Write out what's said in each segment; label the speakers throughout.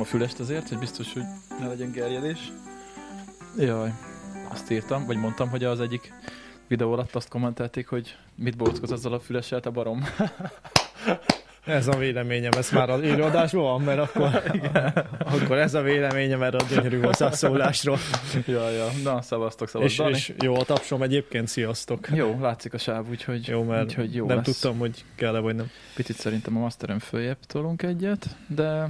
Speaker 1: a fülest azért, hogy biztos, hogy
Speaker 2: Ne legyen gerjedés.
Speaker 1: jaj, azt írtam, vagy mondtam, hogy az egyik videó alatt azt kommentelték, hogy mit borckoz azzal a fülessel, te barom.
Speaker 3: Ez a véleményem, ez már az élőadásban van, mert akkor, akkor ez a véleményem erre a gyönyörű hozzászólásról.
Speaker 1: ja, ja, na, szavaztok, szavaz,
Speaker 3: És,
Speaker 1: Dani.
Speaker 3: és jó, a tapsom egyébként, sziasztok.
Speaker 1: Jó, látszik a sáv, úgyhogy
Speaker 3: Jó, mert
Speaker 1: úgyhogy jó
Speaker 3: nem
Speaker 1: lesz.
Speaker 3: tudtam, hogy kell-e vagy nem.
Speaker 1: Picit szerintem a masteren följebb tolunk egyet, de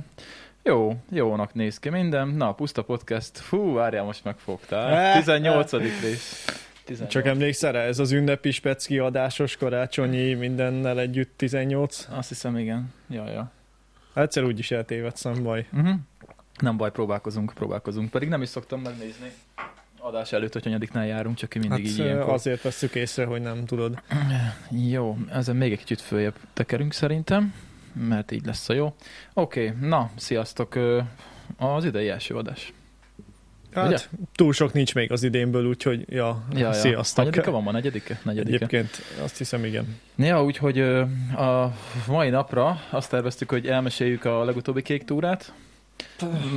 Speaker 1: jó, jónak néz ki minden. Na, puszta podcast. Fú, várjál, most megfogtál. 18. rész. 18.
Speaker 3: Eh, Csak emlékszel rá, ez az ünnepi specki adásos karácsonyi mindennel együtt 18?
Speaker 1: Azt hiszem, igen. Ja, ja.
Speaker 3: Egyszer úgy is eltévedsz, nem baj.
Speaker 1: Uh-huh. Nem baj, próbálkozunk, próbálkozunk. Pedig nem is szoktam megnézni adás előtt, hogy anyadiknál járunk, csak én mindig
Speaker 3: Hát
Speaker 1: így
Speaker 3: ö,
Speaker 1: ilyenkor.
Speaker 3: azért veszük észre, hogy nem tudod.
Speaker 1: Jó, ezen még egy kicsit följebb tekerünk szerintem, mert így lesz a jó. Oké, na, sziasztok. ö, Az idei első adás.
Speaker 3: Hát
Speaker 1: Ugye?
Speaker 3: túl sok nincs még az idénből, úgyhogy ja,
Speaker 1: Ja, ja.
Speaker 3: sziasztok.
Speaker 1: Negyedike van ma? Negyedike? Negyedike.
Speaker 3: Egyébként azt hiszem igen.
Speaker 1: Ja, úgyhogy ö, a mai napra azt terveztük, hogy elmeséljük a legutóbbi kék túrát,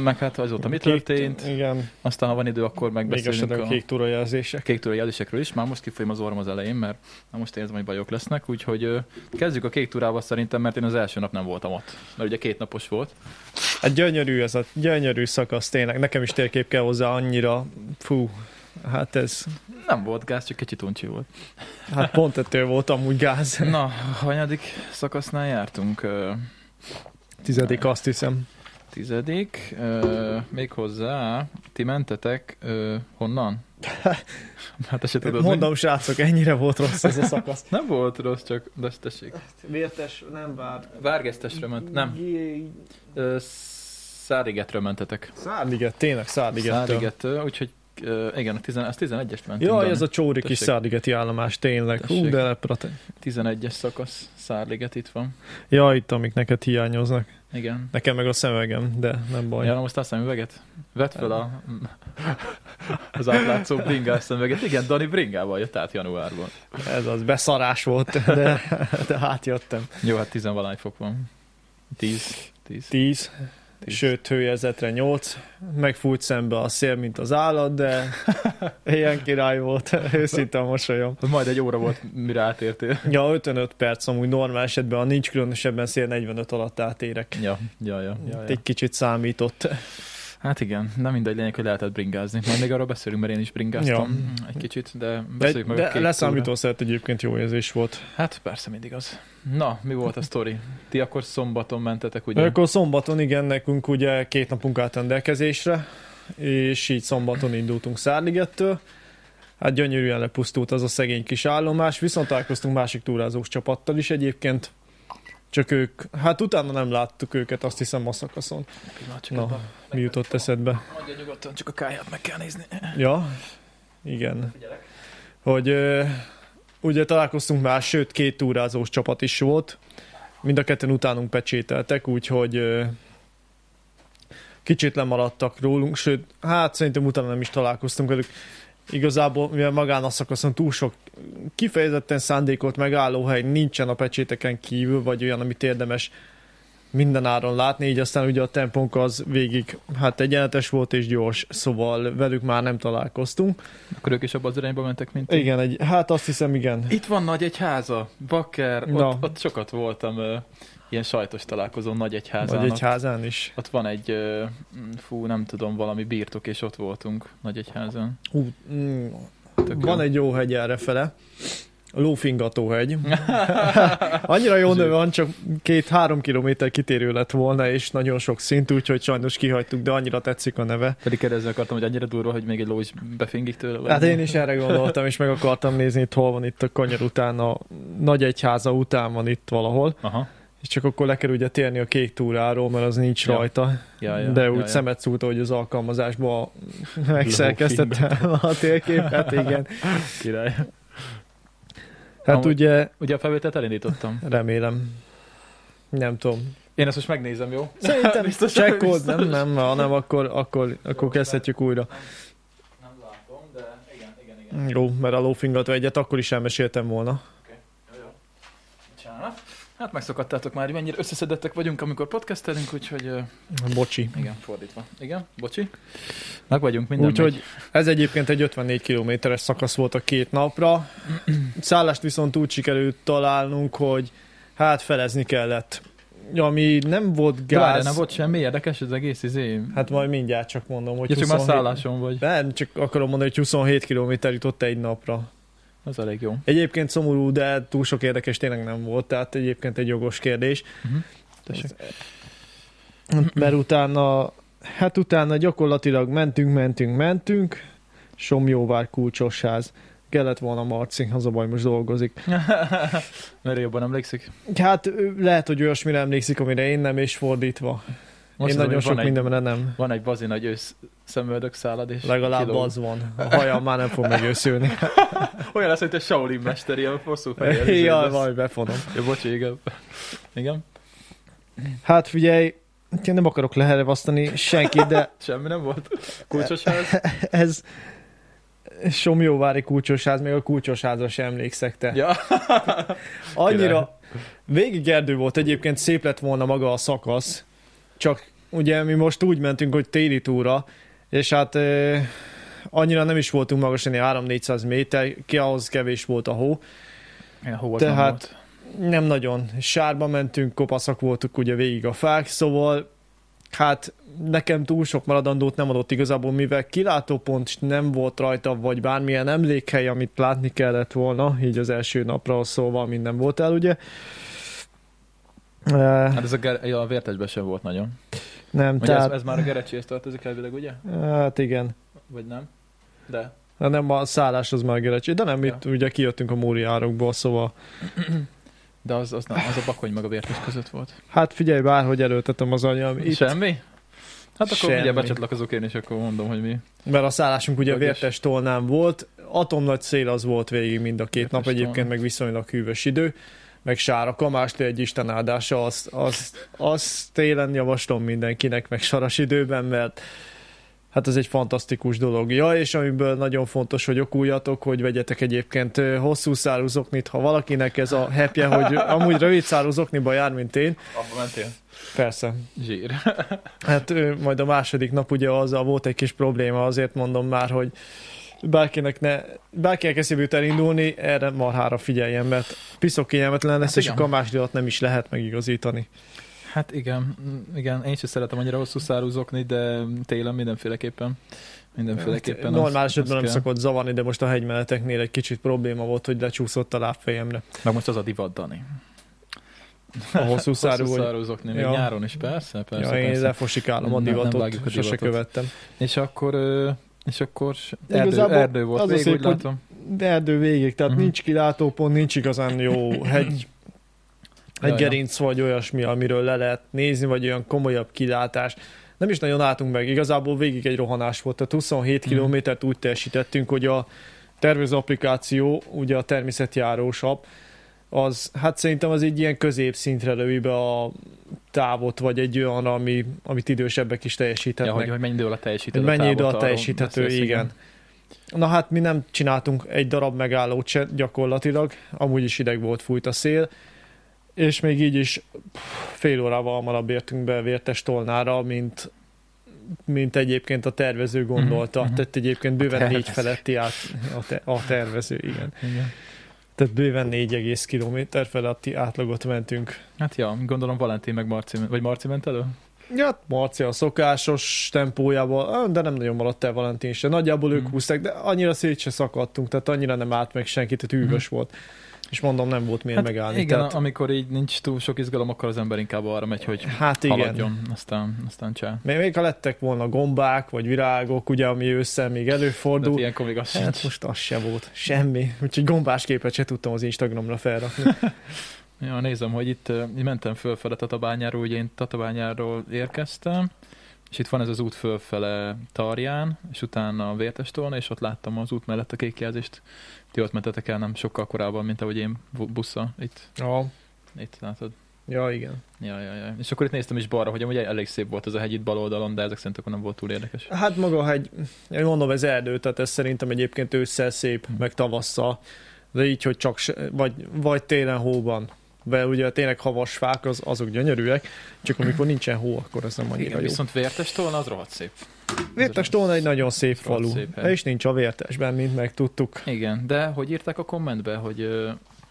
Speaker 1: meg hát azóta mi
Speaker 3: Öh. Kék-
Speaker 1: történt,
Speaker 3: Igen,
Speaker 1: aztán ha van idő, akkor
Speaker 3: még
Speaker 1: megbeszélünk
Speaker 3: esetleg
Speaker 1: a
Speaker 3: a kék túrajelzések.
Speaker 1: kék túra jelzésekről is. Már most kifolyom az orrom az elején, mert na most érzem, hogy bajok lesznek, úgyhogy ö, kezdjük a kék túrával szerintem, mert én az első nap nem voltam ott, mert ugye két napos volt.
Speaker 3: Hát gyönyörű ez a gyönyörű szakasz, tényleg. Nekem is térkép kell hozzá annyira, fú, hát ez,
Speaker 1: Nem volt gáz, csak kicsit uncsi volt.
Speaker 3: hát pont ettől volt amúgy gáz.
Speaker 1: Na, hanyadik szakasznál jártunk? Ö,
Speaker 3: Tizedik azt hiszem.
Speaker 1: Tizedik, ö, méghozzá ti mentetek ö, honnan? Hát te se tudod. mi?
Speaker 3: Mondom, srácok, ennyire volt rossz ez a szakasz.
Speaker 1: Nem volt rossz, csak de ezt tessék.
Speaker 2: Vértes, nem vár.
Speaker 1: Várgesztesre ment, nem. Ö, Szárigetről mentetek.
Speaker 3: Szárdiget, tényleg Szárdiget.
Speaker 1: Szárigetről, úgyhogy ö, igen, a 10, az 11-est mentünk.
Speaker 3: Jaj,
Speaker 1: Dani.
Speaker 3: ez a csóri kis
Speaker 1: Tessék.
Speaker 3: szárdigeti állomás, tényleg. Hú,
Speaker 1: Tessék.
Speaker 3: de leprate.
Speaker 1: 11-es szakasz, Szárliget itt van.
Speaker 3: Ja, itt, amik neked hiányoznak.
Speaker 1: Igen.
Speaker 3: Nekem meg a szemüvegem, de nem baj.
Speaker 1: Ja, na most a szemüveget? Vedd fel a, az átlátszó bringás szemüveget. Igen, Dani bringával jött át januárban.
Speaker 3: Ez az beszarás volt, de, de hát jöttem.
Speaker 1: Jó, hát 10 valahány fok van. 10. 10.
Speaker 3: 10,
Speaker 1: Tíz.
Speaker 3: sőt hőérzetre 8, megfújt szembe a szél, mint az állat, de ilyen király volt, őszinte a mosolyom.
Speaker 1: Hát Majd egy óra volt, mire átértél.
Speaker 3: Ja, 55 perc amúgy normál esetben, ha nincs különösebben szél, 45 alatt átérek.
Speaker 1: Ja, ja, ja. ja, ja.
Speaker 3: Egy kicsit számított.
Speaker 1: Hát igen, nem mindegy lényeg, hogy lehetett bringázni. Majd még arról beszélünk, mert én is bringáztam egy kicsit, de
Speaker 3: De,
Speaker 1: beszéljük meg a
Speaker 3: de
Speaker 1: kék
Speaker 3: leszámító szert egyébként jó érzés volt.
Speaker 1: túra. Hát persze mindig az. Na, mi volt a sztori? Ti akkor szombaton mentetek, ugye?
Speaker 3: Ugye? Akkor szombaton igen, nekünk ugye két napunk állt rendelkezésre, és így szombaton indultunk Szárligettől. Hát gyönyörűen lepusztult az a szegény kis állomás, viszont találkoztunk másik túrázós csapattal is egyébként. Csak ők, hát utána nem láttuk őket, azt hiszem a szakaszon.
Speaker 1: Pillanat, csak
Speaker 3: Na,
Speaker 1: ebben-
Speaker 3: Mi jutott eszedbe?
Speaker 1: Mondja nyugodtan, csak a káját meg kell nézni.
Speaker 3: Ja, igen. Hogy ö, ugye találkoztunk már, sőt két túrázós csapat is volt. Mind a ketten utánunk pecsételtek, úgyhogy ö, kicsit lemaradtak rólunk, sőt, hát szerintem utána nem is találkoztunk velük. Igazából, mivel magán a szakaszon túl sok kifejezetten szándékolt megállóhely nincsen a pecséteken kívül, vagy olyan, amit érdemes minden áron látni, így aztán ugye a tempónk az végig hát egyenletes volt és gyors, szóval velük már nem találkoztunk.
Speaker 1: Akkor ők is abba az irányba mentek, mint ti?
Speaker 3: Igen, egy, hát azt hiszem igen.
Speaker 1: Itt van nagy egyháza, Bakker,
Speaker 3: Na.
Speaker 1: ott, ott sokat voltam ö, ilyen sajtos találkozón nagy egyházának.
Speaker 3: Vagy egy házán is.
Speaker 1: Ott van egy, ö, mm, fú, nem tudom, valami birtok, és ott voltunk nagy egyházon.
Speaker 3: Hú, mm,
Speaker 1: Tök
Speaker 3: van
Speaker 1: jó.
Speaker 3: egy jó hegy errefele. A Lófingató hegy. Annyira jó neve van, csak két-három kilométer kitérő lett volna, és nagyon sok szint, úgyhogy sajnos kihagytuk, de annyira tetszik a neve.
Speaker 1: Pedig kérdezni akartam, hogy annyira durva, hogy még egy ló is befingik tőle. vagy
Speaker 3: Hát
Speaker 1: mi?
Speaker 3: én is erre gondoltam, és meg akartam nézni, itt hol van itt a kanyar után, a nagy egyháza után van itt valahol,
Speaker 1: Aha.
Speaker 3: és csak akkor le kell ugye térni a kék túráról, mert az nincs
Speaker 1: Ja.
Speaker 3: rajta.
Speaker 1: Ja, ja,
Speaker 3: De
Speaker 1: ja,
Speaker 3: úgy
Speaker 1: ja.
Speaker 3: szemet szúrta, hogy az alkalmazásba megszerkesztettem a térképet, igen.
Speaker 1: Király.
Speaker 3: Hát
Speaker 1: Amúgy-
Speaker 3: ugye,
Speaker 1: Ugye a felvételt elindítottam.
Speaker 3: remélem, nem tudom.
Speaker 1: Én ezt most megnézem, jó? Biztos,
Speaker 3: Szerintem biztos,
Speaker 1: hogy
Speaker 3: csekkold,
Speaker 1: biztos.
Speaker 3: nem, nem, hanem akkor, akkor, akkor kezdhetjük újra.
Speaker 1: Nem látom, de igen, igen, igen.
Speaker 3: Jó, mert a lófingató egyet akkor is elmeséltem volna.
Speaker 1: Bocsánat. Hát megszokattátok már, hogy mennyire összeszedettek vagyunk, amikor podcastelünk, úgyhogy ö,
Speaker 3: Bocsi.
Speaker 1: igen, fordítva. Igen, bocsi. Meg vagyunk minden megy.
Speaker 3: Úgyhogy ez egyébként egy 54 kilométeres szakasz volt a két napra. Szállást viszont úgy sikerült találnunk, hogy hát felezni kellett. Ami nem volt
Speaker 1: De várjál, nem
Speaker 3: gáz.
Speaker 1: volt semmi érdekes az egész izé.
Speaker 3: Hát majd mindjárt csak mondom, hogy
Speaker 1: ja, csak már szálláson vagy.
Speaker 3: Nem, csak akarom mondani, hogy 27 kilométer jutott egy napra.
Speaker 1: Ez elég jó.
Speaker 3: Egyébként szomorú, de túl sok érdekes tényleg nem volt, tehát egyébként egy jogos kérdés.
Speaker 1: Mhm. Tessék.
Speaker 3: Mert utána, hát utána gyakorlatilag mentünk, mentünk, mentünk, Somjóvár kulcsosház. Kellett volna Marci, az a baj, most dolgozik.
Speaker 1: Mert ő jobban emlékszik.
Speaker 3: Hát ő- lehet, hogy olyasmire emlékszik, amire én nem, és fordítva. Most
Speaker 1: Most az,
Speaker 3: én nagyon
Speaker 1: hogy
Speaker 3: sok
Speaker 1: van, egy,
Speaker 3: mindenre nem.
Speaker 1: van egy bazi nagy ősz szemöldök szálad, és
Speaker 3: Legalább
Speaker 1: kilóg.
Speaker 3: az van. A hajam már nem fog megőszülni.
Speaker 1: Olyan lesz, mint egy Shaolin mester, ilyen hosszú fejjel.
Speaker 3: Jaj,
Speaker 1: izé,
Speaker 3: majd befonom.
Speaker 1: lesz. Jó, bocsi, igen. Igen,
Speaker 3: Hát figyelj, én nem akarok leherevasztani senkit, de
Speaker 1: semmi nem volt. Kulcsos ház.
Speaker 3: ez Somjóvári kulcsosház, még a kulcsosházra sem emlékszek te.
Speaker 1: Ja. Király.
Speaker 3: Annyira végig erdő volt egyébként, szép lett volna maga a szakasz, csak ugye mi most úgy mentünk, hogy téli túra, és hát ö, annyira nem is voltunk magasan, ilyen 3-400 méter, ki ahhoz kevés volt a hó,
Speaker 1: Ilyen hó az nem volt.
Speaker 3: tehát nem nagyon. Sárba mentünk, kopaszak voltuk ugye végig a fák, szóval hát nekem túl sok maradandót nem adott igazából, mivel kilátópont nem volt rajta, vagy bármilyen emlékhely, amit látni kellett volna, így az első napra szóval minden volt el, ugye. Eh,
Speaker 1: Hát ez a, ger- ja, a vértesben sem volt nagyon.
Speaker 3: Nem,
Speaker 1: Ugye Hát, ez,
Speaker 3: tehát,
Speaker 1: ez már a gerecséhez tartozik elvileg, ugye?
Speaker 3: hát igen.
Speaker 1: Vagy nem? De.
Speaker 3: Na, Nem a szállás az már gerecsé, de nem,
Speaker 1: Ja.
Speaker 3: itt ugye kijöttünk a múri árokból, szóval
Speaker 1: De az, az, nem, az a bakony meg a vértes között volt.
Speaker 3: hát figyelj, bárhogy előtetem az anyám
Speaker 1: Itt.
Speaker 3: itt,
Speaker 1: Semmi? Hát akkor
Speaker 3: Semmi.
Speaker 1: ugye becsatlakozok én, és akkor mondom, hogy mi.
Speaker 3: Mert a szállásunk ugye
Speaker 1: Vagyis.
Speaker 3: vértes tolnán volt, atomnagy szél az volt végig mind a két
Speaker 1: Vértes
Speaker 3: nap, egyébként
Speaker 1: tolna.
Speaker 3: meg viszonylag hűvös idő, meg sára kamástól egy isten áldása, azt, azt, azt télen javaslom mindenkinek, meg saras időben, mert hát ez egy fantasztikus dolog. Ja, és amiből nagyon fontos, hogy okuljatok, hogy vegyetek egyébként ö, hosszú szárú zoknit, ha valakinek ez a hepje, hogy amúgy rövid szárú zokniba jár, mint én,
Speaker 1: Abba mentél?
Speaker 3: persze,
Speaker 1: Zsír.
Speaker 3: Hát ő, majd a második nap ugye azzal volt egy kis probléma, azért mondom már, hogy bárkinek ne, bárkinek eszébe jut elindulni, erre marhára figyeljen, mert piszok kényelmetlen lesz,
Speaker 1: Hát
Speaker 3: és
Speaker 1: igen.
Speaker 3: akkor a második alatt nem is lehet megigazítani.
Speaker 1: Hát igen, mm, igen, én sem szeretem annyira hosszú szárúzokni, de télen mindenféleképpen. Mindenféleképpen. az-
Speaker 3: Normál
Speaker 1: az
Speaker 3: Hát, esetben nem
Speaker 1: kell.
Speaker 3: szokott zavarni, de most a hegymeneteknél egy kicsit probléma volt, hogy lecsúszott a lábfejemre.
Speaker 1: Meg most az a divat, Dani.
Speaker 3: A hosszú szárú,
Speaker 1: hosszú
Speaker 3: hogy
Speaker 1: szárúzokni, még
Speaker 3: Ja.
Speaker 1: nyáron is, persze,
Speaker 3: ja,
Speaker 1: persze,
Speaker 3: én
Speaker 1: persze.
Speaker 3: lefosikálom a
Speaker 1: Nem- nem
Speaker 3: divatot,
Speaker 1: vágjuk a
Speaker 3: sose
Speaker 1: divatot.
Speaker 3: követtem.
Speaker 1: És akkor, ö, és akkor s- erdő,
Speaker 3: Igazából
Speaker 1: erdő volt
Speaker 3: az a
Speaker 1: végig,
Speaker 3: szép,
Speaker 1: úgy
Speaker 3: hogy-
Speaker 1: látom.
Speaker 3: De erdő végig, tehát
Speaker 1: Mhm.
Speaker 3: nincs kilátópont, nincs igazán jó hegy,
Speaker 1: Ja, ja.
Speaker 3: egy gerinc vagy olyasmi, amiről le lehet nézni, vagy olyan komolyabb kilátás. Nem is nagyon álltunk meg, igazából végig egy rohanás volt, tehát 27
Speaker 1: Mhm.
Speaker 3: kilométert úgy teljesítettünk, hogy a tervező applikáció, ugye a természetjárós app, az, hát szerintem az egy ilyen középszintre lövi be a távot, vagy egy olyan, ami, amit idősebbek is
Speaker 1: Ja,
Speaker 3: teljesíthetnek.
Speaker 1: hogy, hogy mennyi idő alatt teljesíted
Speaker 3: Hogy mennyi idő
Speaker 1: távot,
Speaker 3: alatt
Speaker 1: arról
Speaker 3: teljesíthető,
Speaker 1: beszélsz,
Speaker 3: igen. Na hát mi nem csináltunk egy darab megállót se gyakorlatilag, amúgy is ideg volt, fújt a szél, és még így is pff, fél órával hamarabb értünk be Vértes Tolnára, mint, mint egyébként a tervező gondolta.
Speaker 1: Mhm, mhm.
Speaker 3: Tehát egyébként bőven négy
Speaker 1: tervező.
Speaker 3: feletti át a, te, a tervező, igen.
Speaker 1: igen.
Speaker 3: Tehát bőven 4,1 kilométer feletti átlagot mentünk.
Speaker 1: Hát ja, gondolom Valentin meg Marci, vagy Marci ment elő?
Speaker 3: Ja, hát Marci a szokásos tempójával, á, de nem nagyon maradt el Valentin se. Nagyjából ők
Speaker 1: Mhm.
Speaker 3: húzták, de annyira szét se szakadtunk, tehát annyira nem állt meg senki, tehát hűvös volt. És mondom, nem volt miért megállni.
Speaker 1: Mm. Hát igen,
Speaker 3: tehát,
Speaker 1: amikor így nincs túl sok izgalom, akkor az ember inkább arra megy, hogy
Speaker 3: hát igen.
Speaker 1: haladjon, aztán, aztán csá.
Speaker 3: Még, még ha lettek volna gombák, vagy virágok, ugye, ami ősszel még
Speaker 1: De hát
Speaker 3: előfordul,
Speaker 1: ilyenkor még az
Speaker 3: hát
Speaker 1: sincs.
Speaker 3: most az se volt, semmi. Úgyhogy gombás képet se tudtam az Instagramra felrakni.
Speaker 1: Ja, nézem, hogy itt ö, így mentem fölfele Tatabányáról, ugye én Tatabányáról érkeztem, és itt van ez az út fölfele Tarján, és utána a Vértestolna, és ott láttam az út mellett a kékjelzést. Ti ott mentetek el nem sokkal korábban, mint ahogy én bu- busszal. Itt,
Speaker 3: Ja,
Speaker 1: itt látod.
Speaker 3: ja igen.
Speaker 1: Ja, ja, ja. És akkor itt néztem is balra, hogy amúgy elég szép volt az a hegy itt bal oldalon, de ezek szerint akkor nem volt túl érdekes.
Speaker 3: Hát maga a hegy, én mondom, ez erdő, tehát ez szerintem
Speaker 1: Mhm.
Speaker 3: egyébként ősszel szép, meg tavasszal, de így, hogy csak, se- vagy, vagy télen hóban. be ugye tényleg havas fák, az, azok gyönyörűek, csak amikor nincsen hó, akkor ez nem annyira
Speaker 1: Igen,
Speaker 3: jó.
Speaker 1: viszont vértes tolna, az rohadt szép.
Speaker 3: Vértes Tóna egy nagyon szép
Speaker 1: rohadt
Speaker 3: falu,
Speaker 1: szép hely.
Speaker 3: és nincs a vértesben, mint megtudtuk.
Speaker 1: Igen, de hogy írták a kommentbe, hogy, ö,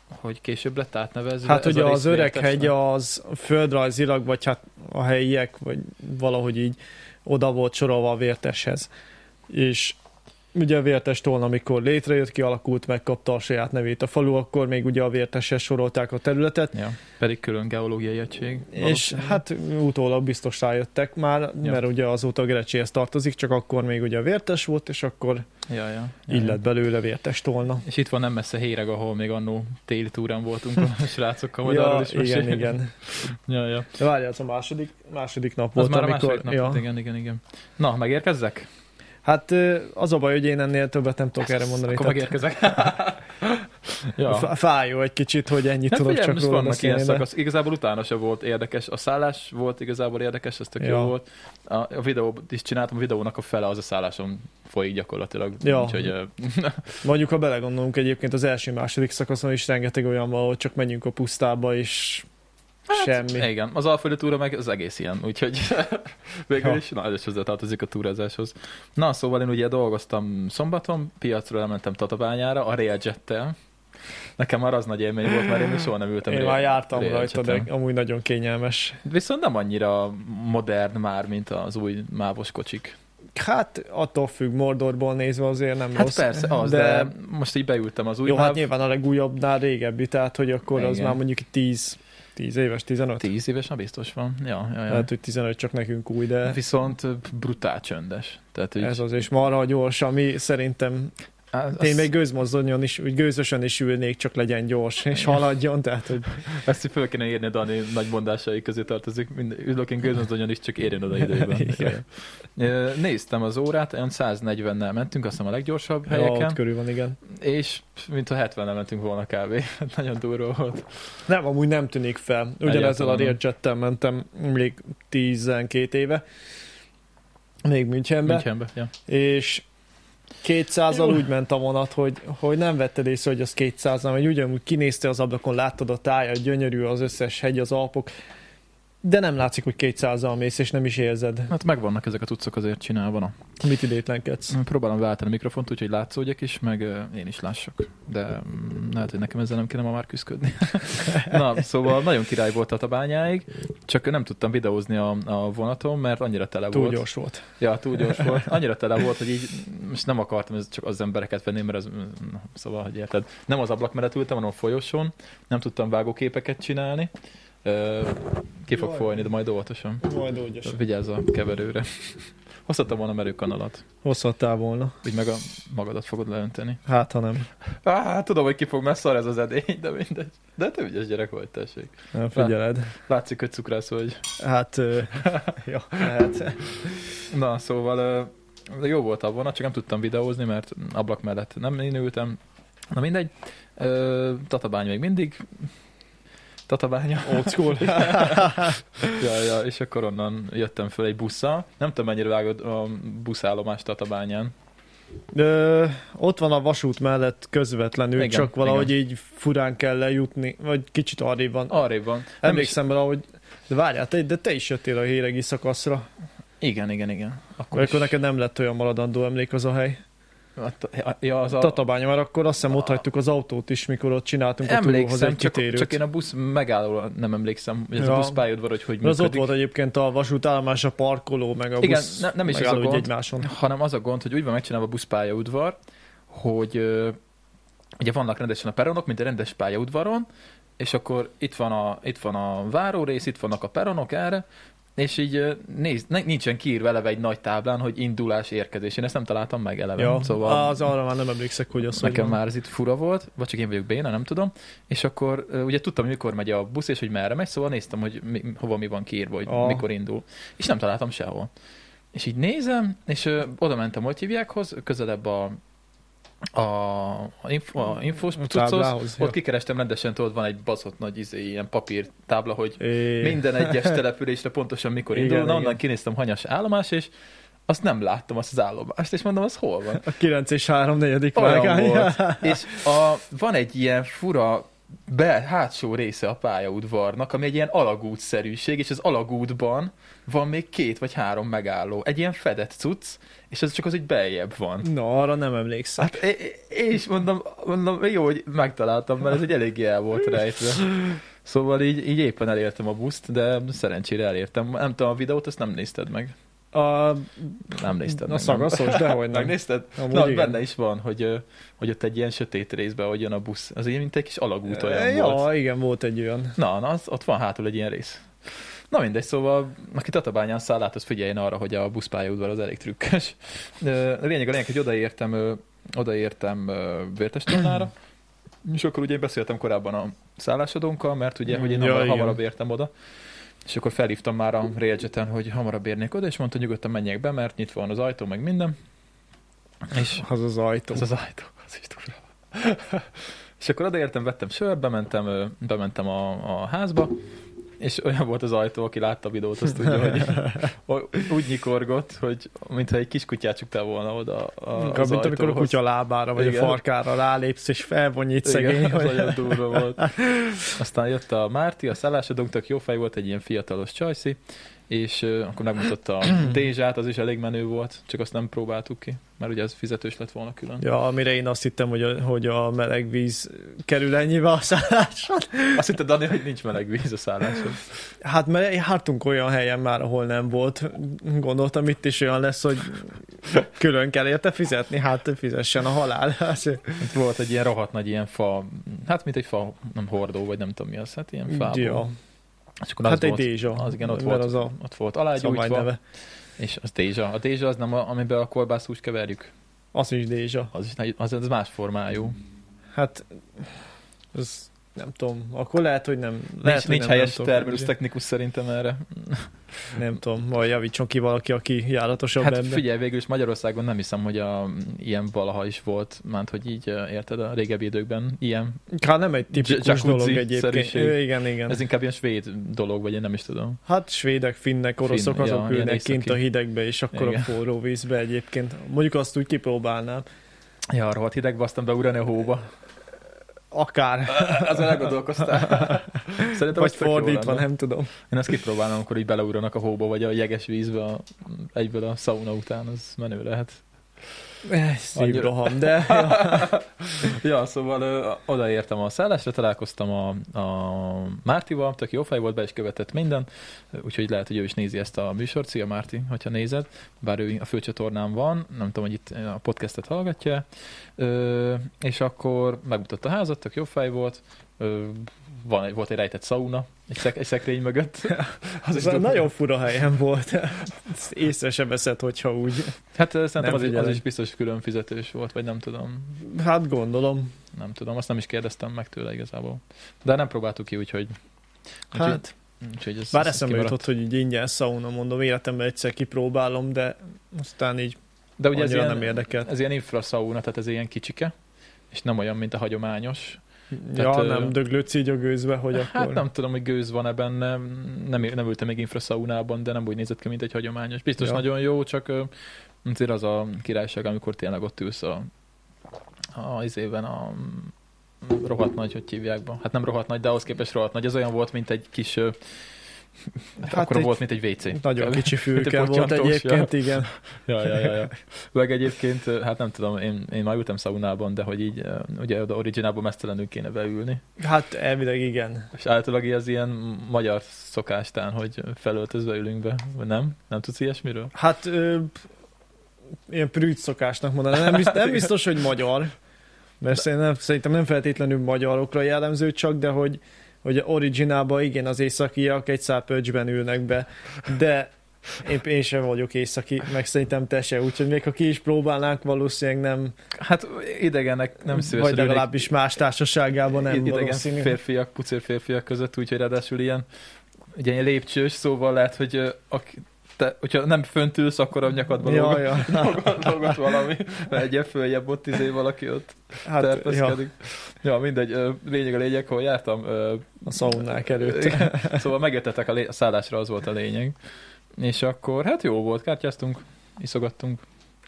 Speaker 1: hogy később lett átnevezve?
Speaker 3: Hát
Speaker 1: ez
Speaker 3: ugye
Speaker 1: a rész
Speaker 3: az öreg
Speaker 1: Vértesnek?
Speaker 3: hegy az földrajzilag, vagy hát a helyiek, vagy valahogy így oda volt sorolva a vérteshez. És ugye a vértes tón, amikor létrejött, kialakult, megkapta a saját nevét a falu, akkor még ugye a vérteshez sorolták a területet,
Speaker 1: Ja, pedig külön geológiai egység.
Speaker 3: és
Speaker 1: valószínűleg.
Speaker 3: hát utólag biztos rájöttek már,
Speaker 1: Ja.
Speaker 3: mert ugye azóta a Grecséhez tartozik, csak akkor még ugye a vértes volt, és akkor
Speaker 1: Ja, ja, ja,
Speaker 3: így
Speaker 1: ja.
Speaker 3: lett belőle vértes tolna.
Speaker 1: És itt van nem messze Héreg, ahol még annó téli túrán voltunk a srácokkal, majd
Speaker 3: Ja,
Speaker 1: arról is
Speaker 3: igen,
Speaker 1: mesélünk.
Speaker 3: igen.
Speaker 1: Ja, ja.
Speaker 3: De várjál, ez a második, második nap
Speaker 1: Az
Speaker 3: volt,
Speaker 1: már a
Speaker 3: amikor...
Speaker 1: második nap, volt, igen, igen, igen. Na, megérkezzek?
Speaker 3: Hát ö, az a baj, hogy én ennél többet nem tudok erre mondani.
Speaker 1: Akkor
Speaker 3: Tehát
Speaker 1: megérkezek. ja.
Speaker 3: ja. Fájó egy kicsit, hogy ennyit
Speaker 1: Hát
Speaker 3: tudok
Speaker 1: figyelj,
Speaker 3: csak
Speaker 1: most
Speaker 3: róla
Speaker 1: vannak ilyen
Speaker 3: beszélni. De...
Speaker 1: szakasz. Igazából utána se volt érdekes. A szállás volt igazából érdekes, ez tök jó
Speaker 3: Ja.
Speaker 1: volt. A, a videót is csináltam, a videónak a fele az a szálláson folyik gyakorlatilag.
Speaker 3: Ja.
Speaker 1: Úgyhogy, ö,
Speaker 3: Mondjuk, ha belegondolunk egyébként az első-második szakaszon is rengeteg olyan van, hogy csak menjünk a pusztába, és hát, semmi.
Speaker 1: igen, az Alföldi túra meg az egész ilyen, úgyhogy végül
Speaker 3: Ja.
Speaker 1: is, na ez is hozzátartozik a túrázáshoz. Na, szóval én ugye dolgoztam szombaton, piacról elmentem Tatabányára, a Railjet-tel. Nekem már az nagy élmény volt, mert én még soha nem ültem
Speaker 3: Én
Speaker 1: Rail-
Speaker 3: már jártam rajta, de
Speaker 1: Railjeten.
Speaker 3: amúgy nagyon kényelmes.
Speaker 1: Viszont nem annyira modern már, mint az új mávos kocsik.
Speaker 3: Hát attól függ, Mordorból nézve azért nem
Speaker 1: Hát
Speaker 3: rossz.
Speaker 1: persze, az, de... de most így beültem az új
Speaker 3: Jó,
Speaker 1: máv,
Speaker 3: hát nyilván a legújabbnál régebbi, tehát hogy akkor az
Speaker 1: Igen.
Speaker 3: már mondjuk 10, 10 éves, 15.
Speaker 1: 10 éves, na biztos van. Ja, ja, ja.
Speaker 3: Lehet, hogy 15 csak nekünk új, de...
Speaker 1: Viszont ö, brutál csöndes. Tehát, hogy
Speaker 3: Ez az, és marha gyors, ami szerintem
Speaker 1: az,
Speaker 3: én még gőzmozdonyon is, úgy gőzösen is ülnék, csak legyen gyors, és haladjon, tehát hogy
Speaker 1: Ezt így föl kéne írni, Dani nagy mondásai közé tartozik. Mind, ülök én gőzmozdonyon is, csak érjen oda időben.
Speaker 3: Igen.
Speaker 1: Ö, Néztem az órát, olyan 140-nel mentünk, azt hiszem a leggyorsabb
Speaker 3: ja, ott
Speaker 1: helyeken,
Speaker 3: körül van, igen.
Speaker 1: és mintha 70-nel mentünk volna kb. Hát Nagyon durva volt.
Speaker 3: Nem, amúgy nem tűnik fel. Ugyanezzel
Speaker 1: Egyáltalán
Speaker 3: a
Speaker 1: nem.
Speaker 3: Rearjettel mentem még 12 éve, még Münchenbe, München.
Speaker 1: Münchenbe. Ja.
Speaker 3: és 200-al úgy ment a vonat, hogy, hogy nem vetted észre, hogy az 200 nem, hogy ugyanúgy kinézte az ablakon, láttad a tájat, gyönyörű az összes hegy, az alpok, de nem látszik, hogy 200-al mész, és nem is érzed.
Speaker 1: Hát megvannak ezek a cuccok azért csinálva. na.
Speaker 3: Mit idétlenkedsz?
Speaker 1: Próbálom váltani a mikrofont, úgyhogy látszódjak is, meg ö, én is lássak. De mm, lehet, hogy nekem ezzel nem kéne ma már küzdködni. Na, szóval nagyon király volt a bányáig, csak nem tudtam videózni a, a vonaton, mert annyira tele
Speaker 3: Túl
Speaker 1: volt.
Speaker 3: gyors volt.
Speaker 1: Ja, túl gyors volt. Annyira tele volt, hogy így most nem akartam ez csak az embereket venni, mert az, na, szóval, hogy érted. Nem az ablak mellett ültem, hanem a folyosón. Nem tudtam vágóképeket csinálni. Ö, Ki fog
Speaker 3: Jaj.
Speaker 1: folyni, de majd óvatosan.
Speaker 3: Majd úgy
Speaker 1: Vigyázz a keverőre. Hozhattam volna merőkanalat.
Speaker 3: Hozhattál volna.
Speaker 1: Úgy meg a magadat fogod leönteni.
Speaker 3: Hát, ha nem.
Speaker 1: Á, hát tudom, hogy ki fog messzar ez az edény, de mindegy. De te ügyes gyerek vagy, tessék.
Speaker 3: Nem figyeled.
Speaker 1: Látszik, hogy cukrász vagy.
Speaker 3: Hát, ö, hát, ja, lehet.
Speaker 1: Na, szóval ö, jó volt a vonat, csak nem tudtam videózni, mert ablak mellett nem én ültem. Na mindegy, Ö, Tatabány még mindig. Tatabánya.
Speaker 3: Old school.
Speaker 1: ja, ja, és akkor onnan jöttem föl egy busszal. Nem tudom, mennyire vágod a buszállomás Tatabányán.
Speaker 3: Ö, ott van a vasút mellett közvetlenül,
Speaker 1: Igen,
Speaker 3: igen, csak valahogy így furán kell lejutni, vagy kicsit arrébb van.
Speaker 1: Arrébb van. Nem is-
Speaker 3: Emlékszem rá, hogy de várjál, te, de te is jöttél a héregi szakaszra,
Speaker 1: Igen, igen, igen.
Speaker 3: akkor, akkor neked nem lett olyan maradandó emlék az a hely.
Speaker 1: A, Hát, ja, az
Speaker 3: A...
Speaker 1: a,
Speaker 3: Tatabánya, mert akkor azt hiszem ott hagytuk az autót is, mikor ott csináltunk a túlhoz
Speaker 1: Emlékszem,
Speaker 3: egy
Speaker 1: csak,
Speaker 3: kitérőt.
Speaker 1: csak én a busz megállóra nem emlékszem, hogy ez ja. a
Speaker 3: Ja.
Speaker 1: busz pályaudvar, hogy hogy
Speaker 3: Mert az ott
Speaker 1: működik,
Speaker 3: volt egyébként a vasútállomás, a parkoló, meg a
Speaker 1: Igen,
Speaker 3: busz
Speaker 1: ne- nem is ez a
Speaker 3: megálló így
Speaker 1: gond.
Speaker 3: egymáson.
Speaker 1: hanem az a gond, hogy úgy van megcsinálva a buszpályaudvar, hogy ö, ugye vannak rendesen a peronok, mint a rendes pályaudvaron, és akkor itt van a, itt van a várórész, itt vannak a peronok erre, és így ö, nézd, ne- nincsen kiírva eleve egy nagy táblán, hogy indulás, érkezés. Én ezt nem találtam meg eleve.
Speaker 3: Ja,
Speaker 1: szóval...
Speaker 3: az arra már nem emlékszek, hogy az hogy
Speaker 1: Nekem
Speaker 3: van.
Speaker 1: már ez itt fura volt, vagy csak én vagyok béna, nem tudom. És akkor ö, ugye tudtam, hogy mikor megy a busz, és hogy merre megy, szóval néztem, hogy mi, hova mi van kiírva, hogy
Speaker 3: Ah.
Speaker 1: mikor indul. És nem találtam sehol. És így nézem, és ö, oda mentem, hogy hívjákhoz, közelebb a a, a, info, a infós cuccos,
Speaker 3: Táblához, ja.
Speaker 1: ott kikerestem rendesen, tudod, van egy baszott nagy izé, ilyen papír tábla, hogy
Speaker 3: É.
Speaker 1: minden egyes településre pontosan mikor
Speaker 3: Igen,
Speaker 1: indul. Na, onnan
Speaker 3: igen.
Speaker 1: kinéztem hanyas állomás, és azt nem láttam, azt az állomást, és mondom, az hol van?
Speaker 3: A 9 és 3 negyedik
Speaker 1: Olyan
Speaker 3: vágány.
Speaker 1: volt. És a, van egy ilyen fura bel, hátsó része a pályaudvarnak, ami egy ilyen alagútszerűség, és az alagútban van még két vagy három megálló. Egy ilyen fedett cucc, és az csak az, hogy beljebb van.
Speaker 3: Na, arra nem emlékszem.
Speaker 1: Hát é- é- én is mondom, mondom, jó, hogy megtaláltam, mert ez egy eléggé el volt rejtve. Szóval így, így éppen elértem a buszt, de szerencsére elértem. Nem tudom, a videót azt nem nézted meg.
Speaker 3: A,
Speaker 1: Nem nézted
Speaker 3: a
Speaker 1: meg. Hát, nem?
Speaker 3: szagaszos, dehogy nem.
Speaker 1: Megnézted?
Speaker 3: Amúgy
Speaker 1: Na,
Speaker 3: igen.
Speaker 1: benne is van, hogy, ö, hogy ott egy ilyen sötét részbe, hogy jön a busz. Az ilyen, mint egy kis alagút olyan
Speaker 3: E,
Speaker 1: volt.
Speaker 3: Ja, igen, volt egy olyan.
Speaker 1: Na, na az, ott van hátul egy ilyen rész. Na mindegy, szóval aki Tatabányán száll át, az figyeljen arra, hogy a buszpályaudvar az elég trükkös. Ö, A lényeg a lényeg, hogy odaértem, ö, odaértem ö, Vértestornára, és akkor ugye én beszéltem korábban a szállásadónkkal, mert ugye, hogy én
Speaker 3: Ja,
Speaker 1: hamar,
Speaker 3: igen.
Speaker 1: hamarabb értem oda, és akkor felhívtam már a Railjet-en, hogy hamarabb érnék oda, és mondta, nyugodtan menjek be, mert nyitva van az ajtó, meg minden. És
Speaker 3: Az az ajtó.
Speaker 1: az az ajtó, az is durva. és akkor odaértem, vettem sört, bementem, ö, bementem a, a házba, és olyan volt az ajtó, aki látta a videót, azt tudja, hogy o- úgy nyikorgott, hogy mintha egy kis kutyát csukta volna oda a, az
Speaker 3: Inkább, mint amikor a
Speaker 1: ajtóhoz.
Speaker 3: kutya lábára vagy
Speaker 1: Igen.
Speaker 3: a farkára rálépsz, és felvonjít
Speaker 1: Igen,
Speaker 3: szegény.
Speaker 1: az
Speaker 3: Hogy...
Speaker 1: nagyon durva volt. Aztán jött a Márti, a szállásadónk, tök jó fej volt, egy ilyen fiatalos csajszi, és ö, akkor megmutatta a Dézsát, az is elég menő volt, csak azt nem próbáltuk ki, mert ugye az fizetős lett volna külön.
Speaker 3: Ja, amire én azt hittem, hogy a, hogy a meleg víz kerül ennyibe a szállásra.
Speaker 1: Azt hitted, Dani, hogy nincs meleg víz a szálláson.
Speaker 3: Hát mert jártunk olyan helyen már, ahol nem volt. Gondoltam, itt is olyan lesz, hogy külön kell érte fizetni, hát fizessen a halál. Hát,
Speaker 1: Itt volt egy ilyen rohadt nagy ilyen fa, hát mint egy fa, nem hordó, vagy nem tudom mi az, hát ilyen fából.
Speaker 3: ja.
Speaker 1: És akkor
Speaker 3: hát
Speaker 1: az
Speaker 3: egy
Speaker 1: volt,
Speaker 3: dézsa.
Speaker 1: az igen, ott
Speaker 3: mert
Speaker 1: volt.
Speaker 3: Az a
Speaker 1: ott volt
Speaker 3: szabály
Speaker 1: alágyújtva,
Speaker 3: Szóval neve.
Speaker 1: és az dézsa. A dézsa az nem, a, amiben a kolbászhúst keverjük.
Speaker 3: Az is dézsa.
Speaker 1: Az is nagy, az, az más formájú.
Speaker 3: Hát, ez nem tudom, akkor lehet, hogy nem.
Speaker 1: Lehet,
Speaker 3: Lehet,
Speaker 1: nincs
Speaker 3: hogy
Speaker 1: nincs
Speaker 3: nem,
Speaker 1: helyes
Speaker 3: nem tudom,
Speaker 1: terminus technikus szerintem erre.
Speaker 3: Nem tudom, majd javítson ki valaki, aki járatosabb
Speaker 1: Hát
Speaker 3: ember.
Speaker 1: figyelj, végül is Magyarországon nem hiszem, hogy a, ilyen valaha is volt, mert hogy így ö, érted a régebbi időkben ilyen.
Speaker 3: Hát nem egy tipikus
Speaker 1: Jacuzzi
Speaker 3: dolog egyébként.
Speaker 1: szerűség.
Speaker 3: Ő, igen, igen.
Speaker 1: Ez inkább ilyen svéd dolog, vagy én nem is tudom.
Speaker 3: Hát svédek, finnek, oroszok
Speaker 1: Finn, ja,
Speaker 3: azok
Speaker 1: ilyen
Speaker 3: ülnek
Speaker 1: északi.
Speaker 3: kint a hidegbe, és akkor
Speaker 1: Igen.
Speaker 3: a forró vízbe egyébként. Mondjuk azt úgy kipróbálnám.
Speaker 1: Ja, rohadt hidegbe, aztán beugrani a hóba.
Speaker 3: Akár,
Speaker 1: Azon elgondolkoztál. Szerintem
Speaker 3: vagy
Speaker 1: az tök jó
Speaker 3: fordítva,
Speaker 1: lenne.
Speaker 3: nem tudom.
Speaker 1: Én azt kipróbálom, amikor így beleugranak a hóba, vagy a jeges vízbe a, egyből a szauna után, az menő lehet.
Speaker 3: Eh,
Speaker 1: Annyira-
Speaker 3: Szívroham, de
Speaker 1: Ja, szóval ö, odaértem a szállásra, találkoztam a, a Mártival, tök jó fej volt, be is követett minden, úgyhogy lehet, hogy ő is nézi ezt a műsort. Szia Márti, hogyha nézed, bár ő a főcsatornán van, nem tudom, hogy itt a podcastet hallgatja, ö, és akkor megmutatta a házat, tök jó fej volt, ö, van, egy- volt egy rejtett szauna, egy, szek, egy szekrény mögött.
Speaker 3: az
Speaker 1: is
Speaker 3: is
Speaker 1: durva.
Speaker 3: nagyon fura helyen volt. Ezt Észre se veszed, hogyha úgy.
Speaker 1: Hát ö, szerintem
Speaker 3: Nem
Speaker 1: az, is- az
Speaker 3: figyelem.
Speaker 1: is biztos külön fizetős volt, vagy nem tudom.
Speaker 3: Hát gondolom.
Speaker 1: Nem tudom, azt nem is kérdeztem meg tőle igazából. De nem próbáltuk ki, úgyhogy...
Speaker 3: Hát,
Speaker 1: Úgyhogy, úgyhogy ez,
Speaker 3: Bár
Speaker 1: ez
Speaker 3: eszembe
Speaker 1: kimaradt.
Speaker 3: jutott, hogy így ingyen szauna, mondom, életemben egyszer kipróbálom, de aztán így
Speaker 1: De ugye
Speaker 3: ugye
Speaker 1: ez
Speaker 3: annyira
Speaker 1: ilyen,
Speaker 3: nem érdekelt.
Speaker 1: ez ilyen infraszauna, tehát ez ilyen kicsike, és nem olyan, mint a hagyományos.
Speaker 3: Ja,
Speaker 1: tehát, ö,
Speaker 3: nem döglődsz így a gőzbe, hogy
Speaker 1: hát
Speaker 3: akkor...
Speaker 1: nem tudom, hogy gőz van-e benne, nem, nem ültem még infraszaunában, de nem úgy nézett ki, mint egy hagyományos. Biztos
Speaker 3: Ja.
Speaker 1: nagyon jó, csak ö, azért az a királyság, amikor tényleg ott ülsz a, a izében a mm, rohadt nagy, hogy hívják be. Hát nem rohadt nagy, de ahhoz képest rohadt nagy. Ez olyan volt, mint egy kis... ö, Hát akkor
Speaker 3: egy
Speaker 1: volt, mint egy WC.
Speaker 3: Nagyon kicsi
Speaker 1: Mint
Speaker 3: fülke
Speaker 1: egy
Speaker 3: volt
Speaker 1: potyantós,
Speaker 3: egyébként, igen.
Speaker 1: Ja, ja, ja, ja. Meg egyébként, hát nem tudom, én, én már ültem szaunában, de hogy így, eh, ugye oda originálban mesztelenül kéne beülni.
Speaker 3: Hát elvileg igen.
Speaker 1: És általában ilyen- az ilyen magyar szokástán, hogy felöltözve ülünk be, vagy nem? Nem tudsz ilyesmiről?
Speaker 3: Hát ö, ilyen prűd szokásnak mondanám. Nem, biztos, nem biztos, hogy magyar. Mert szerintem, szerintem nem feltétlenül magyarokra jellemző csak, de hogy, hogy originálban igen, az északiak egy szápölcsben ülnek be. De én, én sem vagyok északi, meg szerintem te se, úgyhogy még ha ki is próbálnánk, valószínűleg nem,
Speaker 1: Hát idegenek nem szívesen
Speaker 3: vagy legalábbis más társaságában nem
Speaker 1: idegen
Speaker 3: valószínű.
Speaker 1: férfiak, pucér férfiak között, úgyhogy ráadásul ilyen, ugye ilyen lépcsős, szóval lehet, hogy ö, aki, te, hogyha nem fönt ülsz, akkor a nyakadban
Speaker 3: Ja,
Speaker 1: ja,
Speaker 3: ja.
Speaker 1: dolgot valami, mert egy ilyen följebb ott izé valaki ott
Speaker 3: Hát, ja,
Speaker 1: terpeszkedik. Ja. ja, mindegy, ö, lényeg a lényeg, hol jártam. ö,
Speaker 3: a szaunák előtt.
Speaker 1: igen. Szóval megértetek a, lé- a szállásra, az volt a lényeg. És akkor, hát jó volt, kártyáztunk, iszogattunk.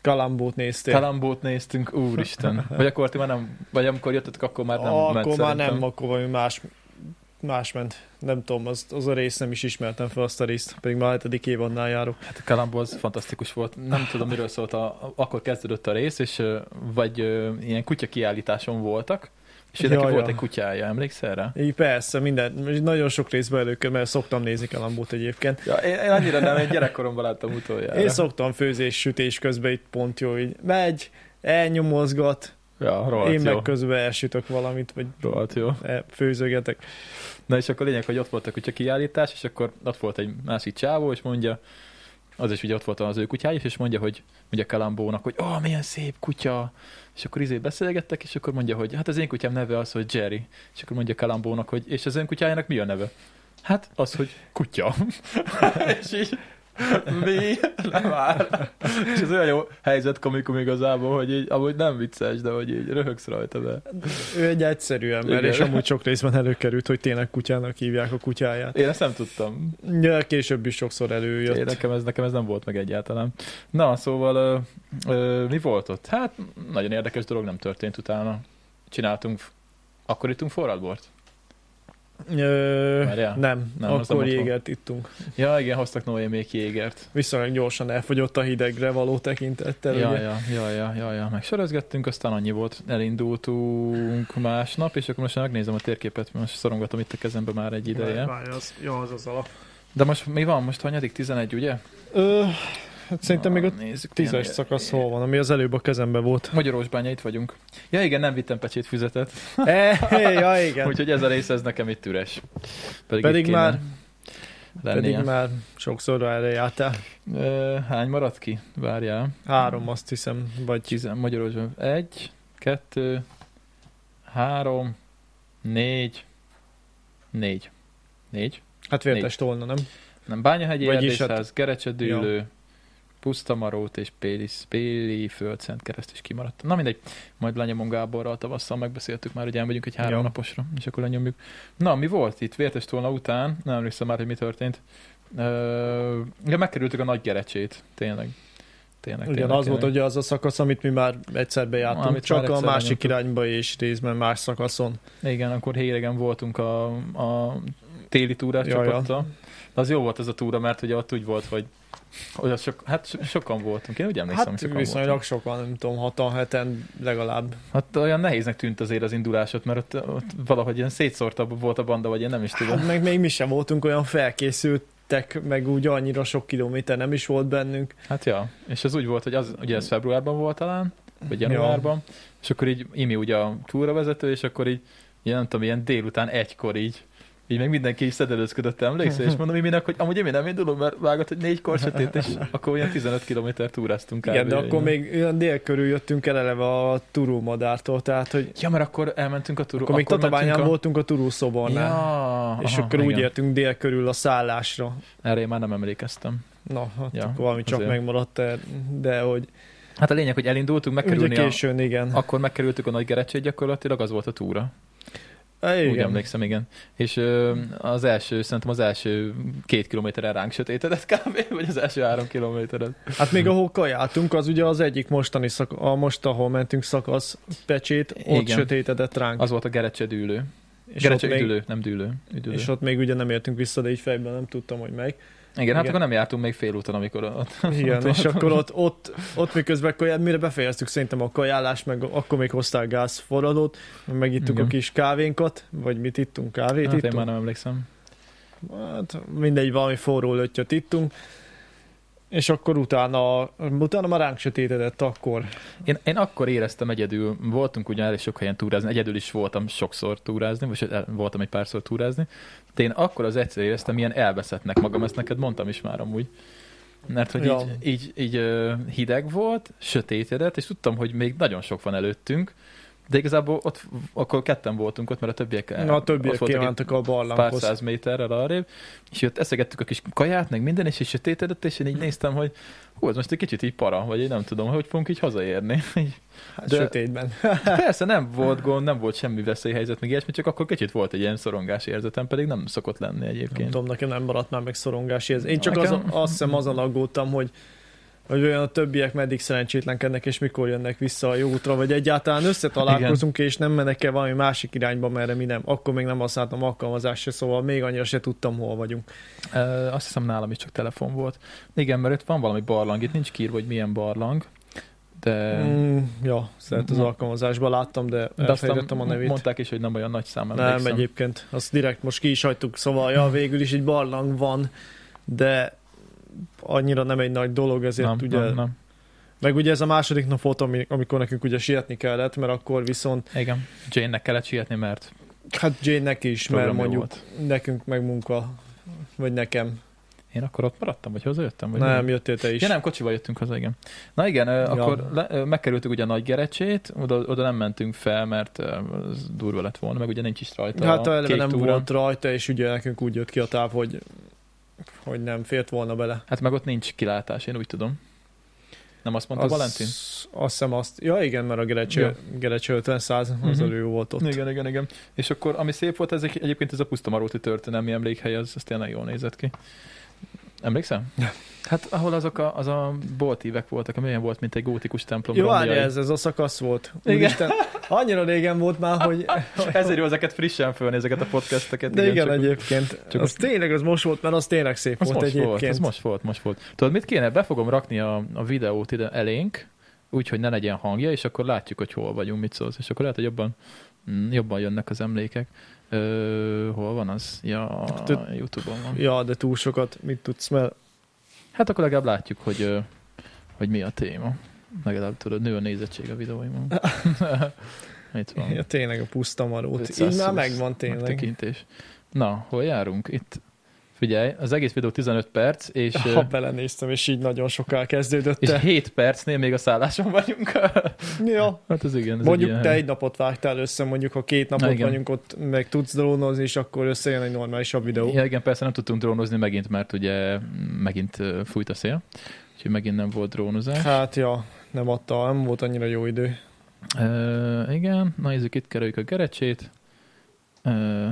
Speaker 3: Kalambót néztél.
Speaker 1: Kalambót néztünk, úristen. Vagy akkor ti már nem, vagy amikor jöttetek, akkor már nem
Speaker 3: akkor
Speaker 1: ment,
Speaker 3: már
Speaker 1: szerintem.
Speaker 3: nem, akkor valami más, más ment. Nem tudom, az, az a rész nem is ismertem fel azt a részt, pedig már a hetedik évadnál járok.
Speaker 1: Hát a Kalambó az fantasztikus volt. Nem tudom, miről szólt, a, a- akkor kezdődött a rész, és ö, vagy ö, ilyen kutya kiállításon voltak, és
Speaker 3: Ja,
Speaker 1: neki
Speaker 3: ja.
Speaker 1: volt egy kutyája, emlékszel rá?
Speaker 3: Így persze, minden, nagyon sok részben előkör, mert szoktam nézni Kalambót egyébként.
Speaker 1: Ja, én, én annyira nem, egy gyerekkoromban láttam utoljára.
Speaker 3: Én szoktam főzés, sütés közben itt pont jó, így megy, elnyomozgat,
Speaker 1: Ja, rohadt
Speaker 3: Rohadt én
Speaker 1: jó.
Speaker 3: meg közben elsütök valamit, vagy
Speaker 1: Rohadt jó.
Speaker 3: e, főzögetek.
Speaker 1: Na és akkor lényeg, hogy ott volt a kutya kiállítás, és akkor ott volt egy másik csávó, és mondja, az is ugye ott volt az ő kutyája, és mondja, hogy mondja Kalambónak, hogy ó, oh, milyen szép kutya. És akkor izé beszélgettek, és akkor mondja, hogy hát az én kutyám neve az, hogy Jerry. És akkor mondja Kalambónak, hogy és az ön kutyájának mi a neve? Hát az, hogy kutya. és így, mi? Nem áll. És ez olyan jó helyzet komikum igazából, hogy így, amúgy nem vicces, de hogy így röhögsz rajta be.
Speaker 3: Ő egy egyszerű ember,
Speaker 1: Igen.
Speaker 3: Igen. és amúgy sok részben előkerült, hogy tényleg kutyának hívják a kutyáját.
Speaker 1: Én ezt nem tudtam.
Speaker 3: Ja, később is sokszor előjött.
Speaker 1: Én, nekem, ez, nekem ez nem volt meg egyáltalán. Na, szóval ö, ö, mi volt ott? Hát nagyon érdekes dolog nem történt utána. Csináltunk, akkor ittunk forradbort?
Speaker 3: Ö,
Speaker 1: Várjál.
Speaker 3: nem,
Speaker 1: Nem,
Speaker 3: nem,
Speaker 1: az nem
Speaker 3: akkor
Speaker 1: ott van.
Speaker 3: jégert ittunk.
Speaker 1: Ja, igen, hoztak Noémék jégert.
Speaker 3: Viszonylag gyorsan elfogyott a hidegre való tekintettel.
Speaker 1: Ja,
Speaker 3: ugye?
Speaker 1: ja, ja, ja, ja, ja, meg sörözgettünk, aztán annyi volt, elindultunk másnap, és akkor most megnézem a térképet, most szorongatom itt a kezembe már egy ideje.
Speaker 3: Várj, az, jó, az az alap.
Speaker 1: De most mi van? Most hanyadik? 11, ugye?
Speaker 3: Ö, hát szerintem még a
Speaker 1: nézzük,
Speaker 3: tízes
Speaker 1: milyen-
Speaker 3: szakasz hol van, ami az előbb a kezemben volt.
Speaker 1: Magyarósbánya, itt vagyunk. Ja igen, nem vittem pecsétfüzetet.
Speaker 3: E, ja, igen.
Speaker 1: Úgyhogy ez a rész ez nekem itt üres. Pedig,
Speaker 3: Pedig
Speaker 1: itt kéne
Speaker 3: már-
Speaker 1: Lennie.
Speaker 3: Pedig már sokszor erre jártál.
Speaker 1: Ö, hány maradt ki? Várjál.
Speaker 3: Három, azt hiszem, vagy
Speaker 1: Tizen, magyarul egy, kettő, három, négy, négy. Négy.
Speaker 3: hát vértes tolna, nem?
Speaker 1: Nem, Bányahegyi
Speaker 3: Vagyis
Speaker 1: Erdészház, hát... Gerecsedülő, ja. Pusztamarót és Péli, Péli Földszent kereszt is kimaradt. Na mindegy, majd lenyomom Gáborral tavasszal, megbeszéltük már, hogy elmegyünk egy három
Speaker 3: Ja.
Speaker 1: naposra, és akkor lenyomjuk. Na, mi volt itt? Vértes tolna után, nem emlékszem már, hogy mi történt. Ö, ja, megkerültük a nagy gerecsét, tényleg. Tényleg,
Speaker 3: Ugyan
Speaker 1: tényleg,
Speaker 3: az volt
Speaker 1: tényleg.
Speaker 3: ugye az a szakasz, amit mi már egyszer bejártunk,
Speaker 1: Amit
Speaker 3: csak
Speaker 1: már
Speaker 3: a
Speaker 1: egyszer
Speaker 3: másik
Speaker 1: lenyomtuk.
Speaker 3: irányba és részben más szakaszon.
Speaker 1: Igen, akkor híregen voltunk a, a téli túrás
Speaker 3: Ja, ja.
Speaker 1: csapattal. De az jó volt ez a túra, mert ugye ott úgy volt, hogy hogy az sok, hát so- sokan voltunk, én úgy emlékszem,
Speaker 3: Hát
Speaker 1: hogy sokan
Speaker 3: viszonylag
Speaker 1: voltunk.
Speaker 3: sokan, nem tudom, hatan, heten legalább.
Speaker 1: Hát olyan nehéznek tűnt azért az indulás ott, mert ott, ott valahogy ilyen szétszórtabb volt a banda, vagy én nem is tudom.
Speaker 3: Hát meg még mi sem voltunk olyan felkészültek, meg úgy annyira sok kilométer nem is volt bennünk.
Speaker 1: Hát ja, és ez úgy volt, hogy az, ugye ez februárban volt talán, vagy januárban, ja. és akkor így Imi ugye a túravezető, és akkor így, ilyen, nem tudom, ilyen délután egykor így, így meg mindenki is szedelőzködött, emlékszel? És mondom Iminek, hogy amúgy Imi nem indulom, mert vágott, hogy négykor sötét, és akkor ilyen 15 kilométer túráztunk
Speaker 3: Igen, de
Speaker 1: kb.
Speaker 3: akkor még olyan dél körül jöttünk el eleve a turulmadártól, tehát hogy
Speaker 1: Ja, mert akkor elmentünk a túró.
Speaker 3: akkor, még Tatabányán
Speaker 1: mentünk
Speaker 3: a... voltunk a
Speaker 1: a...
Speaker 3: turulszobornál.
Speaker 1: Ja,
Speaker 3: Ja, és
Speaker 1: aha,
Speaker 3: akkor
Speaker 1: igen.
Speaker 3: úgy értünk dél körül a szállásra.
Speaker 1: Erre én már nem emlékeztem.
Speaker 3: Na, hát
Speaker 1: Ja,
Speaker 3: ja, akkor valami csak
Speaker 1: azért.
Speaker 3: megmaradt, de- de hogy
Speaker 1: Hát a lényeg, hogy elindultunk,
Speaker 3: ugye
Speaker 1: megkerülni a...
Speaker 3: későn, igen.
Speaker 1: Akkor megkerültük a nagy gerecsét, gyakorlatilag az volt a túra.
Speaker 3: Há,
Speaker 1: Úgy emlékszem, igen. És ö, az első, szerintem az első két kilométeren ránk sötétedett kb. Vagy az első három kilométeren.
Speaker 3: Hát még ahol kajáltunk, az ugye az egyik mostani szak, a most, ahol mentünk szakasz pecsét, ott
Speaker 1: Igen.
Speaker 3: Igen. sötétedett ránk.
Speaker 1: Az volt a gerecsedülő.
Speaker 3: és, ott még,
Speaker 1: Gerecsedülő, nem dűlő. Üdülő.
Speaker 3: és ott még ugye nem értünk vissza, de így fejben nem tudtam, hogy meg.
Speaker 1: igen, hát
Speaker 3: igen.
Speaker 1: akkor nem jártunk még fél úton, amikor ott.
Speaker 3: Igen, és akkor ott, ott, ott miközben kajál, mire befejeztük szerintem a kajálást, meg akkor még hoztál gázforradót, megittuk
Speaker 1: Igen.
Speaker 3: a kis kávénkat, vagy mit ittunk, kávét
Speaker 1: Hát én
Speaker 3: ittunk?
Speaker 1: már nem emlékszem.
Speaker 3: Hát mindegy, valami forró löttyöt ittunk. És akkor utána, utána már ránk sötétedett akkor.
Speaker 1: Én, én akkor éreztem egyedül, voltunk ugyan elég sok helyen túrázni, egyedül is voltam sokszor túrázni, vagy el- voltam egy párszor túrázni, de én akkor az egyszer éreztem ilyen elveszettnek magam, ezt neked mondtam is már amúgy. Mert hogy
Speaker 3: Ja.
Speaker 1: így, így, így ö, hideg volt, sötétedett, és tudtam, hogy még nagyon sok van előttünk, de igazából ott, akkor ketten voltunk ott, mert a többiek, el-
Speaker 3: Na, a
Speaker 1: ott
Speaker 3: többiek
Speaker 1: voltak egy
Speaker 3: kívántak a
Speaker 1: pár
Speaker 3: barlanghoz.
Speaker 1: száz méterrel arrébb, és ott eszegettük a kis kaját, meg minden, és így sötétedett, és én így néztem, hogy hú, ez most egy kicsit így para, vagy én nem tudom, hogy fogunk így hazaérni. Így
Speaker 3: Hát
Speaker 1: De-
Speaker 3: sötétben.
Speaker 1: Persze nem volt gond, nem volt semmi veszélyhelyzet, meg ilyesmi, csak akkor kicsit volt egy ilyen szorongás érzetem, pedig nem szokott lenni
Speaker 3: Nem
Speaker 1: egyébként.
Speaker 3: tudom, nekem nem maradt már meg szorongás ez. Én csak
Speaker 1: Nekem-
Speaker 3: azon, azt hiszem azon aggódtam, hogy, hogy olyan a többiek meddig szerencsétlenkednek, és mikor jönnek vissza a jó útra, vagy egyáltalán összetalálkozunk, Igen. és nem mennek-e valami másik irányba, merre mi nem. Akkor még nem használtam alkalmazást se, szóval még annyira se tudtam, hol vagyunk.
Speaker 1: Ö, azt hiszem nálam is csak telefon volt. Igen, mert itt van valami barlang, itt nincs kiírva, hogy milyen barlang, de,
Speaker 3: Mm, ja, szeret az
Speaker 1: Na.
Speaker 3: alkalmazásban láttam, de,
Speaker 1: de aztán
Speaker 3: elfelejtettem a nevét.
Speaker 1: mondták is, hogy nem olyan nagy szám,
Speaker 3: Nem,
Speaker 1: emlékszem.
Speaker 3: egyébként. Azt direkt most ki is hagytuk, szóval ja, végül is egy barlang van, de annyira nem egy nagy dolog, ezért
Speaker 1: nem,
Speaker 3: ugye...
Speaker 1: nem, nem.
Speaker 3: Meg ugye ez a második nap volt, ami- amikor nekünk ugye sietni kellett, mert akkor viszont,
Speaker 1: Igen, Jane-nek kellett sietni, mert
Speaker 3: hát Jane-nek is, mert
Speaker 1: programja
Speaker 3: mondjuk
Speaker 1: volt.
Speaker 3: nekünk meg munka, vagy nekem.
Speaker 1: Én akkor ott maradtam, vagy hazajöttem? Vagy
Speaker 3: nem,
Speaker 1: mi?
Speaker 3: jöttél te is.
Speaker 1: Ja nem, kocsival jöttünk haza, igen. Na igen, ja. akkor le, ö, megkerültük ugye a nagy gerecsét, oda, oda nem mentünk fel, mert ö, az durva lett volna, meg ugye nincs is rajta
Speaker 3: hát
Speaker 1: a
Speaker 3: eleve
Speaker 1: kék
Speaker 3: nem
Speaker 1: túra.
Speaker 3: volt rajta, és ugye nekünk úgy jött ki a táv, hogy, hogy nem fért volna bele.
Speaker 1: Hát meg ott nincs kilátás, én úgy tudom. Nem azt mondta az... Valentin?
Speaker 3: Azt hiszem azt. Ja igen, mert a Gerecse,
Speaker 1: Ja.
Speaker 3: ja. Gerecse 50 száz, az
Speaker 1: Mhm.
Speaker 3: elő volt ott.
Speaker 1: Igen, igen, igen. És akkor, ami szép volt, ez egy- egyébként ez a pusztamaróti történelmi emlékhely, az, az tényleg jól nézett ki. Emlékszem?
Speaker 3: Nem.
Speaker 1: Hát ahol azok a, az a boltívek voltak, ami olyan volt, mint egy gótikus templom.
Speaker 3: Jó, várj,
Speaker 1: romjai.
Speaker 3: ez, ez a szakasz volt.
Speaker 1: Igen.
Speaker 3: Úristen, annyira régen volt már, hogy...
Speaker 1: Ezért jó ezeket frissen fölni, ezeket a podcasteket.
Speaker 3: De igen,
Speaker 1: csak-
Speaker 3: egyébként.
Speaker 1: csak
Speaker 3: Csak az tényleg, az most volt, mert az tényleg szép
Speaker 1: Az
Speaker 3: volt
Speaker 1: most
Speaker 3: egyébként.
Speaker 1: volt, az most volt, most volt. Tudod, mit kéne? Be fogom rakni a, a videót ide elénk, úgyhogy ne legyen hangja, és akkor látjuk, hogy hol vagyunk, mit szólsz. És akkor lehet, hogy jobban, mm, jobban jönnek az emlékek. Ö, hol van az? Ja,
Speaker 3: Te-
Speaker 1: Youtube-on van.
Speaker 3: Ja, de túl sokat mit tudsz, mert
Speaker 1: Hát akkor legalább látjuk, hogy, ö, hogy mi a téma. Legalább tudod, nő a nézettség a videóimon. Itt van.
Speaker 3: ja, tényleg a puszta marót. Így
Speaker 1: 520
Speaker 3: már megvan tényleg.
Speaker 1: Megtekintés. Na, hol járunk? Itt Figyelj, az egész videó 15 perc, és... ö,
Speaker 3: Ha belenéztem, és így nagyon soká kezdődött.
Speaker 1: És
Speaker 3: el.
Speaker 1: 7 percnél még a szálláson vagyunk.
Speaker 3: Ja.
Speaker 1: hát az igen. Ez
Speaker 3: Mondjuk
Speaker 1: egy
Speaker 3: te
Speaker 1: ilyen-
Speaker 3: egy napot vágtál össze, mondjuk ha két napot
Speaker 1: Na, igen.
Speaker 3: vagyunk ott, meg tudsz drónozni, és akkor összejön egy normálisabb videó.
Speaker 1: Ja, igen, persze nem tudtunk drónozni megint, mert ugye megint ö, fújt a szél. Úgyhogy megint nem volt drónozás.
Speaker 3: Hát ja, nem adta, nem volt annyira jó idő.
Speaker 1: Ö, igen, na nézzük, itt kerüljük a gerecsét. Ö,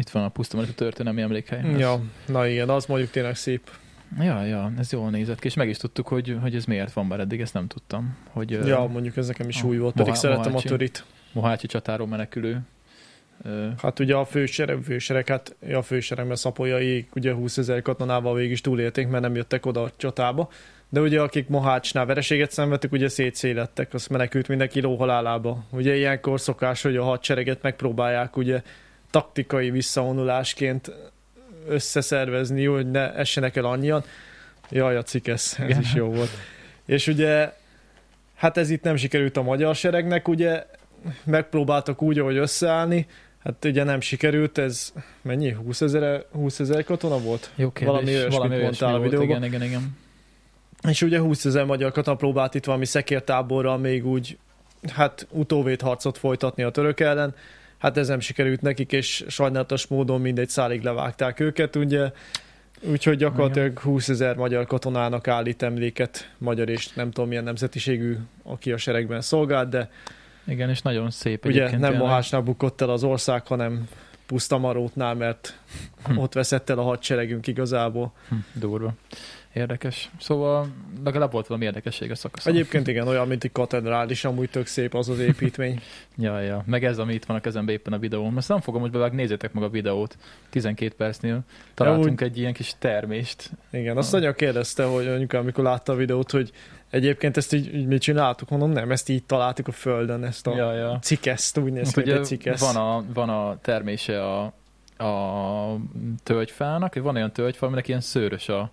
Speaker 1: itt van a pusztában a történelmi emlékhely. Ez-
Speaker 3: Ja, na igen, az mondjuk tényleg szép.
Speaker 1: ja, ja, ez jól nézett ki, és meg is tudtuk, hogy, hogy ez miért van már eddig, ezt nem tudtam. Hogy ö,
Speaker 3: Ja, mondjuk ez nekem is
Speaker 1: a
Speaker 3: új volt, pedig
Speaker 1: Mohá-
Speaker 3: szeretem a
Speaker 1: Mohácsi.
Speaker 3: törit.
Speaker 1: Mohácsi csatáról menekülő. Ö,
Speaker 3: Hát ugye a fősereg, fősereg, hát a főseregben szapolyai ugye 20 ezer katonával végig is túlélték, mert nem jöttek oda a csatába. De ugye akik Mohácsnál vereséget szenvedtek, ugye szétszélettek, azt menekült mindenki lóhalálába. Ugye ilyenkor szokás, hogy a hadsereget megpróbálják ugye taktikai visszavonulásként összeszervezni, jó, hogy ne essenek el annyian. Jaj, a cikesz, ez
Speaker 1: Igen.
Speaker 3: is jó volt. És ugye, hát ez itt nem sikerült a magyar seregnek, ugye megpróbáltak úgy, ahogy összeállni, hát ugye nem sikerült, ez mennyi? 20 ezer 20 ezer katona volt?
Speaker 1: jó kérdés.
Speaker 3: Valami olyasmit
Speaker 1: olyasmi
Speaker 3: mondtál a
Speaker 1: volt,
Speaker 3: videóban.
Speaker 1: Igen, igen, igen.
Speaker 3: És ugye 20 ezer magyar katona próbált itt valami szekértáborral még úgy, hát utóvét harcot folytatni a török ellen, hát ez nem sikerült nekik, és sajnálatos módon mindegy szálig levágták őket, ugye, Úgyhogy gyakorlatilag 20 ezer magyar katonának állít emléket, magyar és nem tudom milyen nemzetiségű, aki a seregben szolgált, de
Speaker 1: Igen, és nagyon szép
Speaker 3: Ugye
Speaker 1: egyébként
Speaker 3: nem
Speaker 1: tényleg.
Speaker 3: Mohásnál bukott el az ország, hanem Pusztamarótnál, mert
Speaker 1: Hm.
Speaker 3: ott veszett el a hadseregünk igazából.
Speaker 1: Hm, Durva. Érdekes. Szóval legalább volt valami érdekesség a szakaszon.
Speaker 3: Egyébként igen, olyan, mint egy katedrális, amúgy tök szép az az építmény.
Speaker 1: Ja, ja. Meg ez, ami itt van a kezembe éppen a videón. Azt nem fogom, hogy bevág, nézzétek meg a videót. 12 percnél találtunk egy ilyen kis termést.
Speaker 3: Igen, azt
Speaker 1: Ah.
Speaker 3: anya kérdezte, hogy anyukám, amikor látta a videót, hogy egyébként ezt így, így mit csináltuk, mondom, nem, ezt így találtuk a földön, ezt a ja.
Speaker 1: Ja, ja.
Speaker 3: cikeszt, úgy néz
Speaker 1: Hát
Speaker 3: ki, mint egy
Speaker 1: ugye
Speaker 3: cikesz.
Speaker 1: van a, van a termése a, a tölgyfának, van olyan tölgyfa, aminek ilyen szőrös a,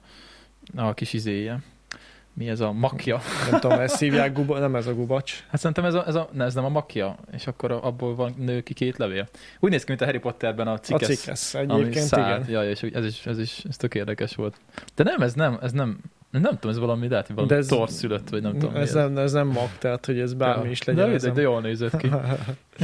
Speaker 1: a kis izéje. Mi ez a makja?
Speaker 3: Nem tudom, ezt hívják guba, nem ez a gubacs.
Speaker 1: Hát szerintem ez, a, ez, a, ne, ez nem a makja, és akkor a- abból van nő ki két levél. Úgy néz ki, mint a Harry Potterben a cikesz.
Speaker 3: A cikesz
Speaker 1: Ami
Speaker 3: egyébként,
Speaker 1: szállt,
Speaker 3: igen.
Speaker 1: Ja, és úgy- ez is, ez is ez tök érdekes volt. De nem, ez nem, ez nem, nem tudom, ez valami, lehet, hogy valami
Speaker 3: De
Speaker 1: ez,
Speaker 3: ez-
Speaker 1: torszülött, vagy nem tudom. mi
Speaker 3: ez, nem, ez nem mag, tehát hogy ez bármi
Speaker 1: Ja.
Speaker 3: is legyen.
Speaker 1: De,
Speaker 3: ez
Speaker 1: mindegy, de
Speaker 3: nem-
Speaker 1: jól nézett ki.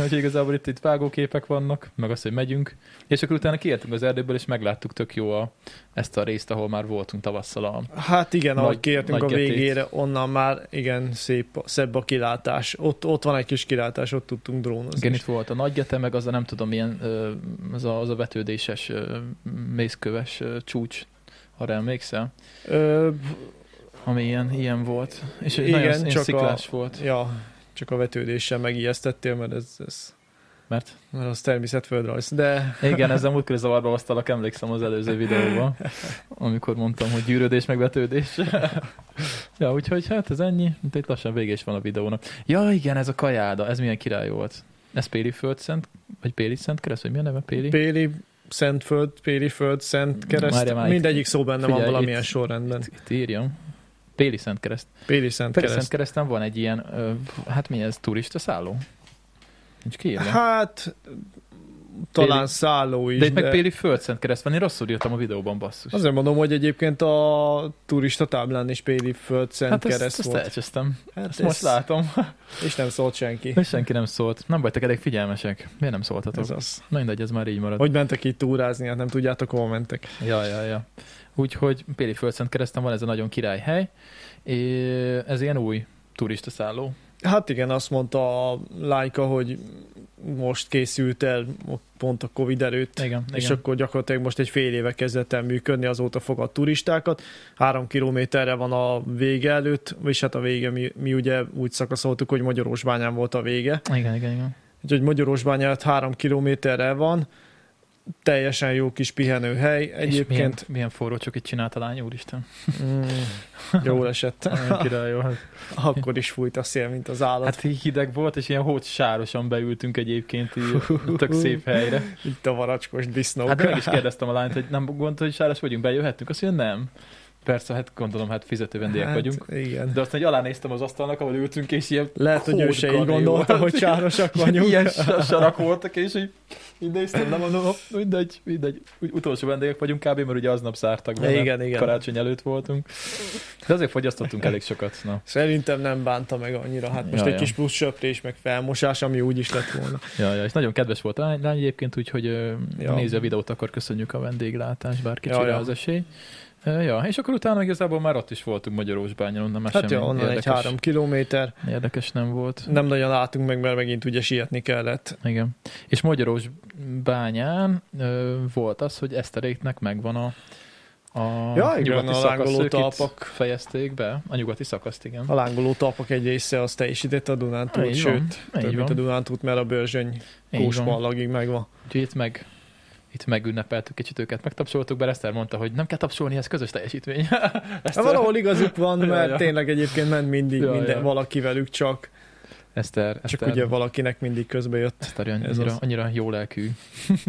Speaker 1: Úgyhogy igazából itt, itt vágóképek vannak, meg az, hogy megyünk. És akkor utána kiértünk az erdőből, és megláttuk tök jó a, ezt a részt, ahol már voltunk tavasszal. A,
Speaker 3: Hát igen,
Speaker 1: Nagy-
Speaker 3: ahogy kértünk a
Speaker 1: nagy getét.
Speaker 3: végére, onnan már igen, szép, szebb a kilátás. Ott, ott van egy kis kilátás, ott tudtunk drónozni.
Speaker 1: igen,
Speaker 3: is.
Speaker 1: itt volt a nagygete, meg az a nem tudom milyen, ö, az a, az a vetődéses, ö, mészköves ö, csúcs. Arra emlékszel?
Speaker 3: Ö,
Speaker 1: ami ilyen, ilyen volt. És
Speaker 3: Igen,
Speaker 1: Igen, nagyon csak
Speaker 3: csak
Speaker 1: sziklás a... volt.
Speaker 3: Ja, csak a vetődéssel megijesztettél, mert ez, ez
Speaker 1: Mert?
Speaker 3: mert az természetföldrajz, de
Speaker 1: Igen, ezzel múltkor zavarba hoztalak, emlékszem az előző videóban, amikor mondtam, hogy gyűrődés meg vetődés. ja, úgyhogy hát ez ennyi, mint itt lassan vége is van a videónak. Ja, igen, ez a kajáda, ez milyen király volt. Ez Péli Földszent, vagy Péli Szent Kereszt, vagy mi a neve? Péli?
Speaker 3: Péli, Szentföld, Péli Föld, Szentkereszt,
Speaker 1: Várjál már, itt-
Speaker 3: mindegyik szó benne
Speaker 1: figyelj,
Speaker 3: van valamilyen
Speaker 1: itt-
Speaker 3: sorrendben.
Speaker 1: Itt írjam. Péli Szent Kereszt.
Speaker 3: Péli
Speaker 1: Péli Szent
Speaker 3: Szentkereszt.
Speaker 1: Kereszten van egy ilyen, ö, hát mi ez, turista szálló? Nincs kiírva.
Speaker 3: Hát, talán
Speaker 1: Péli-
Speaker 3: szálló is,
Speaker 1: de itt meg Péli Földszent Kereszt van, én rosszul írtam a videóban, basszus.
Speaker 3: Azért mondom, hogy egyébként a turista táblán is Péli Föld,
Speaker 1: Hát
Speaker 3: Szentkereszt
Speaker 1: ezt, ezt
Speaker 3: volt.
Speaker 1: elcsesztem.
Speaker 3: Hát
Speaker 1: Ezt most
Speaker 3: ez-
Speaker 1: látom.
Speaker 3: És nem szólt senki.
Speaker 1: És senki nem szólt. Nem vagytok elég figyelmesek. Miért nem szóltatok?
Speaker 3: Ez
Speaker 1: Ez
Speaker 3: az.
Speaker 1: Na mindegy, ez már így marad. Hogy...
Speaker 3: Hogy mentek itt túrázni, hát nem tudjátok, hol mentek.
Speaker 1: Ja, ja, ja. Úgyhogy Péli Földszent keresztem van ez a nagyon királyhely. É, ez ilyen új turista szálló.
Speaker 3: Hát igen, azt mondta a lányka, hogy most készült el ott pont a Covid előtt.
Speaker 1: Igen,
Speaker 3: És
Speaker 1: igen.
Speaker 3: akkor gyakorlatilag most egy fél éve kezdett el működni, azóta fogad turistákat. Három kilométerre van a vége előtt, és hát a vége, mi, mi ugye úgy szakaszoltuk, hogy Magyarósbányán volt a vége.
Speaker 1: Igen, igen, igen.
Speaker 3: Úgyhogy Magyarósbány előtt három kilométerre van, teljesen jó kis pihenőhely.
Speaker 1: Egyébként... És milyen,
Speaker 3: Egyébként
Speaker 1: milyen forró csokit csinált a lány, úristen.
Speaker 3: mm, jól esett.
Speaker 1: Nagyon király volt.
Speaker 3: Akkor is fújt a szél, mint az állat.
Speaker 1: Hát így hideg volt, és ilyen hót sárosan beültünk egyébként így tök szép helyre.
Speaker 3: Itt a varacskos disznók.
Speaker 1: Hát meg is kérdeztem a lányt, hogy nem gondolt, hogy sáros vagyunk, bejöhetünk? Azt mondja, nem. Persze, hát gondolom, hát fizető vendégek hát, vagyunk.
Speaker 3: Igen.
Speaker 1: De aztán így alánéztem az asztalnak, ahol ültünk, és ilyen
Speaker 3: Lehet, hogy ő se így
Speaker 1: Hódkaré
Speaker 3: gondolta,
Speaker 1: volt.
Speaker 3: hogy sárosak vagyunk.
Speaker 1: Ilyen sa- sarak voltak, és így, így néztem, nem mondom, hopp, mindegy, mindegy. Úgy, utolsó vendégek vagyunk kb, mert ugye aznap zártak be, mert
Speaker 3: Igen, igen.
Speaker 1: karácsony előtt voltunk. De azért fogyasztottunk elég sokat. Na.
Speaker 3: Szerintem nem bánta meg annyira. Hát most
Speaker 1: Ja,
Speaker 3: egy
Speaker 1: ja.
Speaker 3: kis plusz söprés, meg felmosás, ami úgy is lett volna.
Speaker 1: Ja, ja, és nagyon kedves volt a lány, lány egyébként, úgyhogy ja.
Speaker 3: Ja.
Speaker 1: nézi a videót, akkor köszönjük a vendéglátás, bár kicsire ja,
Speaker 3: Ja, ja.
Speaker 1: az esély. Ö, Ja, és akkor utána igazából már ott is voltunk Magyarósbányon, onnan már
Speaker 3: Hát
Speaker 1: semmi
Speaker 3: jó, onnan
Speaker 1: érdekes,
Speaker 3: egy három kilométer.
Speaker 1: érdekes nem volt.
Speaker 3: Nem nagyon látunk meg, mert megint ugye sietni kellett.
Speaker 1: Igen. És Magyarós bányán ö, volt az, hogy Eszteréknek megvan a, a
Speaker 3: Ja, igen, a lángoló
Speaker 1: ők itt
Speaker 3: talpak.
Speaker 1: fejezték be, a nyugati szakaszt, igen.
Speaker 3: A lángoló talpak egy része az teljesített a Dunántúl,
Speaker 1: Így van,
Speaker 3: sőt, több
Speaker 1: így
Speaker 3: mint a
Speaker 1: van,
Speaker 3: Dunántút, mert a Börzsöny
Speaker 1: így van.
Speaker 3: Kósmallagig megvan.
Speaker 1: Úgyhogy itt meg itt megünnepeltük kicsit őket, megtapsoltuk, bár Eszter mondta, hogy nem kell tapsolni, ez közös teljesítmény.
Speaker 3: Hát
Speaker 1: Eszter,
Speaker 3: valahol igazuk van,
Speaker 1: Ja,
Speaker 3: mert
Speaker 1: ja.
Speaker 3: tényleg egyébként ment mindig
Speaker 1: Ja,
Speaker 3: minden,
Speaker 1: ja.
Speaker 3: valaki velük csak,
Speaker 1: Eszter,
Speaker 3: csak
Speaker 1: Eszter,
Speaker 3: ugye valakinek mindig közbe jött.
Speaker 1: Eszter
Speaker 3: ez
Speaker 1: annyira,
Speaker 3: az.
Speaker 1: annyira jó lelkű.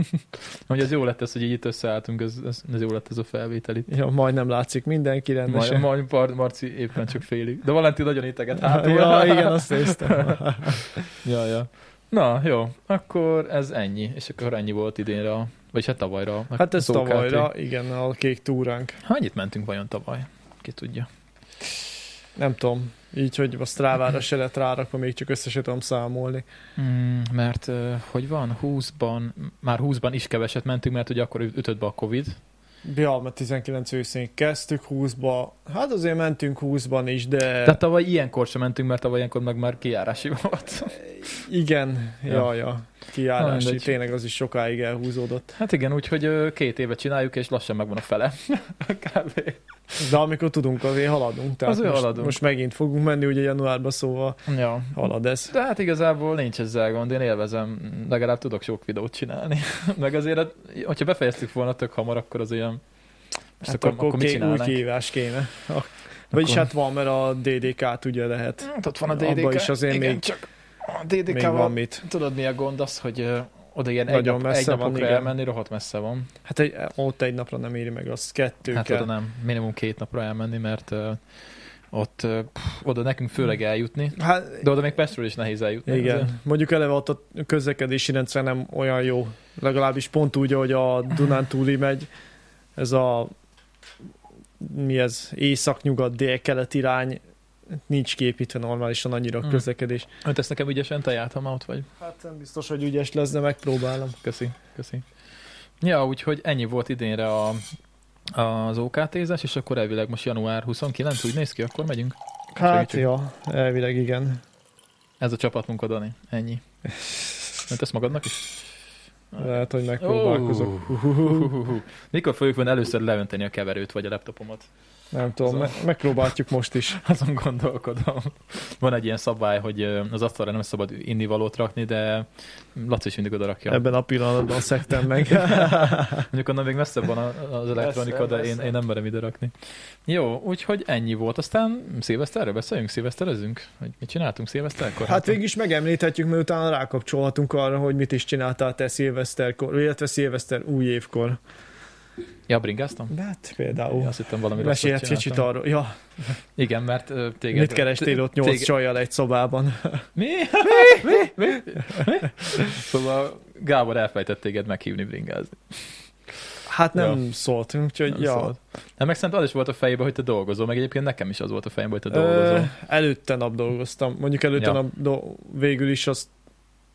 Speaker 1: hogy az jó lett ez, hogy így itt összeálltunk, ez, ez, ez jó lett ez a felvétel itt.
Speaker 3: Ja, majdnem látszik mindenki
Speaker 1: Majd,
Speaker 3: rendesen.
Speaker 1: majd Mar- Marci éppen csak félig. De Valentin nagyon éteget
Speaker 3: hát,
Speaker 1: hátul.
Speaker 3: ja, igen, azt néztem.
Speaker 1: ja, ja. Na, jó. Akkor ez ennyi. És akkor ennyi volt idénre, a- vagy hát tavalyra. a
Speaker 3: Hát ez
Speaker 1: az OKT.
Speaker 3: tavalyra, igen, a kék túránk.
Speaker 1: Hányit mentünk vajon tavaly? Ki tudja.
Speaker 3: Nem tudom, így, hogy a Strávára se lett rárakva, még csak össze se tudom számolni.
Speaker 1: Mm, mert ö, hogy van, 20-ban, már 20-ban is keveset mentünk, mert ugye akkor ütött be a Covid.
Speaker 3: Ja, mert 19 őszén kezdtük 20-ba, hát azért mentünk 20-ban is, de,
Speaker 1: Tehát tavaly ilyenkor sem mentünk, mert tavaly ilyenkor meg már kijárási volt.
Speaker 3: igen,
Speaker 1: Ja.
Speaker 3: ja, ja, ja
Speaker 1: Na,
Speaker 3: kiárási,
Speaker 1: mindegy.
Speaker 3: tényleg az is sokáig elhúzódott.
Speaker 1: Hát igen, úgyhogy ö, két éve csináljuk, és lassan megvan a fele. Kb.
Speaker 3: De amikor tudunk, azért haladunk, tehát
Speaker 1: Azért
Speaker 3: most,
Speaker 1: haladunk.
Speaker 3: most megint fogunk menni, ugye januárban, szóval
Speaker 1: Ja.
Speaker 3: halad ez.
Speaker 1: De hát igazából nincs ezzel gond, én élvezem, legalább tudok sok videót csinálni. Meg azért, hát, hogyha befejeztük volna tök hamar, akkor az olyan... Most
Speaker 3: Hát akkor, akkor
Speaker 1: mit
Speaker 3: ké- új
Speaker 1: csinálnánk?
Speaker 3: kihívás kéne. Ak- Vagyis
Speaker 1: Akkor-
Speaker 3: hát van, mert a DDK-t ugye lehet.
Speaker 1: Hát Ott van a DDK.
Speaker 3: Abba is azért
Speaker 1: igen,
Speaker 3: még-
Speaker 1: csak a
Speaker 3: Még van
Speaker 1: DDK-val...
Speaker 3: mit.
Speaker 1: Tudod mi a gond az, hogy ö, oda ilyen egy,
Speaker 3: Nagyon
Speaker 1: nap, egy
Speaker 3: messze van,
Speaker 1: napokra
Speaker 3: igen.
Speaker 1: elmenni, rohadt messze van.
Speaker 3: Hát egy, ott egy napra nem éri meg, az kettő
Speaker 1: hát
Speaker 3: hát, kell.
Speaker 1: oda nem, minimum két napra elmenni, mert ö, ott ö, pff, oda nekünk főleg eljutni,
Speaker 3: Hát,
Speaker 1: de oda még Pestről is nehéz eljutni. azért.
Speaker 3: igen, mondjuk eleve ott a közlekedési rendszer nem olyan jó. Legalábbis pont úgy, ahogy a Dunán túli megy, ez a mi ez, észak-nyugat-dél-kelet irány, nincs képítve normálisan annyira a
Speaker 1: Hmm.
Speaker 3: közlekedés.
Speaker 1: Önt ezt nekem ügyesen teját, ha már ott vagy.
Speaker 3: Hát nem biztos, hogy ügyes lesz, de megpróbálom.
Speaker 1: Köszi, köszi. Ja, úgyhogy ennyi volt idénre a, az OKT-zás, és akkor elvileg most január 29, úgy néz ki, akkor megyünk.
Speaker 3: Hát
Speaker 1: Segítség.
Speaker 3: ja, elvileg igen.
Speaker 1: Ez a csapatmunka, Dani. Ennyi. Mert ezt magadnak is?
Speaker 3: Hát Lehet, hogy megpróbálkozok.
Speaker 1: Ó. Mikor fogjuk van először leönteni a keverőt, vagy a laptopomat?
Speaker 3: Nem tudom,
Speaker 1: Azon.
Speaker 3: me- megpróbáljuk most is.
Speaker 1: Azon gondolkodom. Van egy ilyen szabály, hogy ö, az asztalra nem szabad innivalót rakni, de Laci is mindig oda rakja.
Speaker 3: Ebben a pillanatban szektem meg.
Speaker 1: Mondjuk onnan még messzebb van a- az elektronika,
Speaker 2: Messze,
Speaker 1: de én,
Speaker 2: messze.
Speaker 1: én nem merem ide rakni. Jó, úgyhogy ennyi volt. Aztán szilveszterről beszéljünk, szilveszterezünk? Hogy mit csináltunk szilveszterkor?
Speaker 3: Hát végig is megemlíthetjük, mert utána rákapcsolhatunk arra, hogy mit is csináltál te szilveszterkor, illetve szilveszter új évkor.
Speaker 1: Ja, bringáztam?
Speaker 3: De hát például.
Speaker 1: Én Azt hittem valami rosszat
Speaker 3: Mesélhetsz kicsit
Speaker 1: csináltam.
Speaker 3: arról. Ja,
Speaker 1: Igen, mert ö, téged...
Speaker 3: mit kerestél ott nyolc
Speaker 1: téged-
Speaker 3: csajjal egy szobában?
Speaker 1: Mi? Mi? Mi? Mi? Mi? Szóval Gábor elfejtett téged meghívni bringázni.
Speaker 3: Hát nem ja. szólt, úgyhogy
Speaker 1: Nem
Speaker 3: ja.
Speaker 1: szólt. Hát meg szerintem az is volt a fejében, hogy te dolgozol, meg egyébként nekem is az volt a fejemben, hogy te
Speaker 3: Ö,
Speaker 1: dolgozol.
Speaker 3: előtte nap dolgoztam. Mondjuk előtte
Speaker 1: Ja.
Speaker 3: ja. nap do- végül is azt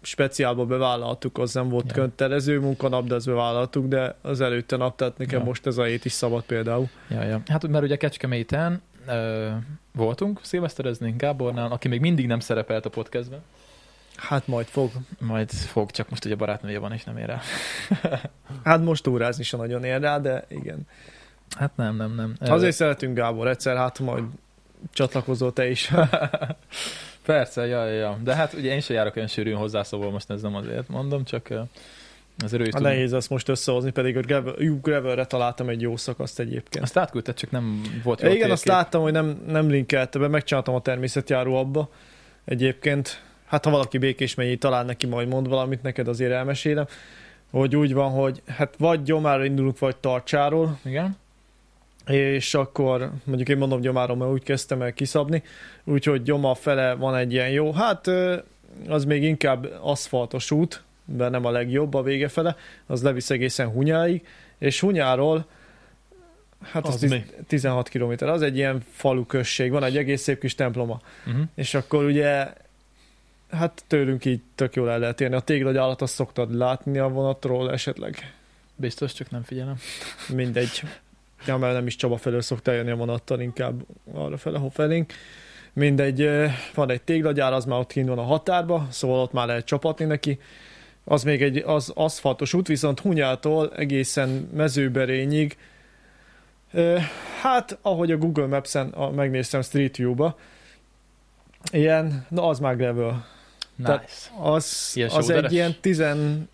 Speaker 3: speciálba bevállaltuk, az nem volt
Speaker 1: Ja.
Speaker 3: ja. kötelező munkanap, de azt bevállaltuk, de az előtte nap, tehát nekem
Speaker 1: Ja.
Speaker 3: ja. most ez a hét is szabad például.
Speaker 1: Ja, ja. Hát mert ugye Kecskeméten ö, voltunk szilveszterezni Gábornál, aki még mindig nem szerepelt a podcastben.
Speaker 3: Hát majd fog.
Speaker 1: Majd fog, csak most ugye barátnője van, és nem ér el.
Speaker 3: Hát most órázni sem nagyon ér rá, de igen.
Speaker 1: Hát nem, nem, nem. Ö,
Speaker 3: Azért szeretünk Gábor, egyszer hát majd csatlakozol te is.
Speaker 1: Persze, ja, ja, ja. De hát ugye én sem járok olyan sűrűn hozzá, szóval most ez nem azért mondom, csak ö, azért ő is
Speaker 3: Hát
Speaker 1: tud-
Speaker 3: nehéz azt most összehozni, pedig a Gravel- Jú, Gravelre találtam egy jó szakaszt egyébként.
Speaker 1: Azt átküldted, csak nem volt jó
Speaker 3: Igen, azt
Speaker 1: térkép.
Speaker 3: láttam, hogy nem, nem linkelte be, megcsináltam a természetjáró abba egyébként. Hát ha valaki békés mennyi, talán neki majd mond valamit, neked azért elmesélem, hogy úgy van, hogy hát vagy gyomára indulunk, vagy tartsáról,
Speaker 1: Igen?
Speaker 3: és akkor mondjuk én mondom gyomárom, mert úgy kezdtem el kiszabni, úgyhogy gyoma fele van egy ilyen jó, hát ö, az még inkább aszfaltos út, de nem a legjobb a vége fele, az levisz egészen hunyáig, és hunyáról hát az,
Speaker 1: Az
Speaker 3: az tiz-
Speaker 1: mi?
Speaker 3: 16 km, az egy ilyen falu község, van egy egész szép kis temploma,
Speaker 1: Uh-huh.
Speaker 3: és akkor ugye hát tőlünk így tök jól el lehet érni, a téglagyálat azt szoktad látni a vonatról esetleg,
Speaker 1: Biztos, csak nem figyelem.
Speaker 3: mindegy. Ja, mert nem is Csaba felől szokta jönni a vonattal, inkább arra fele, ha felénk. Mindegy, ö, van egy téglagyár, az már ott kint van a határba, szóval ott már lehet csapatni neki. Az még egy az aszfaltos út, viszont Hunyától egészen mezőberényig, ö, hát ahogy a Google Maps-en a, megnéztem Street View-ba, ilyen, na az már gravel.
Speaker 1: Nice.
Speaker 3: Tehát- Az,
Speaker 1: Ilyen
Speaker 3: az
Speaker 1: sóderes?
Speaker 3: egy ilyen tizen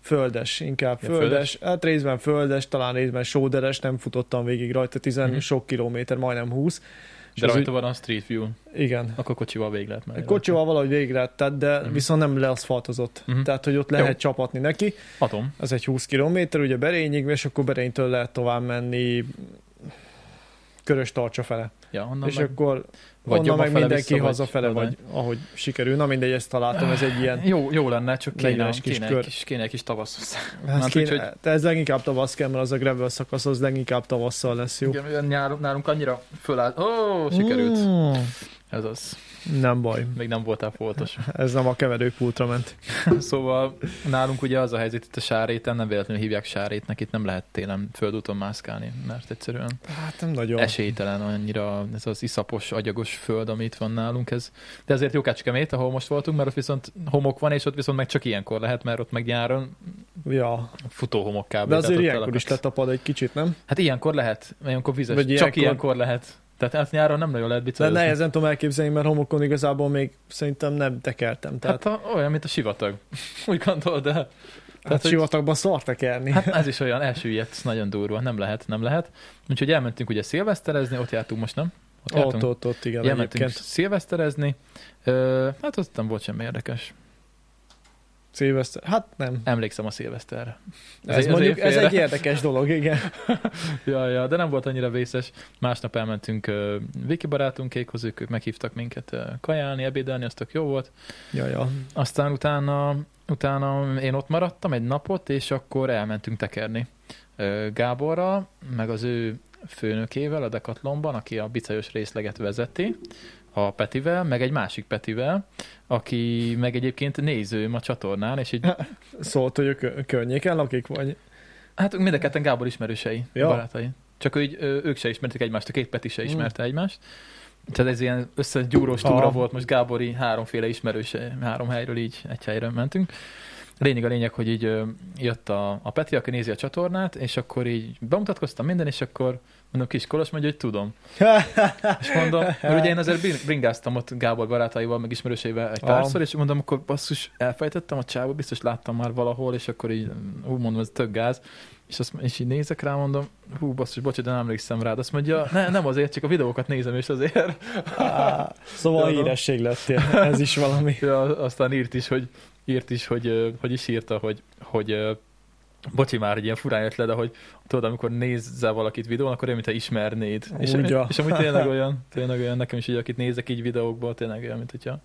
Speaker 3: földes, inkább
Speaker 1: Ja,
Speaker 3: földes. Hát részben földes, talán részben sóderes, nem futottam végig rajta, tizen
Speaker 1: Mhm.
Speaker 3: mm-hmm. sok kilométer, majdnem 20. És
Speaker 1: De
Speaker 3: az
Speaker 1: rajta van a Street View,
Speaker 3: úgy- Igen.
Speaker 1: akkor kocsival végig lehet menni.
Speaker 3: Kocsival valahogy végre tett, de
Speaker 1: Mhm.
Speaker 3: mm-hmm. viszont nem leaszfaltozott.
Speaker 1: Mhm.
Speaker 3: Mm-hmm. Tehát, hogy ott
Speaker 1: Jó.
Speaker 3: lehet Jó. csapatni neki.
Speaker 1: Atom.
Speaker 3: Az egy 20 kilométer, ugye Berényig, és akkor Berénytől lehet tovább menni körös tartsa fele.
Speaker 1: Ja, onnan
Speaker 3: és
Speaker 1: meg...
Speaker 3: akkor
Speaker 1: Vagy
Speaker 3: vagy
Speaker 1: jobban
Speaker 3: onnan meg
Speaker 1: fele
Speaker 3: mindenki
Speaker 1: vissza, vagy
Speaker 3: hazafele,
Speaker 1: oda.
Speaker 3: vagy, ahogy sikerül. Na mindegy, ezt találtam, ez egy ilyen
Speaker 1: Jó, jó lenne, csak kéne,
Speaker 3: Leírás
Speaker 1: kis kéne,
Speaker 3: kör.
Speaker 1: egy kis, kéne egy kis tavasz hozzá.
Speaker 3: Hát
Speaker 1: Hát,
Speaker 3: kéne,
Speaker 1: úgyhogy-
Speaker 3: de ez leginkább tavasz kell, mert az a gravel szakasz az leginkább tavasszal lesz jó.
Speaker 1: Igen, olyan nyár- nálunk annyira föláll. Ó, oh, sikerült.
Speaker 3: Mm,
Speaker 1: Ez az.
Speaker 3: nem baj,
Speaker 1: Még nem voltál foltos.
Speaker 3: ez nem a keverőpultra ment.
Speaker 1: szóval nálunk ugye az a helyzet itt a sáréten, nem véletlenül hívják sárétnek, itt nem lehet télen földúton mászkálni, mert egyszerűen
Speaker 3: Hát nem nagyon.
Speaker 1: esélytelen annyira ez az iszapos, agyagos föld, ami itt van nálunk. Ez. De ezért jó kecskemét, ahol most voltunk, mert ott viszont homok van, és ott viszont meg csak ilyenkor lehet, mert ott meg nyáron
Speaker 3: Ja,
Speaker 1: futó homok kb.
Speaker 3: de
Speaker 1: Tehát
Speaker 3: azért
Speaker 1: ott
Speaker 3: ilyenkor is
Speaker 1: laknak.
Speaker 3: letapad egy kicsit, nem?
Speaker 1: Hát ilyenkor lehet, ilyenkor vizes,
Speaker 3: Vagy
Speaker 1: csak ilyenkor...
Speaker 3: ilyenkor-
Speaker 1: lehet. Tehát hát nyáron nem nagyon lehet
Speaker 3: De
Speaker 1: bicajozni.
Speaker 3: nehezen tudom elképzelni, mert homokon igazából még szerintem nem tekertem. Tehát,
Speaker 1: Tehát a, olyan, mint a sivatag. Úgy gondol, de
Speaker 3: hát, hát
Speaker 1: hogy-
Speaker 3: sivatagban szar tekerni.
Speaker 1: hát ez is olyan elsüllyedt, nagyon durva, nem lehet, nem lehet. Úgyhogy elmentünk ugye szilveszterezni, ott jártunk most, nem?
Speaker 3: ott, ott, ott, igen,
Speaker 1: Elmentünk
Speaker 3: egyébként.
Speaker 1: szilveszterezni, Ö, hát ott nem volt semmi érdekes.
Speaker 3: Szilveszter. Hát nem.
Speaker 1: Emlékszem a szilveszterre.
Speaker 3: Ez,
Speaker 1: egy- ez
Speaker 3: mondjuk,
Speaker 1: egy
Speaker 3: ez
Speaker 1: félre.
Speaker 3: egy érdekes dolog, igen.
Speaker 1: Ja, ja, de nem volt annyira vészes. Másnap elmentünk ö, Viki barátunkékhoz, ők, ők meghívtak minket ö, kajálni, ebédelni, az tök jó volt.
Speaker 3: Ja, ja.
Speaker 1: Aztán utána, utána én ott maradtam egy napot, és akkor elmentünk tekerni Ö, Gáborral, meg az ő főnökével a Decathlonban, aki a bicajos részleget vezeti, a Petivel, meg egy másik Petivel, aki meg egyébként nézőm a csatornán, és így
Speaker 3: Szólt, hogy a kö- környéken lakik, vagy?
Speaker 1: Hát mind a ketten Gábor ismerősei, ja.
Speaker 3: Ja.
Speaker 1: barátai. Csak így, ö, ők se ismerték egymást, a két Peti se ismerte egymást. Tehát ez ilyen összegyúrós túra
Speaker 3: Aha.
Speaker 1: volt, most Gábori háromféle ismerőse, három helyről így egy helyre mentünk. Lényeg a lényeg, hogy így ö, jött a, a Peti, aki nézi a csatornát, és akkor így bemutatkoztam minden, és akkor mondom, kis Kolos mondja, hogy tudom. És mondom, mert ugye én azért brin- bringáztam ott Gábor barátaival, meg ismerőseivel egy
Speaker 3: Ah.
Speaker 1: párszor, és mondom, akkor basszus, elfejtettem a csávot, biztos láttam már valahol, és akkor így, hú, mondom, ez tök gáz. És, azt, és így nézek rá, mondom, hú, basszus, bocs, de nem emlékszem rád. Azt mondja, ne, nem azért, csak a videókat nézem, és azért.
Speaker 3: Á, szóval
Speaker 1: Tudom.
Speaker 3: híresség lettél, ez is valami.
Speaker 1: Ja, aztán írt is, hogy írt is, hogy, ö, hogy is írta, hogy, hogy ö, Bocsi már, hogy ilyen furán jött le, de hogy tudod, amikor nézzel valakit videón, akkor olyan, mintha ismernéd. És,
Speaker 3: Ugye.
Speaker 1: és amúgy tényleg olyan, tényleg olyan nekem is, hogy akit nézek így videókból, tényleg olyan, mint hogyha...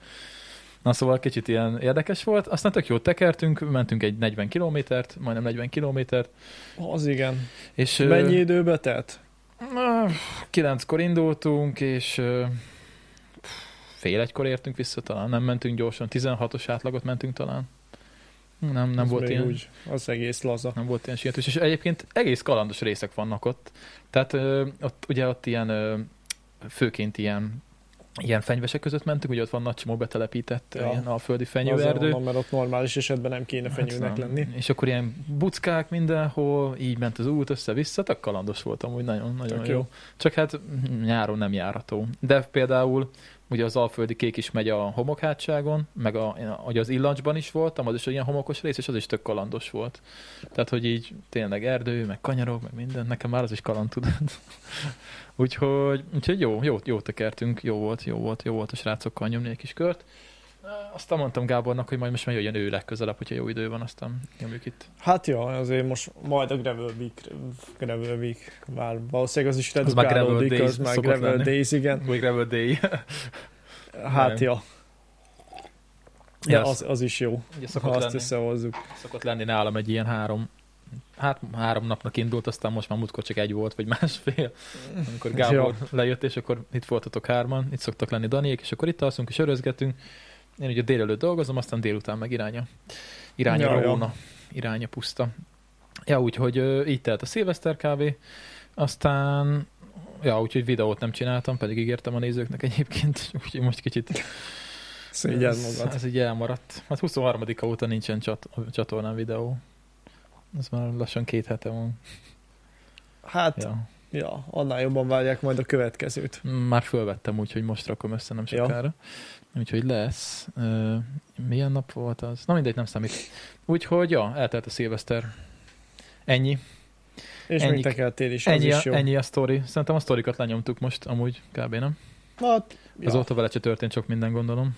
Speaker 1: Na szóval kicsit ilyen érdekes volt, aztán tök jót tekertünk, mentünk egy 40 kilométert, majdnem 40 kilométert,
Speaker 3: Az igen.
Speaker 1: és... ö,
Speaker 3: Mennyi időbe telt?
Speaker 1: Na, Kilenckor indultunk, és ö, fél egykor értünk vissza talán, nem mentünk gyorsan, 16-os átlagot mentünk talán. Nem, nem
Speaker 3: Az
Speaker 1: volt
Speaker 3: még
Speaker 1: ilyen.
Speaker 3: Úgy, az egész laza.
Speaker 1: Nem volt ilyen sietős, és egyébként egész kalandos részek vannak ott. Tehát ö, ott, ugye ott ilyen, ö, főként ilyen, ilyen fenyvesek között mentünk, ugye ott van nagy csomó betelepített ja.
Speaker 3: Ja.
Speaker 1: ilyen alföldi
Speaker 3: Azért
Speaker 1: fenyőerdő.
Speaker 3: Mondom, mert ott normális esetben nem kéne fenyőnek
Speaker 1: Hát nem.
Speaker 3: lenni.
Speaker 1: És akkor ilyen buckák mindenhol, így ment az út össze-vissza, tök kalandos volt amúgy, nagyon, nagyon
Speaker 3: Tök
Speaker 1: jó.
Speaker 3: jó.
Speaker 1: jó. Csak hát mm, nyáron nem járható. De például ugye az Alföldi Kék is megy a homokhátságon, meg a, én a- ugye az Illancsban is voltam, az is egy ilyen homokos rész, és az is tök kalandos volt. Tehát, hogy így tényleg erdő, meg kanyarok, meg minden, nekem már az is kaland tudod. úgyhogy, úgyhogy jó, jó, jó tekertünk, jó volt, jó volt, jó volt a srácokkal nyomni egy kis kört. Aztán mondtam Gábornak, hogy majd most már jöjjön ő legközelebb, hogyha jó idő van, aztán nyomjuk itt.
Speaker 3: Hát jó, azért most majd a Gravel Week, Gravel Week már valószínűleg az is
Speaker 1: Az már Gravel
Speaker 3: redukálódik,
Speaker 1: Days
Speaker 3: az már
Speaker 1: szokott
Speaker 3: Gravel
Speaker 1: lenni.
Speaker 3: Days, igen.
Speaker 1: Vagy Gravel Day.
Speaker 3: Hát
Speaker 1: Nem.
Speaker 3: ja, de
Speaker 1: az,
Speaker 3: az, az is jó,
Speaker 1: ugye
Speaker 3: ha
Speaker 1: szokott
Speaker 3: azt
Speaker 1: lenni,
Speaker 3: összehozzuk.
Speaker 1: szokott lenni nálam egy ilyen három, hát három napnak indult, aztán most már múltkor csak egy volt, vagy másfél, amikor Gábor lejött, és akkor itt voltatok hárman, itt szoktak lenni Daniék, és akkor itt alszunk, és örözgetünk. Én ugye délelőtt dolgozom, aztán délután meg iránya, iránya
Speaker 3: Ja,
Speaker 1: ja,
Speaker 3: ja.
Speaker 1: Róna, iránya puszta. Ja, úgyhogy ö, így telt a szilveszter kávé, aztán Ja, úgyhogy videót nem csináltam, pedig ígértem a nézőknek egyébként, úgyhogy most kicsit
Speaker 3: Szégyen
Speaker 1: ez,
Speaker 3: magad.
Speaker 1: Ez így elmaradt. Hát 23-a óta nincsen csat, csatornán videó. Ez már lassan két hete van.
Speaker 3: Hát, ja.
Speaker 1: Ja.
Speaker 3: ja, annál jobban várják majd a következőt.
Speaker 1: Már fölvettem úgy, hogy most rakom össze nem
Speaker 3: Ja.
Speaker 1: sokára. Ja. Úgyhogy lesz. Ö, milyen nap volt az? Na mindegy, nem számít. Úgyhogy ja, eltelt a szilveszter. Ennyi.
Speaker 3: És
Speaker 1: Ennyi-
Speaker 3: ennyi, mint tekeltél is, az
Speaker 1: Ennyi a,
Speaker 3: is jó.
Speaker 1: ennyi a sztori. Szerintem a sztorikat lenyomtuk most, amúgy kb. nem?
Speaker 3: Hát,
Speaker 1: Ja.
Speaker 3: ja.
Speaker 1: Azóta vele se történt sok minden, gondolom.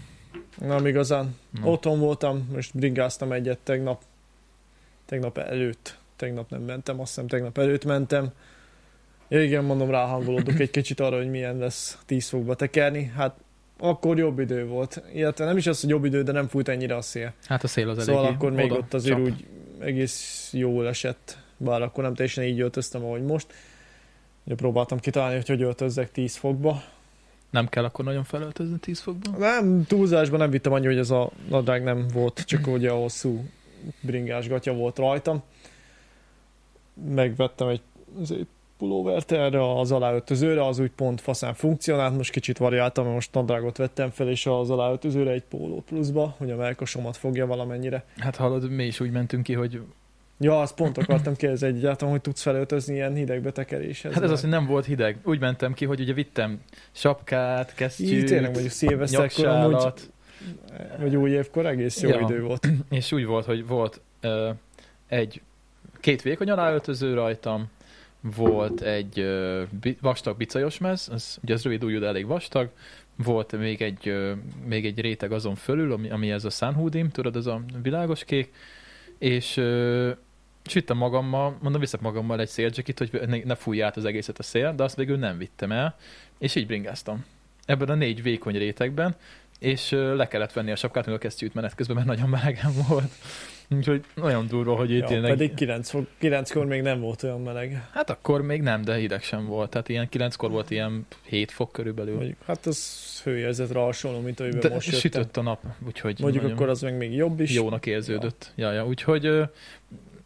Speaker 3: nem igazán.
Speaker 1: Na.
Speaker 3: Otthon voltam, most bringáztam egyet tegnap, tegnap előtt, tegnap nem mentem, azt hiszem tegnap előtt mentem. Igen, mondom, ráhangolódok egy kicsit arra, hogy milyen lesz 10 fokba tekerni. Hát akkor jobb idő volt, illetve nem is az, hogy jobb idő, de nem fújt ennyire a szél.
Speaker 1: Hát a szél az
Speaker 3: Az szóval
Speaker 1: eléggé
Speaker 3: akkor még
Speaker 1: oda
Speaker 3: ott azért
Speaker 1: csap.
Speaker 3: úgy egész jól esett, bár akkor nem teljesen így öltöztem, ahogy most. Ugye próbáltam kitalálni, hogy hogy öltözzek 10 fokba.
Speaker 1: Nem kell akkor nagyon felöltözni 10 fokban?
Speaker 3: Nem, túlzásban nem vittem annyi, hogy ez a nadrág nem volt, csak ugye a hosszú bringás gatya volt rajtam. Megvettem egy azért pulóvert erre az aláöltözőre, az úgy pont faszán funkcionált, most kicsit variáltam, mert most nadrágot vettem fel, és az aláöltözőre egy pólót pluszba, hogy a melkasomat fogja valamennyire.
Speaker 1: Hát hallod, mi is úgy mentünk ki, hogy
Speaker 3: Ja, azt pont akartam kérdezni egyáltalán, hogy tudsz felöltözni ilyen hideg betekeréshez.
Speaker 1: Hát ez az,
Speaker 3: mert-
Speaker 1: hogy nem volt hideg. Úgy mentem ki, hogy ugye vittem sapkát,
Speaker 3: Így tényleg
Speaker 1: kesztyűt,
Speaker 3: mondjuk szilveszterkor amúgy,
Speaker 1: nyaksálat,
Speaker 3: vagy új évkor egész jó
Speaker 1: Ja.
Speaker 3: idő volt.
Speaker 1: és úgy volt, hogy volt ö, egy, két vékony aláöltöző rajtam, volt egy ö, bi- vastag bicajos mez, az, ugye az rövid ujjú, de elég vastag, volt még egy, ö, még egy réteg azon fölül, ami, ami ez a szánhúdim, tudod, ez a világos kék, és ö, és vittem magammal, mondom, viszek magammal egy szélcsekit, hogy ne- ne fújja át az egészet a szél, de azt végül nem vittem el, és így bringáztam. Ebben a négy vékony rétegben, és ö, le kellett venni a sapkát, meg a kesztyűt menet közben, mert nagyon melegen volt. Úgyhogy olyan durva, hogy itt
Speaker 3: Ja,
Speaker 1: tényleg...
Speaker 3: pedig 9, fok, 9 kor még nem volt olyan meleg.
Speaker 1: Hát akkor még nem, de hideg sem volt. Tehát ilyen 9-kor volt ilyen 7 fok körülbelül.
Speaker 3: Mondjuk, hát az hőérzetre hasonló, mint amiben
Speaker 1: De
Speaker 3: most jöttem.
Speaker 1: sütött a nap, úgyhogy
Speaker 3: Mondjuk
Speaker 1: nagyon
Speaker 3: akkor az meg még jobb is.
Speaker 1: jónak érződött. Ja. Ja, ja. Úgyhogy ö,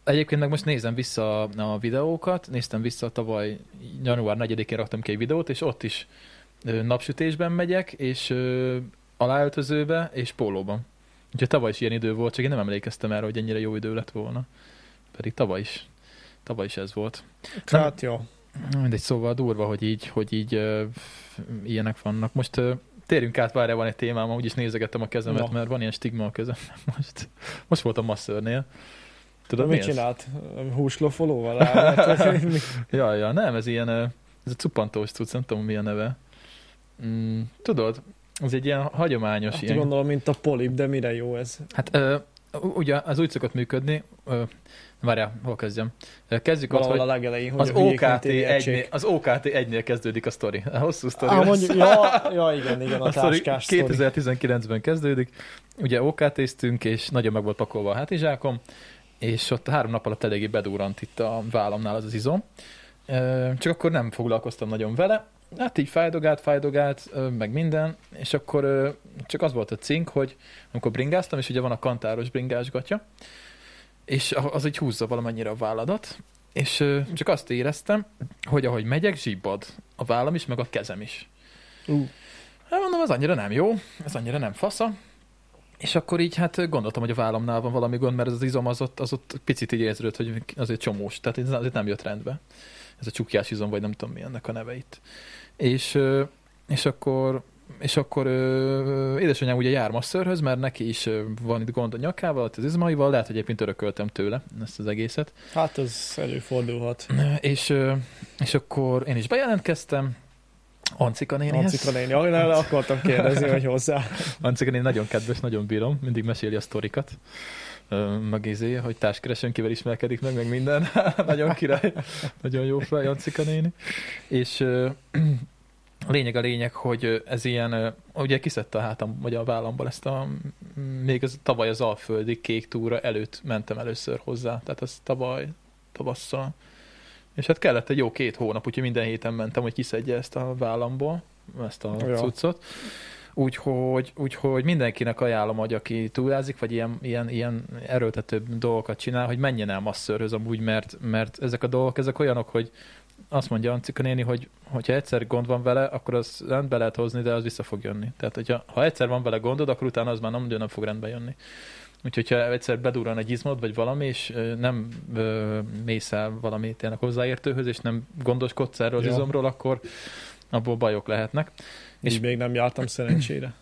Speaker 1: egyébként meg most nézem vissza a, a videókat, néztem vissza tavaly január 4-én raktam ki egy videót, és ott is ö, napsütésben megyek, és ö, aláöltözőbe, és pólóban. Ugye tavaly is ilyen idő volt, csak én nem emlékeztem erre, hogy ennyire jó idő lett volna. Pedig tavaly is. Tavaly is ez volt.
Speaker 3: Hát jó.
Speaker 1: Mindegy, szóval durva, hogy így, hogy így ö, ilyenek vannak. Most ö, térjünk át, várjál, van egy témám, úgyis nézegettem a kezemet,
Speaker 3: Na.
Speaker 1: mert van ilyen stigma a kezemben most. Most voltam masszörnél. Tudod, mi
Speaker 3: mit
Speaker 1: ez?
Speaker 3: csinált? Húslofolóval? rá? Hát, mi-
Speaker 1: Ja, ja, nem, ez ilyen, ö, ez a cupantós cucc, nem tudom mi a neve. Mm, tudod, ez egy ilyen hagyományos
Speaker 3: Hát
Speaker 1: ilyen.
Speaker 3: gondolom, mint a polip, de mire jó ez?
Speaker 1: Hát ö, u- ugye az úgy szokott működni, ö, várjál, hol kezdjem? Ö, Kezdjük ott,
Speaker 3: Valahol
Speaker 1: hogy
Speaker 3: a legelején, hogy
Speaker 1: az
Speaker 3: a hülyék, mint
Speaker 1: OKT,
Speaker 3: éjjelcsék.
Speaker 1: 1 az OKT 1-nél kezdődik a sztori. A hosszú sztori
Speaker 3: Á,
Speaker 1: lesz.
Speaker 3: Ah, mondjuk, ja, ja, igen, igen, a,
Speaker 1: A sztori
Speaker 3: táskás sztori.
Speaker 1: 2019-ben kezdődik. Ugye OKT-ztünk, és nagyon meg volt pakolva a hátizsákom, és ott három nap alatt eléggé bedúrant itt a vállamnál az az izom. Ö, Csak akkor nem foglalkoztam nagyon vele. Hát így fájdogált, fájdogált, ö, meg minden, és akkor ö, csak az volt a cink, hogy amikor bringáztam, és ugye van a kantáros bringás gatya, és a- az így húzza valamennyire a válladat, és ö, csak azt éreztem, hogy ahogy megyek, zsibbad a vállam is, meg a kezem is.
Speaker 3: Ú,
Speaker 1: Hát mondom, ez annyira nem jó, ez annyira nem fasza. És akkor így hát gondoltam, hogy a vállamnál van valami gond, mert ez az izom az ott, az ott picit így érződött, hogy azért csomós, tehát ez azért nem jött rendbe. Ez a csukjás izom, vagy nem tudom mi ennek a neve itt. És, ö, és akkor és akkor ö, édesanyám ugye jár masszörhöz, mert neki is ö, van itt gond a nyakával, ott az izmaival, lehet, hogy egyébként örököltem tőle ezt az egészet.
Speaker 3: Hát ez előfordulhat.
Speaker 1: És, ö, és akkor én is bejelentkeztem, Ancika nénihez.
Speaker 3: Ancika néni, arra le akartam kérdezni, hogy hozzá.
Speaker 1: Ancika néni nagyon kedves, nagyon bírom, mindig meséli a sztorikat. Ö, Meg izé, hogy társkeresőn kivel ismerkedik meg, meg minden. nagyon király, nagyon jó fej Ancika néni. És ö, lényeg a lényeg, hogy ö, ez ilyen, ö, ugye kiszedte a hátam, vagy a vállamból ezt a, m, még az, tavaly az alföldi kék túra előtt mentem először hozzá, tehát az tavaly tavasszal. És hát kellett egy jó két hónap, úgyhogy minden héten mentem, hogy kiszedje ezt a vállamból, ezt a
Speaker 3: Ja.
Speaker 1: ja. cuccot. Úgyhogy, úgyhogy mindenkinek ajánlom, hogy aki túlázik, vagy ilyen, ilyen, ilyen erőltetőbb dolgokat csinál, hogy menjen el masszörhöz amúgy, mert, mert ezek a dolgok, ezek olyanok, hogy azt mondja Ancika néni, hogy hogyha egyszer gond van vele, akkor az rendbe lehet hozni, de az vissza fog jönni. Tehát, hogyha, ha egyszer van vele gondod, akkor utána az már nem, nem fog rendbe jönni. Úgyhogy, ha egyszer bedurran egy izmod, vagy valami, és ö, nem ö, mész el valami tényleg hozzáértőhöz, és nem gondoskodsz erről az
Speaker 3: Ja.
Speaker 1: izomról, akkor abból bajok lehetnek. És-
Speaker 3: És még nem jártam szerencsére.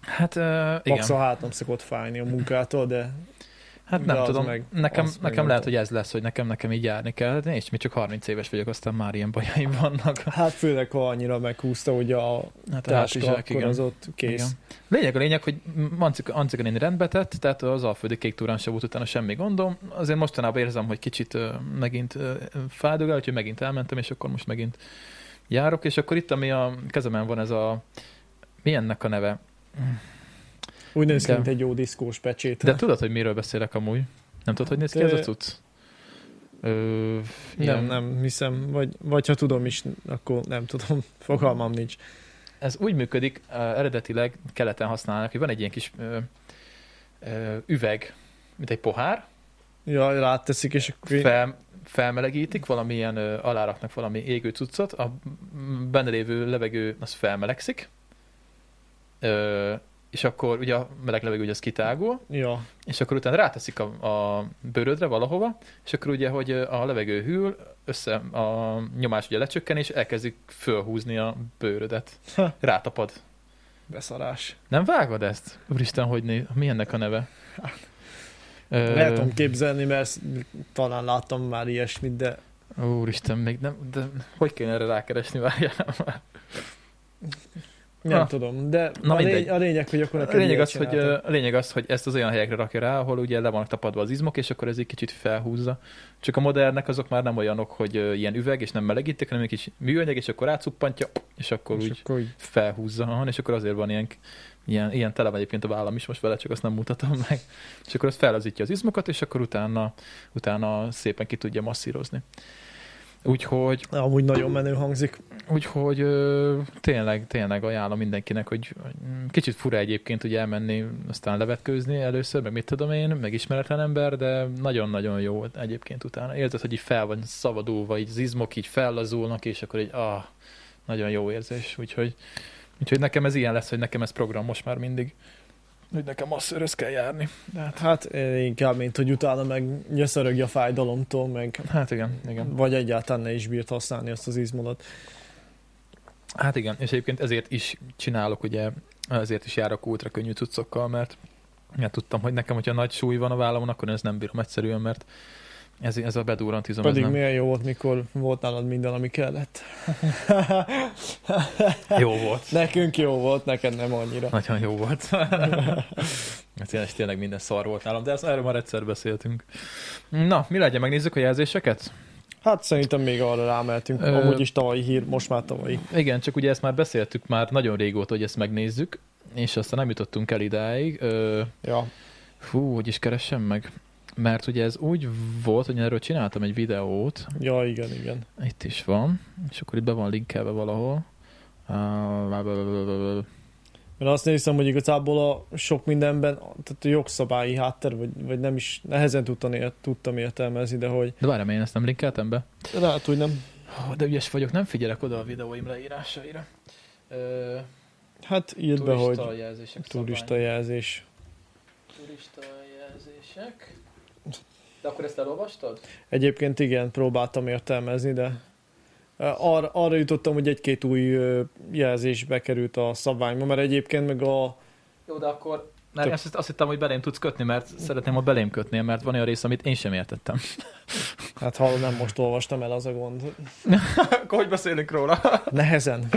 Speaker 1: Hát ö, igen.
Speaker 3: Max a hátam szokott fájni a munkától, de
Speaker 1: Hát nem
Speaker 3: De az
Speaker 1: tudom,
Speaker 3: meg-
Speaker 1: nekem,
Speaker 3: az meg
Speaker 1: nekem
Speaker 3: nem
Speaker 1: lehet,
Speaker 3: tudom.
Speaker 1: hogy ez lesz, hogy nekem, nekem így járni kell, de és mi csak 30 éves vagyok, aztán már ilyen bajaim vannak.
Speaker 3: hát főleg, ha annyira meghúzta ugye a
Speaker 1: Hát a
Speaker 3: táska,
Speaker 1: hátizsák,
Speaker 3: akkor
Speaker 1: igen.
Speaker 3: az ott kész.
Speaker 1: Lényeg a lényeg, hogy Ancika, Ancika néni rendbe tett, tehát az Alföldi Kék Túrán se volt utána semmi gondom. Azért mostanában érzem, hogy kicsit ö, megint ö, fájdogál, úgyhogy megint elmentem, és akkor most megint járok, és akkor itt, ami a kezemen van ez a... Mi ennek a neve?
Speaker 3: Úgy néz ki,
Speaker 1: De-
Speaker 3: mint egy jó diszkós pecsét. Hát
Speaker 1: De tudod, hogy miről beszélek amúgy? Nem tudod, hogy néz ki ez a
Speaker 3: Ö,
Speaker 1: cucc? Ö,
Speaker 3: Nem,
Speaker 1: ilyen-
Speaker 3: nem hiszem, vagy, vagy ha tudom is, akkor nem tudom, fogalmam nincs.
Speaker 1: Ez úgy működik, uh, eredetileg keleten használnak, hogy van egy ilyen kis uh, uh, üveg, mint egy pohár,
Speaker 3: Ja, ráteszik, és akkor így-
Speaker 1: fel, felmelegítik, valamilyen uh, aláraknak valami égő cuccot, a m- benne lévő levegő az felmelegszik, uh, és akkor ugye a meleg levegő ugye az kitágul,
Speaker 3: ja,
Speaker 1: és akkor utána ráteszik a, a bőrödre valahova, és akkor ugye, hogy a levegő hűl, össze a nyomás ugye lecsökken, és elkezdik fölhúzni a bőrödet.
Speaker 3: Ha.
Speaker 1: Rátapad.
Speaker 3: beszarás.
Speaker 1: Nem vágod ezt? Úristen, hogy né... mi ennek a neve? Ö,
Speaker 3: El tudom képzelni, mert talán láttam már ilyesmit, de
Speaker 1: Úristen, még nem... De hogy kéne erre rákeresni, várjál már.
Speaker 3: nem
Speaker 1: Ha.
Speaker 3: tudom. De
Speaker 1: Na
Speaker 3: a,
Speaker 1: mindegy.
Speaker 3: lény, a lényeg, hogy akkor
Speaker 1: A
Speaker 3: neked
Speaker 1: lényeg,
Speaker 3: miért
Speaker 1: az, hogy,
Speaker 3: csináltad?
Speaker 1: ö, a lényeg az, hogy ezt az olyan helyekre rakja rá, ahol ugye le vannak tapadva az izmok, és akkor ez egy kicsit felhúzza. Csak a modernek azok már nem olyanok, hogy ö, ilyen üveg, és nem melegítik, hanem egy kis műanyag, és akkor rácuppantja, és akkor
Speaker 3: És
Speaker 1: úgy
Speaker 3: akkor úgy
Speaker 1: felhúzza, aha, és akkor azért van ilyen, ilyen, ilyen tele van egyébként a vállam is most vele, csak azt nem mutatom meg. És akkor azt fellazítja az izmokat, és akkor utána, utána szépen ki tudja masszírozni. Úgyhogy,
Speaker 3: Amúgy nagyon menő hangzik.
Speaker 1: úgyhogy ö, tényleg, tényleg ajánlom mindenkinek, hogy mm, kicsit fura egyébként ugye elmenni, aztán levetkőzni először, meg mit tudom én, meg ismeretlen ember, de nagyon-nagyon jó egyébként utána. Érzed, hogy így fel van szabadulva, így az izmok így fellazulnak, és akkor így ah, nagyon jó érzés, úgyhogy Úgyhogy nekem ez ilyen lesz, hogy nekem ez program most már mindig. hogy nekem masszöröz kell járni. De hát,
Speaker 3: Hát eh, inkább, mint hogy utána meg nyöszörögj a fájdalomtól, meg
Speaker 1: hát igen, igen.
Speaker 3: vagy egyáltalán ne is bírt használni azt az izmodat.
Speaker 1: Hát igen, és egyébként ezért is csinálok, ugye, ezért is járok ultra könnyű cuccokkal, mert mert tudtam, hogy nekem, hogyha nagy súly van a vállamon, akkor én ezt nem bírom egyszerűen, mert ez, ez a bedúrant izom, ez
Speaker 3: Pedig
Speaker 1: nem.
Speaker 3: milyen jó volt, mikor volt nálad minden, ami kellett.
Speaker 1: Jó volt.
Speaker 3: Nekünk jó volt, neked nem annyira.
Speaker 1: Nagyon jó volt. Hát tényleg, tényleg minden szar volt nálam, de ezt erről már egyszer beszéltünk. Na, mi legyen, megnézzük a jelzéseket?
Speaker 3: Hát szerintem még arra rámeltünk.
Speaker 1: Ö-
Speaker 3: Amúgy is tavalyi hír, most már tavalyi.
Speaker 1: Igen, csak ugye ezt már beszéltük már nagyon régóta, hogy ezt megnézzük, és aztán nem jutottunk el idáig. Ö,
Speaker 3: Ja.
Speaker 1: Hú, hogy is keressem meg? Mert ugye ez úgy volt, hogy én erről csináltam egy videót,
Speaker 3: ja, igen, igen.
Speaker 1: itt is van, és akkor itt be van linkelve valahol. Uh,
Speaker 3: Mert azt néztem, hogy igazából a sok mindenben, tehát a jogszabályi háttér, vagy, vagy nem is, nehezen tudtam, ért, tudtam értelmezni, de hogy
Speaker 1: de várjál, én ezt nem linkeltem be.
Speaker 3: lehet, hogy nem.
Speaker 1: Hú, De ügyes vagyok, nem figyelek oda a videóim leírásaira. Ö,
Speaker 3: Hát írd be, hogy
Speaker 1: jelzések
Speaker 3: turista
Speaker 1: szabály.
Speaker 3: jelzés.
Speaker 1: turista jelzések. De akkor ezt elolvastad?
Speaker 3: Egyébként igen, próbáltam értelmezni, de arra, arra jutottam, hogy egy-két új ö, jelzés bekerült a szabványba, mert egyébként meg a...
Speaker 1: Jó, de akkor... Mert
Speaker 3: Tök.
Speaker 1: én azt, azt hittem, hogy belém tudsz kötni, mert szeretném, ha belém kötnél, mert van olyan rész, amit én sem értettem.
Speaker 3: Hát hallom, nem most olvastam el az a gond.
Speaker 1: akkor hogy beszélünk róla?
Speaker 3: Nehezen.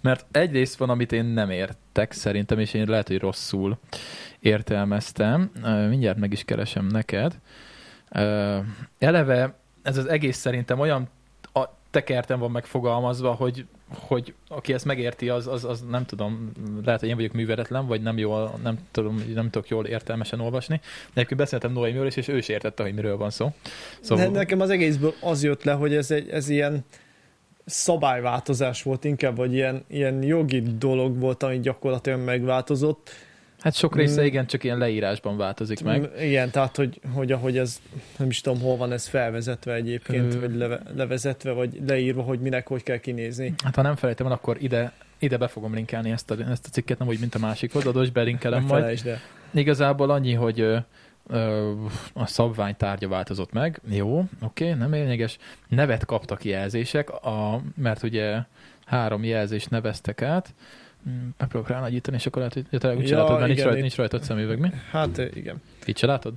Speaker 1: Mert egyrészt van, amit én nem értek szerintem, és én lehet, hogy rosszul értelmeztem. Ö, Mindjárt meg is keresem neked. Ö, Eleve ez az egész szerintem olyan a tekerten van megfogalmazva, hogy, hogy aki ezt megérti, az, az, az nem tudom, lehet, hogy én vagyok műveletlen, vagy nem jól, nem tudom, nem tudok jól értelmesen olvasni. Egyébként beszéltem Noémiről is, és ő is értette, hogy miről van szó.
Speaker 3: Szóval... Ne, nekem az egészből az jött le, hogy ez, egy, ez ilyen szabályváltozás volt inkább, vagy ilyen, ilyen jogi dolog volt, ami gyakorlatilag megváltozott.
Speaker 1: hát sok része
Speaker 3: Mm.
Speaker 1: igen, csak ilyen leírásban változik meg.
Speaker 3: M- Igen, tehát, hogy, hogy ahogy ez, nem is tudom, hol van ez felvezetve egyébként,
Speaker 1: Ö.
Speaker 3: vagy leve, levezetve, vagy leírva, hogy minek hogy kell kinézni.
Speaker 1: Hát ha nem felejtem el, akkor ide, ide be fogom linkelni ezt a, ezt a cikket, nem úgy, mint a másikhoz, adós belinkelem
Speaker 3: Ne
Speaker 1: majd.
Speaker 3: felejtsd el.
Speaker 1: Igazából annyi, hogy ö, ö, a szabvány tárgya változott meg. Jó, oké, nem lényeges. Nevet kaptak jelzések, a, mert ugye három jelzést neveztek át. Mm, Megpróbálok ránagyítani, és akkor lehet, hogy ja, te úgy se
Speaker 3: Ja,
Speaker 1: látod, mert nincs,
Speaker 3: igen,
Speaker 1: rajt,
Speaker 3: itt-
Speaker 1: nincs rajtad szemüveg, mi?
Speaker 3: Hát igen,
Speaker 1: Így se látod?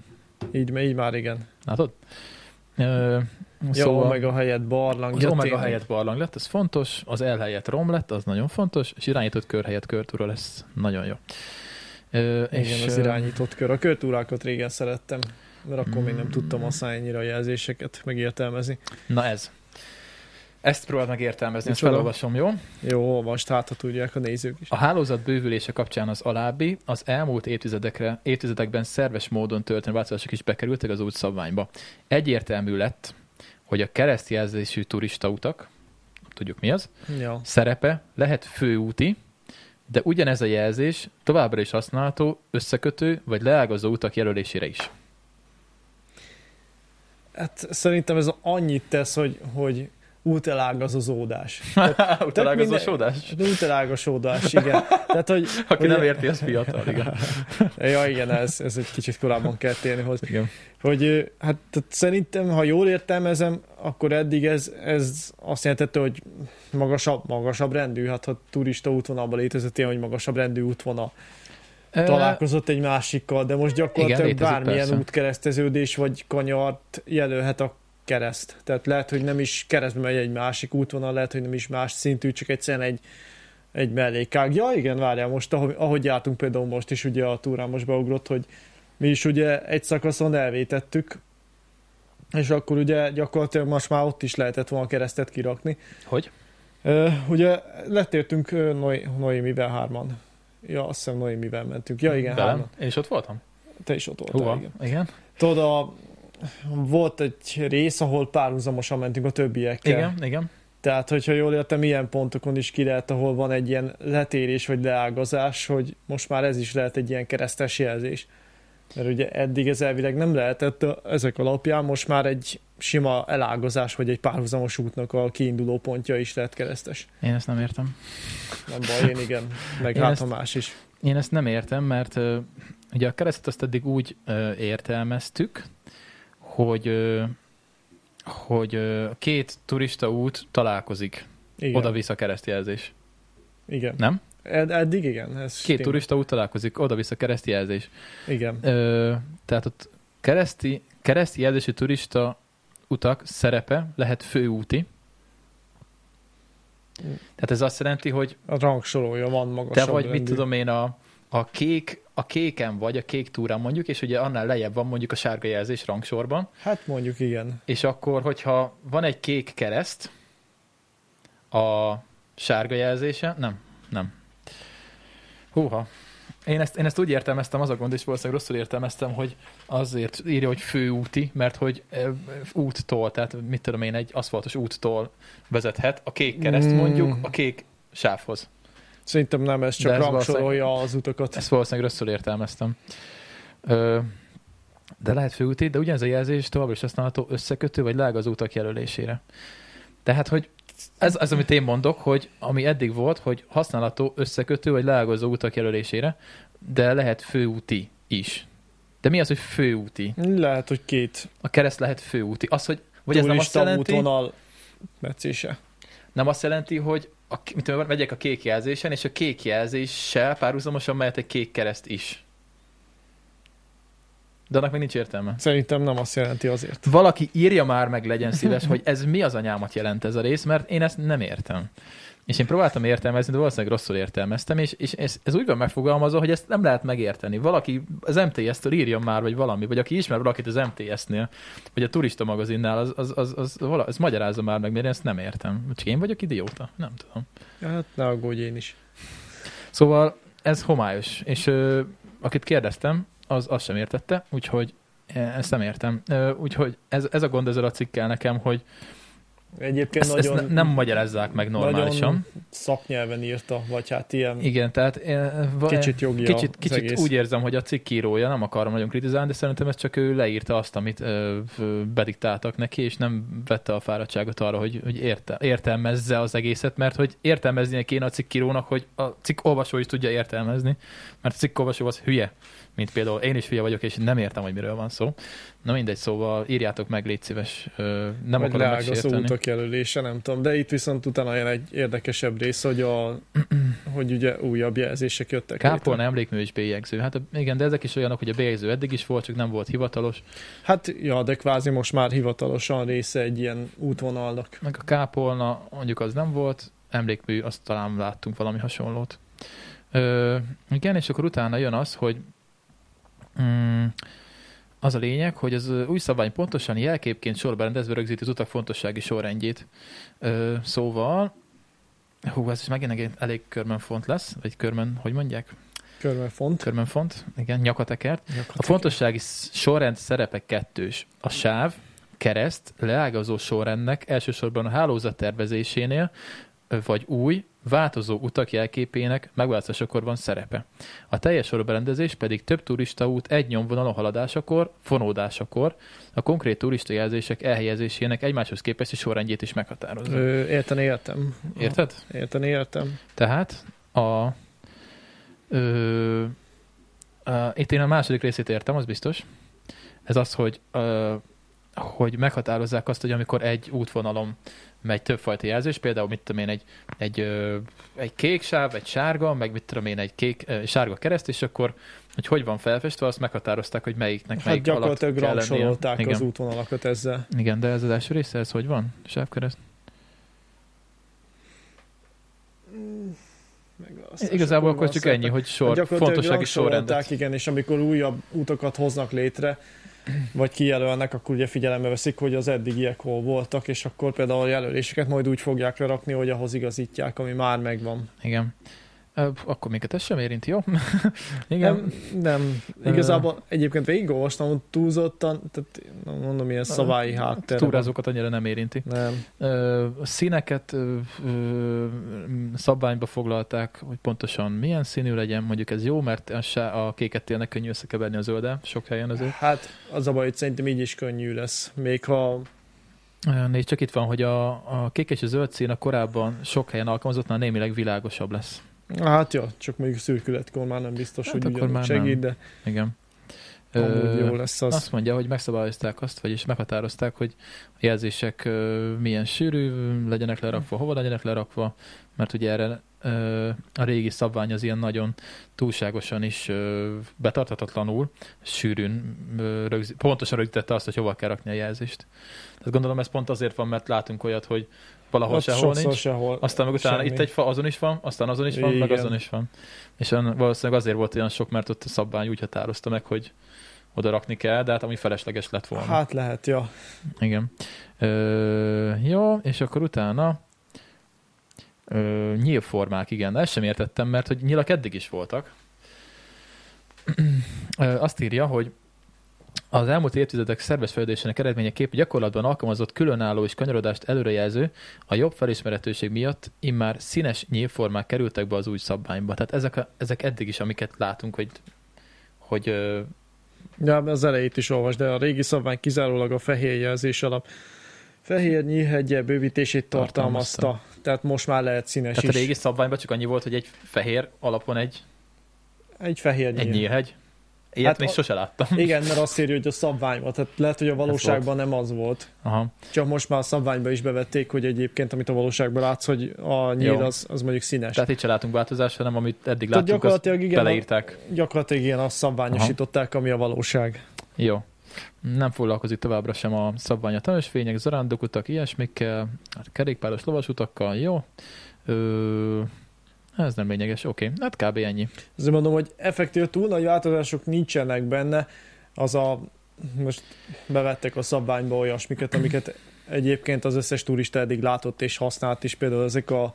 Speaker 3: így, így már igen.
Speaker 1: Látod? Ö,
Speaker 3: Jó, szóval... meg a helyett barlang.
Speaker 1: Az
Speaker 3: ja,
Speaker 1: omega
Speaker 3: tényleg.
Speaker 1: helyett barlang lett, ez fontos, az L helyett rom lett, az nagyon fontos, és irányított kör helyett körtúra lesz, nagyon jó. Ö,
Speaker 3: Igen,
Speaker 1: és,
Speaker 3: az
Speaker 1: ö,
Speaker 3: irányított kör. A körtúrákat régen szerettem, mert akkor még
Speaker 1: Mm.
Speaker 3: nem tudtam használni ennyire a jelzéseket megértelmezni.
Speaker 1: Na ez. Ezt próbáld meg értelmezni, ezt
Speaker 3: Micsoda?
Speaker 1: felolvasom, jó?
Speaker 3: Jó, olvast, hát ha tudják a nézők is.
Speaker 1: A hálózat bővülése kapcsán az alábbi, az elmúlt évtizedekre, évtizedekben szerves módon történő változások is bekerültek az útszabványba. Egyértelmű lett, hogy a keresztjelzésű turistautak, tudjuk mi az,
Speaker 3: Ja.
Speaker 1: szerepe lehet főúti, de ugyanez a jelzés továbbra is használható összekötő vagy leágazó utak jelölésére is.
Speaker 3: Hát szerintem ez annyit tesz, hogy, hogy útelágazozódás. Hát,
Speaker 1: Utalágazósodás?
Speaker 3: Útelágazódás, igen. Tehát, hogy,
Speaker 1: Aki
Speaker 3: ugye-
Speaker 1: nem érti, az fiatal, igen.
Speaker 3: Ja, igen, ez, ez egy kicsit korábban kell térni hozzá.
Speaker 1: igen.
Speaker 3: Hogy ö, hát tehát szerintem, ha jól értelmezem, akkor eddig ez, ez azt jelentette, hogy magasabb, magasabb rendű, hát ha turista útvonalban létezett ilyen, hogy magasabb rendű útvonal. Találkozott egy másikkal, de most gyakorlatilag
Speaker 1: létezik,
Speaker 3: bármilyen
Speaker 1: persze.
Speaker 3: útkereszteződés vagy kanyart jelölhet a kereszt. Tehát lehet, hogy nem is keresztbe megy egy másik útvonal, lehet, hogy nem is más szintű, csak egyszerűen egy, egy mellékág. Ja igen, várjál, most ahogy, ahogy jártunk például most is ugye a túrán most beugrott, hogy mi is ugye egy szakaszon elvétettük, és akkor ugye gyakorlatilag most már ott is lehetett volna keresztet kirakni.
Speaker 1: Hogy?
Speaker 3: Ö, ugye letértünk ö, Noi- Noémivel hárman. Ja, azt hiszem Noémivel mentünk. Ja igen,
Speaker 1: Velem?
Speaker 3: hárman.
Speaker 1: Én is ott voltam?
Speaker 3: Te is ott voltál,
Speaker 1: Húha,
Speaker 3: igen.
Speaker 1: igen.
Speaker 3: Tudod, a, volt egy rész, ahol párhuzamosan mentünk a többiekkel.
Speaker 1: Igen, igen.
Speaker 3: Tehát, hogyha jól értem, ilyen pontokon is ki lehet, ahol van egy ilyen letérés vagy leágazás, hogy most már ez is lehet egy ilyen keresztes jelzés. Mert ugye eddig ez elvileg nem lehetett, de ezek alapján most már egy sima elágazás vagy egy párhuzamos útnak a kiinduló pontja is lehet keresztes.
Speaker 1: Én ezt nem értem.
Speaker 3: Nem baj, én igen, meg
Speaker 1: Én
Speaker 3: hát
Speaker 1: ezt-
Speaker 3: a más is.
Speaker 1: én ezt nem értem, mert ö, ugye a keresztet azt eddig úgy ö, értelmeztük, hogy, ö, hogy ö, két turista út találkozik.
Speaker 3: Igen.
Speaker 1: Oda-vissza keresztjelzés.
Speaker 3: igen.
Speaker 1: Nem?
Speaker 3: Ed- eddig igen. Ez
Speaker 1: Két
Speaker 3: tényleg-
Speaker 1: turista út találkozik, oda-vissza keresztjelzés.
Speaker 3: Igen.
Speaker 1: Ö, tehát ott kereszti, kereszti jelzésű turista utak szerepe lehet főúti. Tehát ez azt jelenti, hogy
Speaker 3: A rangsorolja van magas.
Speaker 1: te vagy, mit tudom én, a, a, kék, a kéken vagy, a kék túrán mondjuk, és ugye annál lejjebb van mondjuk a sárga jelzés rangsorban,
Speaker 3: Hát mondjuk igen.
Speaker 1: és akkor, hogyha van egy kék kereszt a sárga jelzése, nem, nem. Húha. Én ezt, én ezt úgy értelmeztem, az a gond, és valószínűleg rosszul értelmeztem, hogy azért írja, hogy főúti, mert hogy ö, úttól, tehát mit tudom én, egy aszfaltos úttól vezethet, a kék kereszt
Speaker 3: Mm.
Speaker 1: mondjuk a kék sávhoz.
Speaker 3: Szerintem nem, ez csak
Speaker 1: De
Speaker 3: ez
Speaker 1: ez
Speaker 3: rangsorolja az utakat.
Speaker 1: Ezt valószínűleg rosszul értelmeztem. Ö, de lehet főúti, de ugyanez a jelzés továbbra is használható összekötő vagy lág az útak jelölésére. Tehát, hogy ez az, amit én mondok, hogy ami eddig volt, hogy használható összekötő vagy leágazó utak jelölésére, de lehet főúti is. De mi az, hogy főúti?
Speaker 3: Lehet, hogy két
Speaker 1: A kereszt lehet főúti. Az, hogy, vagy
Speaker 3: Vagy
Speaker 1: ez nem azt
Speaker 3: turista nem
Speaker 1: jelenti,
Speaker 3: útvonal meccése.
Speaker 1: nem azt jelenti, hogy a, mit tudom, én, megyek a kék jelzésen, és a kék jelzéssel párhuzamosan mehet egy kék kereszt is. De annak még nincs értelme.
Speaker 3: Szerintem nem azt jelenti azért.
Speaker 1: Valaki írja már meg, legyen szíves, hogy ez mi az anyámat jelent ez a rész, mert én ezt nem értem. És én próbáltam értelmezni, de valószínűleg rosszul értelmeztem, és, és ez, ez úgy van megfogalmazva, hogy ezt nem lehet megérteni. Valaki az MTS-től írjon már, vagy valami, vagy aki ismer valakit az MTS-nél, vagy a turista magazinnál, az, az, az, az, vala, az magyarázza már meg, mert én ezt nem értem. Csak én vagyok idióta? Nem tudom.
Speaker 3: Hát ne aggódj én is.
Speaker 1: Szóval ez homályos, és ö, akit kérdeztem, az azt sem értette, úgyhogy e, ezt nem értem. Ö, úgyhogy ez, ez a gond ezzel a cikkel nekem, hogy
Speaker 3: Egyébként
Speaker 1: ezt,
Speaker 3: nagyon,
Speaker 1: ezt ne- nem magyarázzák meg normálisan.
Speaker 3: Nagyon szaknyelven írta, vagy hát ilyen
Speaker 1: Igen, tehát én, va- eh,
Speaker 3: kicsit jogi
Speaker 1: kicsit,
Speaker 3: az
Speaker 1: kicsit
Speaker 3: egész.
Speaker 1: úgy érzem, hogy a cikk írója, nem akarom nagyon kritizálni, de szerintem ez csak ő leírta azt, amit ö, ö, bediktáltak neki, és nem vette a fáradtságot arra, hogy, hogy érte, értelmezze az egészet, mert hogy értelmeznie kéne a cikkírónak, hogy a cikk olvasó is tudja értelmezni, mert a cikk olvasó az hülye, mint például én is hülye vagyok, és nem értem, hogy miről van szó. Na mindegy, szóval írjátok meg, légy szíves, ö, nem
Speaker 3: vagy
Speaker 1: akarom
Speaker 3: leágazó
Speaker 1: megsérteni.
Speaker 3: utak jelölése, nem tudom. De itt viszont utána jön egy érdekesebb rész, hogy, a, hogy ugye újabb jelzések jöttek. létre.
Speaker 1: Kápolna emlékmű és bélyegző. Hát a- igen, de ezek is olyanok, hogy a bélyegző eddig is volt, csak nem volt hivatalos.
Speaker 3: Hát, ja, de kvázi most már hivatalosan része egy ilyen útvonalnak.
Speaker 1: Meg a kápolna, mondjuk az nem volt, emlékmű, azt talán láttunk valami hasonlót. Ö, igen, és akkor utána jön az, hogy mm, az a lényeg, hogy az ö, új szabvány pontosan jelképként sorban rendezve rögzíti az utak fontossági sorrendjét. Ö, szóval, hú, ez is megint egy- elég körben font lesz, vagy körben, hogy mondják?
Speaker 3: Körben font.
Speaker 1: Körben font, igen, nyakatekert. A fontossági sz- sorrend szerepe kettős. A sáv, kereszt, leágazó sorrendnek elsősorban a hálózat tervezésénél, ö, vagy új, változó utak jelképének megváltozásakor van szerepe. A teljes sorberendezés pedig több turistaút egy nyomvonalon haladásakor, fonódásakor a konkrét turista jelzések elhelyezésének egymáshoz képesti sorrendjét is meghatározza.
Speaker 3: Ö, érteni értem.
Speaker 1: Érted?
Speaker 3: Érteni értem.
Speaker 1: Tehát a, ö, a... Itt én a második részét értem, az biztos. Ez az, hogy, ö, hogy meghatározzák azt, hogy amikor egy útvonalon megy többfajta jelzés, például mit tudom én, egy, egy, ö, egy kék sáv, egy sárga, meg mit tudom én, egy kék, ö, sárga kereszt, és akkor hogy hogy van felfestve, azt meghatározták, hogy melyiknek
Speaker 3: Hát
Speaker 1: melyik alatt
Speaker 3: gyakorlatilag
Speaker 1: kell lennie.
Speaker 3: rangsorolták
Speaker 1: Igen.
Speaker 3: az útvonalakat ezzel.
Speaker 1: Igen, de ez az első része, ez hogy van? Sávkereszt?
Speaker 3: Megválasztás,
Speaker 1: Igazából
Speaker 3: van
Speaker 1: akkor csak
Speaker 3: szerepe.
Speaker 1: ennyi, hogy
Speaker 3: Hát
Speaker 1: sor,
Speaker 3: gyakorlatilag
Speaker 1: fontossági sorrendet.
Speaker 3: rangsorolták, Igen, és amikor újabb utakat hoznak létre, vagy kijelölnek, akkor ugye figyelembe veszik, hogy az eddigiek hol voltak, és akkor például a jelöléseket majd úgy fogják lerakni, hogy ahhoz igazítják, ami már megvan.
Speaker 1: Igen. Ö, Akkor minket ez sem érinti, jó? Igen.
Speaker 3: Nem, nem. Igazából egyébként végigolvastam, hogy túlzottan, tehát nem mondom, ilyen szabályi háttér.
Speaker 1: Túrázókat annyira nem érinti.
Speaker 3: Nem.
Speaker 1: Ö, A színeket ö, ö, szabványba foglalták, hogy pontosan milyen színű legyen. Mondjuk ez jó, mert a, sá- a kéket tényleg könnyű összekeverni a zöldel, sok helyen azért.
Speaker 3: Hát az a baj, hogy szerintem így is könnyű lesz. Még ha
Speaker 1: Ö, Nézd, csak itt van, hogy a, a kék és a zöld szín a korábban sok helyen alkalmazottnál némileg világosabb lesz.
Speaker 3: Hát jó, csak mondjuk szürkületkor már nem biztos,
Speaker 1: Hát
Speaker 3: hogy
Speaker 1: akkor
Speaker 3: ugyanúgy
Speaker 1: már
Speaker 3: segít, de
Speaker 1: Igen.
Speaker 3: amúgy
Speaker 1: Ö,
Speaker 3: jó lesz az.
Speaker 1: Azt mondja, hogy megszabályozták azt, vagyis meghatározták, hogy a jelzések ö, milyen sűrű, legyenek lerakva, hova legyenek lerakva, mert ugye erre ö, a régi szabvány az ilyen nagyon túlságosan is ö, betartatatlanul, sűrűn, ö, rögzi, pontosan rögzítette azt, hogy hova kell rakni a jelzést. Tehát gondolom ez pont azért van, mert látunk olyat, hogy valahol
Speaker 3: Ott
Speaker 1: sehol
Speaker 3: sokszor
Speaker 1: nincs,
Speaker 3: sehol.
Speaker 1: aztán meg utána
Speaker 3: semmi.
Speaker 1: itt egy fa, azon is van, aztán azon is van, Igen. meg
Speaker 3: Igen.
Speaker 1: azon is van. És an- valószínűleg azért volt olyan sok, mert ott a szabvány úgy határozta meg, hogy oda rakni kell, de hát ami felesleges lett volna. Hát.
Speaker 3: Hát lehet, ja.
Speaker 1: Igen. Ö, jó, és akkor utána ö, nyílformák, igen. Ezt sem értettem, mert hogy nyílak eddig is voltak. Ö, azt írja, hogy az elmúlt évtizedek szerves fejlődésének eredményeképp gyakorlatban alkalmazott különálló és kanyarodást előrejelző, a jobb felismeretőség miatt immár színes nyílformák kerültek be az új szabványba. Tehát ezek, a, ezek eddig is, amiket látunk, hogy, hogy ö,
Speaker 3: Ja, az elejét is olvas, de a régi szabvány kizárólag a fehér jelzés alap fehér nyílhegye bővítését
Speaker 1: Tartalmazta.
Speaker 3: tartalmazta. Tehát most már lehet színes
Speaker 1: tehát a
Speaker 3: is.
Speaker 1: régi szabványban csak annyi volt, hogy egy fehér alapon egy,
Speaker 3: Egy fehér
Speaker 1: egy
Speaker 3: nyíl.
Speaker 1: nyílhegy. Ilyet hát
Speaker 3: Hát
Speaker 1: még
Speaker 3: a-
Speaker 1: sose láttam.
Speaker 3: Igen, mert azt írja, hogy a szabvány volt. Tehát lehet, hogy a valóságban nem az volt.
Speaker 1: Aha.
Speaker 3: Csak most már a szabványba is bevették, hogy egyébként, amit a valóságban látsz, hogy a nyíl
Speaker 1: Jó.
Speaker 3: az, az mondjuk színes. Tehát
Speaker 1: Tehát itt se látunk változást, hanem amit eddig
Speaker 3: Tehát
Speaker 1: láttunk, azt
Speaker 3: gyakorlatilag igen, a,
Speaker 1: beleírták.
Speaker 3: gyakorlatilag igen, azt szabványosították, ami a valóság.
Speaker 1: Jó. Nem foglalkozik továbbra sem a szabvány a tanösvények, zarándokutak, ilyesmikkel, hát kerékpáros lovasutakkal, jó. Ö, ez nem lényeges, oké. Okay. Hát kb. ennyi.
Speaker 3: Azért mondom, hogy effektív túl nagy változások nincsenek benne, az a most bevettek a szabványba olyasmiket, amiket egyébként az összes turista eddig látott és használt is, például ezek a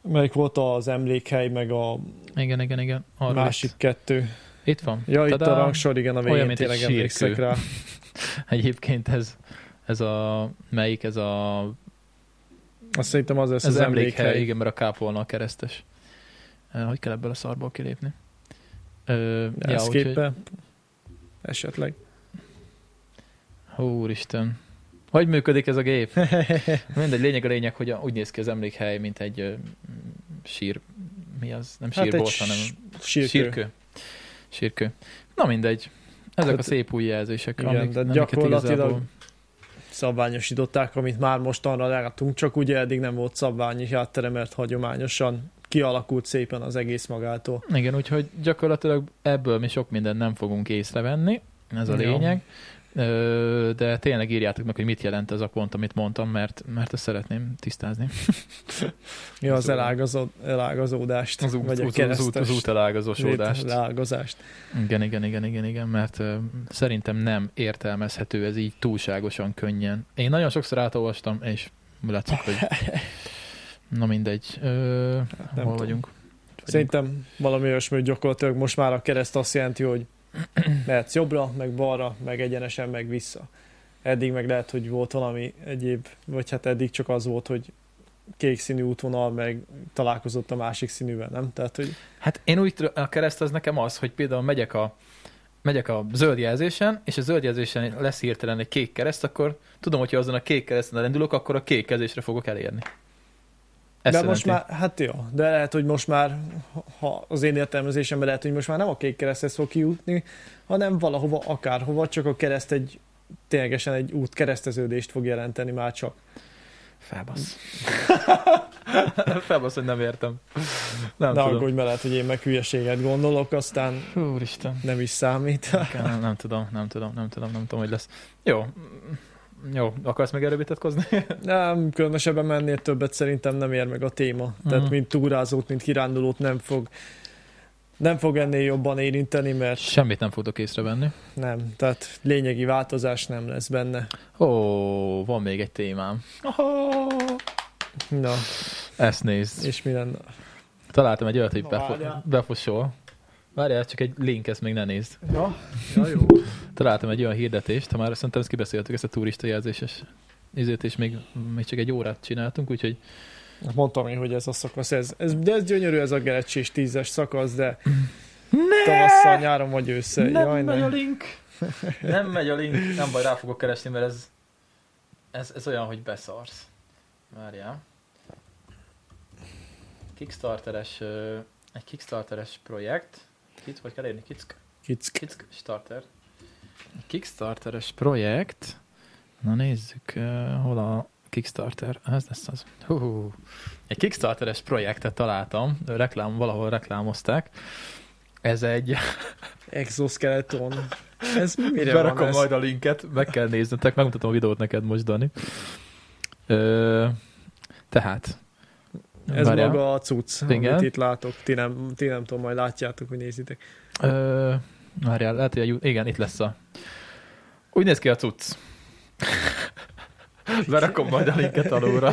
Speaker 3: melyik volt az emlékhely, meg a
Speaker 1: Igen, igen, igen. Arról
Speaker 3: másik
Speaker 1: Itt.
Speaker 3: kettő.
Speaker 1: itt van.
Speaker 3: Ja, itt
Speaker 1: Tadám!
Speaker 3: a rangsor, igen, a
Speaker 1: Olyan,
Speaker 3: végén
Speaker 1: mint egy
Speaker 3: tényleg emlékszek
Speaker 1: sírkő.
Speaker 3: rá.
Speaker 1: Egyébként ez, ez a, melyik ez a,
Speaker 3: Azt szerintem az lesz
Speaker 1: ez az emlékhely,
Speaker 3: emlékhely.
Speaker 1: igen, mert a kápolna a keresztes. Ö, Hogy kell ebből a szarból kilépni? Ö, ja,
Speaker 3: Ezt
Speaker 1: úgyhogy-
Speaker 3: képpen esetleg.
Speaker 1: Hú, Úristen. Hogy működik ez a gép? Mindegy, lényeg a lényeg, hogy a, úgy néz ki az emlékhely, mint egy ö, sír... Mi az? Nem
Speaker 3: Hát egy
Speaker 1: sírbors, hát hanem
Speaker 3: sírkő. sírkő.
Speaker 1: sírkő. Sírkő. Na mindegy. Ezek
Speaker 3: Hát-
Speaker 1: a szép új jelzések,
Speaker 3: Igen,
Speaker 1: amik,
Speaker 3: de
Speaker 1: amiket
Speaker 3: gyakorlatilag-
Speaker 1: igazából-
Speaker 3: Szabványosították, amit már mostanra látunk, csak ugye eddig nem volt szabványi háttere, mert hagyományosan kialakult szépen az egész magától.
Speaker 1: Igen, úgyhogy gyakorlatilag ebből mi sok mindent nem fogunk észrevenni, ez a
Speaker 3: Ja.
Speaker 1: lényeg. Ö, De tényleg írjátok meg, hogy mit jelent ez a pont, amit mondtam, mert, mert ezt szeretném tisztázni.
Speaker 3: Mi az
Speaker 1: Szóval.
Speaker 3: elágazó, elágazódást,
Speaker 1: Az út,
Speaker 3: vagy
Speaker 1: az
Speaker 3: a
Speaker 1: út, az út, az út elágazósodást.
Speaker 3: elágazást.
Speaker 1: Igen, igen, igen, igen, igen, mert ö, szerintem nem értelmezhető ez így túlságosan könnyen. Én nagyon sokszor átolvastam, és látszik, hogy na mindegy, ö,
Speaker 3: nem
Speaker 1: hol
Speaker 3: tudom.
Speaker 1: vagyunk.
Speaker 3: Szerintem valami olyasmi, hogy gyakorlatilag most már a kereszt azt jelenti, hogy mehetsz jobbra, meg balra, meg egyenesen, meg vissza. Eddig meg lehet, hogy volt valami egyéb, vagy hát eddig csak az volt, hogy kék színű útvonal, meg találkozott a másik színűvel, nem? Tehát, hogy
Speaker 1: Hát én úgy tudom, a kereszt az nekem az, hogy például megyek a, megyek a zöld jelzésen, és a zöld jelzésen lesz hirtelen egy kék kereszt, akkor tudom, hogyha azon a kék kereszten elindulok, akkor a kék kezésre fogok elérni.
Speaker 3: Ez
Speaker 1: Ez
Speaker 3: de most már, hát jó, de lehet, hogy most már, ha- ha az én értelmezésemben lehet, hogy most már nem a kék kereszthez fog kijutni, hanem valahova, akárhova, csak a kereszt egy ténylegesen egy út kereszteződést fog jelenteni már csak.
Speaker 1: Felbasz. Felbasz, hogy nem értem. Nem
Speaker 3: ne
Speaker 1: tudom.
Speaker 3: aggódj, mert lehet, hogy én meg hülyeséget gondolok, aztán
Speaker 1: Úristen.
Speaker 3: nem is számít.
Speaker 1: Nem, nem tudom, nem tudom, nem tudom, nem tudom, hogy lesz. Jó. Mm, Jó, akarsz még erről vitatkozni?
Speaker 3: Nem, különösebben mennél többet szerintem nem ér meg a téma. Tehát
Speaker 1: Mhm.
Speaker 3: mint túrázót, mint kirándulót nem fog nem fog ennél jobban érinteni, mert
Speaker 1: Semmit nem fogok észrevenni.
Speaker 3: nem, tehát lényegi változás nem lesz benne.
Speaker 1: Ó, van még egy témám.
Speaker 3: Na,
Speaker 1: Ezt nézd.
Speaker 3: és mi lenne?
Speaker 1: Találtam egy olyat, hogy
Speaker 3: Na,
Speaker 1: befo-
Speaker 3: várjál.
Speaker 1: befosol. Várjál, csak egy link, ezt még ne nézd.
Speaker 3: Ja, ja jó.
Speaker 1: Találtam egy olyan hirdetést, ha már szerintem ezt kibeszéltük, ezt a turista jelzéses izét, és még, még csak egy órát csináltunk, úgyhogy
Speaker 3: Hát Mondtam én, hogy ez a szakasz, ez, ez, de ez gyönyörű ez a gerecsés tízes szakasz, de ne! tavasszal, nyáron vagy ősszel.
Speaker 1: nem
Speaker 3: Jaj,
Speaker 1: megy
Speaker 3: ne.
Speaker 1: a link. Nem megy a link. Nem baj, rá fogok keresni, mert ez, ez, ez olyan, hogy beszarsz. Várjál. Kickstarteres, ö, egy Kickstarteres projekt. Kit, hogy kell érni? Kick,
Speaker 3: Kick.
Speaker 1: kick starter. Egy Kickstarteres projekt. Na nézzük, ö, hol a Kickstarter. Ez lesz az. Hú, hú. Egy Kickstarteres projektet találtam, Ö, reklám, valahol reklámozták. Ez egy
Speaker 3: Exoskeleton. Ez mire
Speaker 1: Mire
Speaker 3: Berakom
Speaker 1: Berakom
Speaker 3: van
Speaker 1: majd
Speaker 3: ez?
Speaker 1: a linket, meg kell néznetek, megmutatom a videót neked most, Dani. Ö, tehát.
Speaker 3: Ez
Speaker 1: Várjál.
Speaker 3: maga a cucc, Igen.
Speaker 1: Igen.
Speaker 3: amit itt látok. Ti nem, ti nem tudom, majd látjátok, hogy nézitek.
Speaker 1: Ö, várjál, lehet, hogy a, Ju- igen, itt lesz a... Úgy néz ki a cucc. Berakom majd a linket alulra.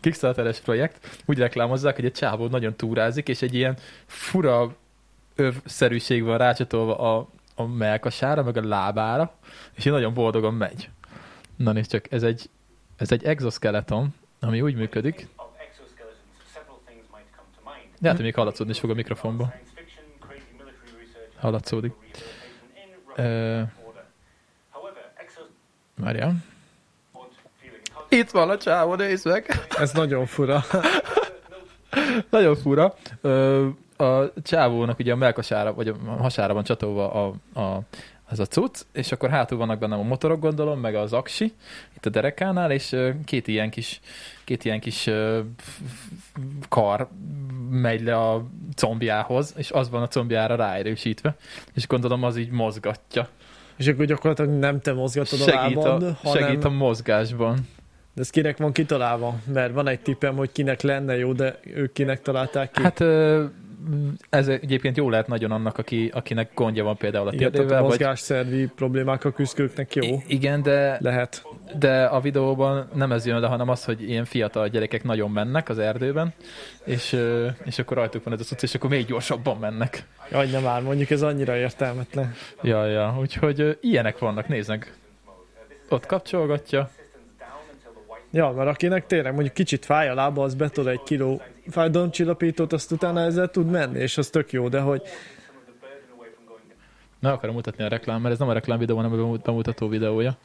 Speaker 1: Kickstarteres projekt. Úgy reklámozzák, hogy egy csávó nagyon túrázik, és egy ilyen fura övszerűség van rácsatolva a, a melkasára, meg a lábára, és így nagyon boldogan megy. Na nézd csak, ez egy, ez egy exoskeleton, ami úgy működik. De hát, hogy még hallatszódni is fog a mikrofonba. Hallatszódik. Ö, Várjál. Itt van a csávó, nézd meg!
Speaker 3: Ez nagyon fura.
Speaker 1: Nagyon fura. Ö, a csávónak ugye a melkasára, vagy a hasára van csatolva a, a, az a cucc, és akkor hátul vannak benne a motorok, gondolom, meg az aksi, itt a derekánál, és ö, két ilyen kis, két ilyen kis ö, f- f- kar megy le a combjához, és az van a combjára ráerősítve, és gondolom az így mozgatja.
Speaker 3: És akkor gyakorlatilag nem te mozgatod a
Speaker 1: Segít a,
Speaker 3: lábad, hanem...
Speaker 1: segít a mozgásban.
Speaker 3: De ez kinek van kitalálva? Mert van egy tippem, hogy kinek lenne jó, de ők kinek találták ki.
Speaker 1: Hát ö, ez egyébként jó lehet nagyon annak, aki, akinek gondja van például a
Speaker 3: Igen, tehát a
Speaker 1: térdével, vagy...
Speaker 3: mozgásszervi problémákkal küzdőknek jó.
Speaker 1: I- Igen, de,
Speaker 3: Lehet.
Speaker 1: de a videóban nem ez jön le, hanem az, hogy ilyen fiatal gyerekek nagyon mennek az erdőben, és, ö, és akkor rajtuk van ez a cucc, és akkor még gyorsabban mennek.
Speaker 3: Jaj, nem már, mondjuk ez annyira értelmetlen.
Speaker 1: Ja, ja, úgyhogy ö, ilyenek vannak, néznek. Ott kapcsolgatja.
Speaker 3: Ja, mert akinek tényleg mondjuk kicsit fáj a lába, az betol egy kiló fájdalomcsillapítót, azt utána ezzel tud menni, és az tök jó, de hogy
Speaker 1: Nem akarom mutatni a reklám, mert ez nem a reklám videó, hanem a bemut- bemutató videója.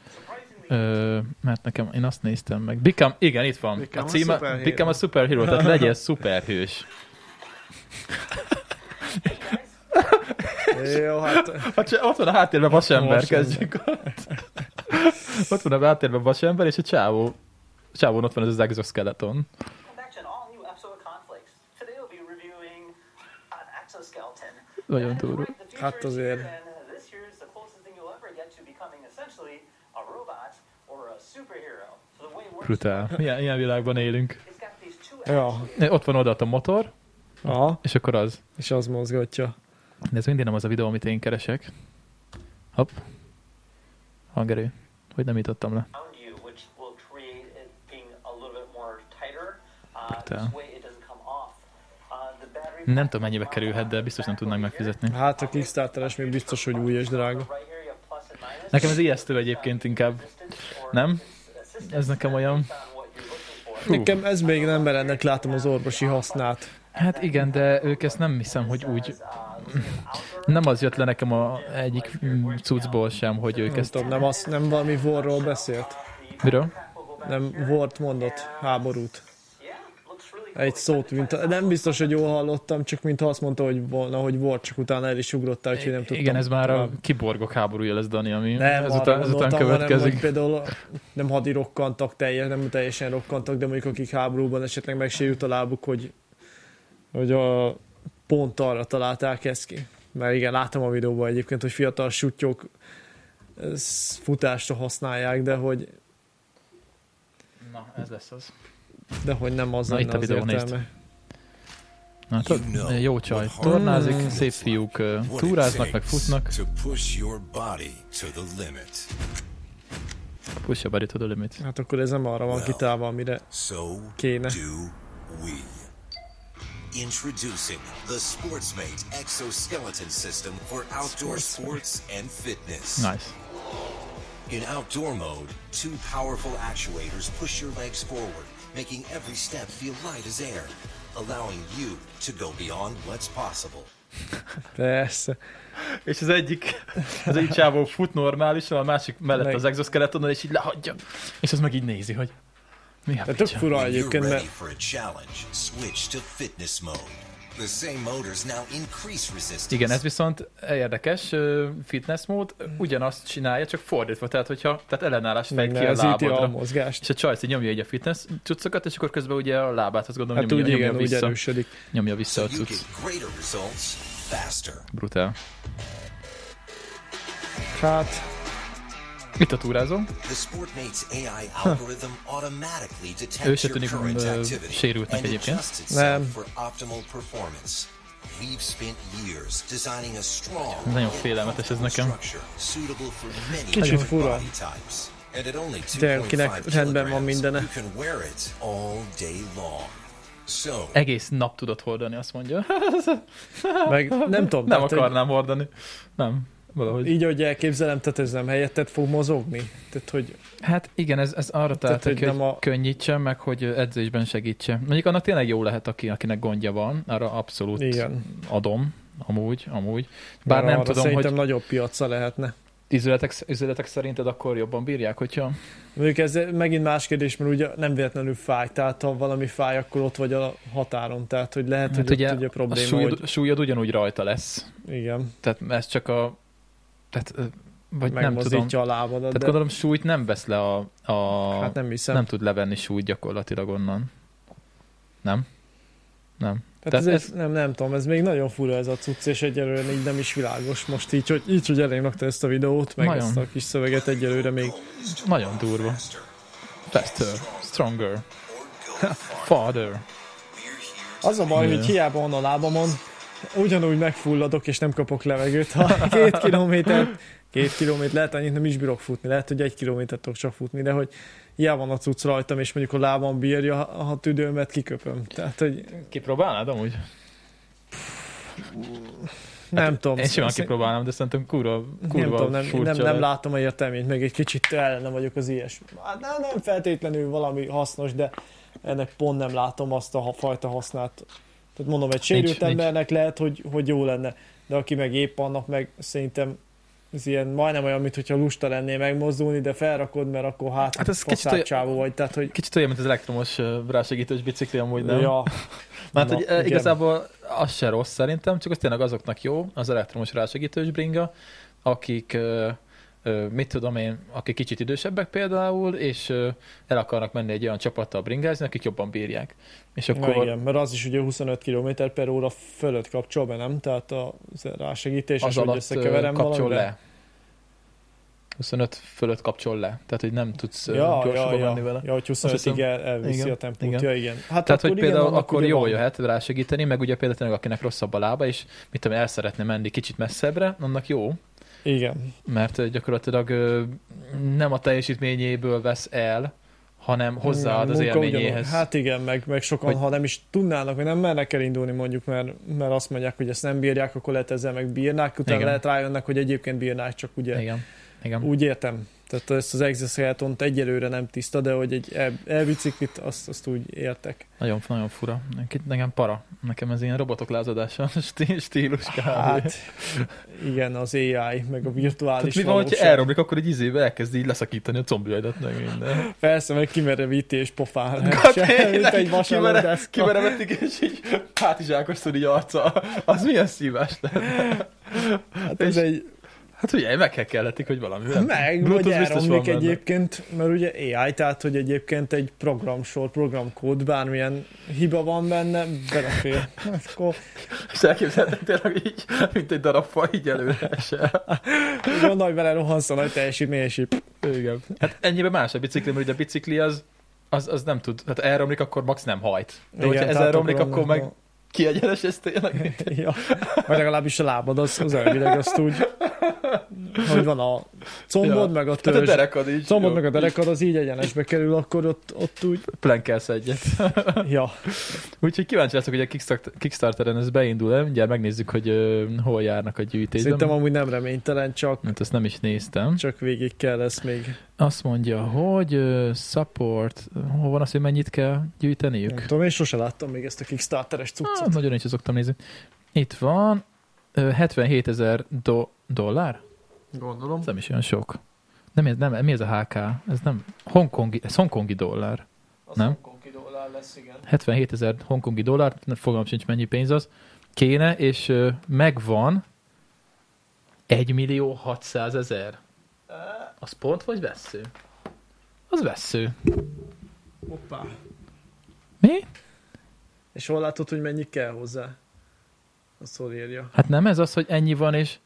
Speaker 1: Ö, mert nekem, én azt néztem meg. Become, igen, itt van.
Speaker 2: Become
Speaker 1: a
Speaker 2: a
Speaker 1: címe,
Speaker 2: superhero.
Speaker 1: Become a superhero, tehát legyél szuperhős.
Speaker 3: jó, hát
Speaker 1: A cse- Ott van a háttérben vasember,
Speaker 3: Vasember.
Speaker 1: kezdjük ott. ott van a háttérben vasember, és a csávó. Csávón ott van ez az exoskeleton.
Speaker 4: Action all new episode of Conflicts. Today we'll be reviewing an exoskeleton.
Speaker 1: Nagyon durva.
Speaker 3: Hát azért.
Speaker 4: And this year's the closest thing you'll ever get to becoming essentially a robot or a superhero. So the way it works,
Speaker 1: Brutál. Ilyen, ilyen világban élünk.
Speaker 4: it's got these two
Speaker 3: Ja.
Speaker 1: Ott van oda a motor,
Speaker 3: Aha,
Speaker 1: és akkor az.
Speaker 3: és az mozgatja.
Speaker 1: De ez mindig nem az a videó, amit én keresek. Hopp. Hangerő. Hogy nem jutottam le.
Speaker 4: around you, which will create it being a little bit more tighter. Uh,
Speaker 1: Brutál.
Speaker 4: this way it doesn't come off. Uh, the battery
Speaker 1: Nem tudom, mennyibe kerülhet, de biztos nem tudnánk megfizetni.
Speaker 3: Hát a Kickstarteres még biztos, hogy új és drága.
Speaker 4: Right here, you have plus and minus.
Speaker 1: Nekem ez ijesztő egyébként inkább. Nem? Ez nekem olyan...
Speaker 4: On what you're looking for.
Speaker 3: Nekem ez még nem, mert ennek látom az orvosi hasznát.
Speaker 1: Hát igen, de ők ezt nem hiszem, hogy úgy... Nem az jött le nekem a egyik mm, cuccból sem, hogy ők
Speaker 3: Nem
Speaker 1: ezt...
Speaker 3: tudom, nem, az, nem valami vorról beszélt?
Speaker 1: Miről?
Speaker 3: Nem volt mondott háborút.
Speaker 4: Yeah, looks really
Speaker 3: Egy szót, mint, nem biztos, hogy jól hallottam, csak mintha azt mondta, hogy volna, hogy volt, csak utána el is ugrottál, úgyhogy nem tudtam.
Speaker 1: Igen, ez már a
Speaker 3: tovább.
Speaker 1: kiborgok háborúja lesz, Dani, ami
Speaker 3: nem,
Speaker 1: ezután, ezután következik.
Speaker 3: Hanem, hogy például nem hadi rokkantak teljes, nem teljesen rokkantak, de mondjuk akik háborúban esetleg megsérült a lábuk, hogy, hogy a, pont arra találták ezt ki. Mert igen, látom a videóban egyébként, hogy fiatal sutyok ezt futásra használják, de hogy,
Speaker 1: Na, ez lesz az.
Speaker 3: de hogy nem az
Speaker 1: Na,
Speaker 3: lenne
Speaker 1: itt a
Speaker 3: az
Speaker 1: videó, nézd.
Speaker 3: értelme.
Speaker 1: Na, tudod,
Speaker 5: You know
Speaker 1: Hát, jó csaj,
Speaker 5: what
Speaker 1: tornázik,
Speaker 5: hard-
Speaker 1: szép fiúk ö,
Speaker 5: what it
Speaker 1: túráznak, meg
Speaker 5: takes
Speaker 1: futnak.
Speaker 5: To push your body to the limit.
Speaker 1: Push your body to the limit.
Speaker 3: Hát akkor ez nem arra van kitálva, amire
Speaker 5: So
Speaker 3: Kéne.
Speaker 5: do we. Introducing the Sportsmate exoskeleton system for outdoor sports and fitness.
Speaker 1: Nice.
Speaker 5: In outdoor mode, two powerful actuators push your legs forward, making every step feel light as air, allowing you to go beyond what's possible.
Speaker 3: persze.
Speaker 1: És az egyik, az egyik csávó fut normálisan, a másik mellett
Speaker 3: Meg-
Speaker 1: az exoskeletonon, és így lehagyja. És az meg így nézi, hogy Mi a
Speaker 3: De tök
Speaker 1: picsa?
Speaker 3: fura
Speaker 5: When you're
Speaker 3: egyébként,
Speaker 5: ready
Speaker 3: mert
Speaker 5: for a challenge, switch to fitness mode. The same motors now increase resistance.
Speaker 1: Igen, ez viszont érdekes ö, fitness mód, ugyanazt csinálja, csak fordítva, tehát hogyha tehát ellenállás fej ki
Speaker 3: meg
Speaker 1: a
Speaker 3: az íti a
Speaker 1: lábadra.
Speaker 3: mozgást.
Speaker 1: És a csajci nyomja így a fitness cuccokat, és akkor közben ugye a lábát, azt gondolom,
Speaker 3: Hát
Speaker 1: nyomja,
Speaker 3: úgy igen,
Speaker 1: nyomja
Speaker 3: úgy
Speaker 1: vissza.
Speaker 3: erősödik.
Speaker 1: Nyomja vissza
Speaker 5: So
Speaker 1: a
Speaker 5: you
Speaker 1: cucc.
Speaker 5: get greater results faster.
Speaker 1: Brutál.
Speaker 3: Hát,
Speaker 1: Itt a túrázó.
Speaker 5: The Sportmate's AI algorithm automatically
Speaker 1: Ő
Speaker 5: detects
Speaker 1: se
Speaker 5: your
Speaker 1: tűnik,
Speaker 5: current
Speaker 1: ö,
Speaker 5: activity
Speaker 1: sérültnek
Speaker 5: and
Speaker 1: egyébként.
Speaker 5: adjusts itself
Speaker 3: Nem.
Speaker 5: for optimal performance. We've spent years designing a strong,
Speaker 1: Nagyon félelmetes ez nekem.
Speaker 5: structure suitable for many
Speaker 3: Kicsit
Speaker 5: different
Speaker 3: fura.
Speaker 5: body types. And at only
Speaker 3: De kinek
Speaker 5: 2.5
Speaker 3: rendben van
Speaker 5: kilograms,
Speaker 3: mindene.
Speaker 5: you can wear it all day long. So,
Speaker 1: Egész nap tudod hordani, azt mondja.
Speaker 3: meg nem tudom.
Speaker 1: Nem
Speaker 3: tehát, hogy
Speaker 1: akarnám hordani. Nem, valahogy.
Speaker 3: Így, hogy elképzelem, tehát ez nem helyetted fog mozogni. Tehát, hogy
Speaker 1: Hát igen, ez, ez arra
Speaker 3: Tehát,
Speaker 1: tehát, hogy,
Speaker 3: hogy
Speaker 1: hogy
Speaker 3: nem a-
Speaker 1: könnyítse, meg hogy edzésben segítse. Mondjuk annak tényleg jó lehet, aki, akinek gondja van, arra abszolút
Speaker 3: Igen.
Speaker 1: adom. Amúgy, amúgy. Bár
Speaker 3: arra
Speaker 1: nem tudom,
Speaker 3: szerintem
Speaker 1: hogy
Speaker 3: nagyobb piaca lehetne.
Speaker 1: üzletek, üzletek szerinted akkor jobban bírják, hogyha
Speaker 3: Mondjuk ez megint más kérdés, mert ugye nem véletlenül fáj, tehát ha valami fáj, akkor ott vagy a határon, tehát hogy lehet,
Speaker 1: hát
Speaker 3: hogy ugye,
Speaker 1: ugye,
Speaker 3: ott ugye
Speaker 1: a
Speaker 3: probléma,
Speaker 1: súlyod,
Speaker 3: hogy
Speaker 1: súlyod ugyanúgy rajta lesz.
Speaker 3: igen,
Speaker 1: Tehát ez csak a... Tehát, ö, vagy nem tudom.
Speaker 3: megmozdítja a lábadat,
Speaker 1: Tehát
Speaker 3: de
Speaker 1: gondolom súlyt nem vesz le a... a
Speaker 3: hát nem hiszem.
Speaker 1: nem tud levenni súlyt gyakorlatilag onnan. Nem? Nem.
Speaker 3: hát
Speaker 1: tehát
Speaker 3: ez, ez,
Speaker 1: ez-
Speaker 3: nem, nem tudom, ez még nagyon fura ez a cucc, és egyelőre így nem is világos most így, hogy így, hogy elém rakta ezt a videót, meg
Speaker 1: Nagyon.
Speaker 3: ezt a kis szöveget egyelőre még.
Speaker 1: Nagyon durva. Faster, stronger, farther.
Speaker 3: Az a baj,
Speaker 1: Ja.
Speaker 3: hogy hiába van a lábamon, ugyanúgy megfulladok, és nem kapok levegőt. Ha két kilométert, két kilométer, lehet annyit nem is bírok futni, lehet, hogy egy kilométert tudok csak futni, de hogy hiába van a cucc rajtam, és mondjuk a lábam bírja, ha ha tüdőmet kiköpöm. Tehát, hogy
Speaker 1: Kipróbálnád amúgy?
Speaker 3: nem tudom.
Speaker 1: Én simán
Speaker 3: Azt-
Speaker 1: kipróbálnám, de szerintem kurva, kurva
Speaker 3: nem, tudom, nem,
Speaker 1: furcsa
Speaker 3: nem, nem
Speaker 1: lett.
Speaker 3: látom a értelmét, meg egy kicsit ellene vagyok az ilyes. Hát nem, nem feltétlenül valami hasznos, de ennek pont nem látom azt a ha- fajta hasznát. Tehát mondom, egy sérült
Speaker 1: Nincs- nincs.
Speaker 3: embernek lehet, hogy, hogy jó lenne, de aki meg épp annak meg szerintem ez ilyen majdnem olyan, mint hogyha lusta lennél megmozdulni, de felrakod, mert akkor hát,
Speaker 1: Hát
Speaker 3: hát
Speaker 1: ez
Speaker 3: ez
Speaker 1: kicsit olyan-
Speaker 3: csávó vagy, tehát hogy
Speaker 1: Kicsit olyan, mint az elektromos ö, rásegítős bicikli amúgy, nem?
Speaker 3: Ja,
Speaker 1: Mert
Speaker 3: na,
Speaker 1: hogy
Speaker 3: igen.
Speaker 1: igen. igazából az se rossz szerintem, csak az tényleg azoknak jó, az elektromos rásegítős bringa, akik, ö, ö, mit tudom én, akik kicsit idősebbek például, és ö, el akarnak menni egy olyan csapattal bringázni, akik jobban bírják. És
Speaker 3: Na
Speaker 1: akkor
Speaker 3: igen, mert az is ugye 25 km per óra fölött kapcsol be, nem? Tehát a az rásegítés, és
Speaker 1: az
Speaker 3: hogy
Speaker 1: alatt ö,
Speaker 3: összekeverem
Speaker 1: kapcsol
Speaker 3: valamivel.
Speaker 1: le. 25 fölött kapcsol le, tehát hogy nem tudsz ja,
Speaker 3: ja,
Speaker 1: gyorsabban
Speaker 3: ja,
Speaker 1: ja, menni
Speaker 3: ja,
Speaker 1: vele.
Speaker 3: ja, hogy
Speaker 1: Azt
Speaker 3: 25-ig
Speaker 1: hiszem-
Speaker 3: el, elviszi
Speaker 1: igen,
Speaker 3: a tempót.
Speaker 1: igen.
Speaker 3: Ja, igen. Hát
Speaker 1: Tehát, hogy
Speaker 3: igen,
Speaker 1: például
Speaker 3: annak
Speaker 1: akkor
Speaker 3: ugye
Speaker 1: jól
Speaker 3: van.
Speaker 1: jöhet rásegíteni, meg ugye például akinek rosszabb a lába, és mit tudom, el szeretne menni kicsit messzebbre, annak jó,
Speaker 3: Igen,
Speaker 1: mert ö, gyakorlatilag ö, nem a teljesítményéből vesz el, hanem hozzáad az
Speaker 3: Munka ugyanúgy.
Speaker 1: élményéhez. Hát,
Speaker 3: Hát igen, meg, meg sokan,
Speaker 1: Hogy-
Speaker 3: ha nem is tudnának, vagy nem mernek elindulni mondjuk, mert, mert azt mondják, hogy ezt nem bírják, akkor lehet ezzel meg bírnák, utána
Speaker 1: Igen.
Speaker 3: lehet rájönnek, hogy egyébként bírnák, csak ugye
Speaker 1: igen, igen.
Speaker 3: Úgy értem. Tehát ezt az exoskeletont egyelőre nem tiszta, de hogy egy el- elbiciklit, azt, azt úgy értek.
Speaker 1: Nagyon, nagyon fura. Neki- Nekem para. Nekem ez ilyen robotok lázadása stí- stílus.
Speaker 3: Hát, igen, az AI, meg a virtuális
Speaker 1: Tehát mi van, hogyha
Speaker 3: valóság.
Speaker 1: elromlik, akkor egy izébe elkezd így leszakítani a combjaidat, meg minden.
Speaker 3: Persze, meg kimerevíti és pofán.
Speaker 1: Hát
Speaker 3: Hát,
Speaker 1: tényleg,
Speaker 3: mint egy
Speaker 1: kivere-
Speaker 3: vasalódeszka.
Speaker 1: Kiveremetik, és így hátizsákosztod így arca. Az milyen szívás lenne?
Speaker 3: Hát ez
Speaker 1: és-
Speaker 3: egy...
Speaker 1: Hát ugye, meg kell kellették, hogy valami. nem?
Speaker 3: Meg,
Speaker 1: Bluetooth
Speaker 3: vagy
Speaker 1: biztos van
Speaker 3: elromlik
Speaker 1: benne.
Speaker 3: egyébként, mert ugye AI, tehát hogy egyébként egy programsor, programkód, bármilyen hiba van benne, belefér. Hát Akkor
Speaker 1: És elképzelhetek tényleg így, mint egy darab fa, így előre esel.
Speaker 3: gondolj bele, rohansz a nagy teljesítmény, és így-
Speaker 1: Igen. Hát ennyiben más a bicikli, mert ugye a bicikli az, az, az nem tud, hát elromlik, akkor max nem hajt. De hogyha
Speaker 3: tehát
Speaker 1: ez elromlik,
Speaker 3: annak
Speaker 1: akkor
Speaker 3: van-
Speaker 1: meg kiegyenes ez tényleg.
Speaker 3: Ja. Vagy legalábbis a lábad, az, az elvileg azt úgy, hogy van a combod,
Speaker 1: Ja.
Speaker 3: meg a
Speaker 1: Tehát a
Speaker 3: törzs.
Speaker 1: derekad így.
Speaker 3: combod,
Speaker 1: jó,
Speaker 3: meg a
Speaker 1: így
Speaker 3: derekad, az így egyenesbe kerül, akkor ott, ott úgy,
Speaker 1: Plankelsz egyet.
Speaker 3: ja.
Speaker 1: Úgyhogy kíváncsi leszek, hogy a Kickstart- Kickstarteren ez beindul-e. Mindjárt megnézzük, hogy ö, hol járnak a gyűjtésben.
Speaker 3: Szerintem amúgy nem reménytelen, csak,
Speaker 1: Mert ezt nem is néztem.
Speaker 3: csak végig kell ezt még.
Speaker 1: Azt mondja, hogy ö, support, hol van az, hogy mennyit kell gyűjteniük?
Speaker 3: Nem tudom, én sose láttam még ezt a Kickstarteres
Speaker 1: Ah,
Speaker 3: cuccot.
Speaker 1: nagyon is szoktam nézni. Itt van ö, 77 ezer do- dollár?
Speaker 3: Gondolom.
Speaker 1: Ez nem is olyan sok. Nem, ez- nem, mi ez a HK? Ez nem Hongkongi, ez hongkongi dollár.
Speaker 2: Az
Speaker 1: Nem?
Speaker 2: hongkongi dollár lesz, igen.
Speaker 1: 77 ezer hongkongi dollár, nem fogalmam sincs mennyi pénz az, kéne, és ö, megvan 1 millió 600 ezer. Az pont vagy vesző? Az vesző.
Speaker 2: Hoppá.
Speaker 1: Mi?
Speaker 3: És hol látod, hogy mennyi kell hozzá? Azt hol írja.
Speaker 1: Hát nem ez az, hogy ennyi van, és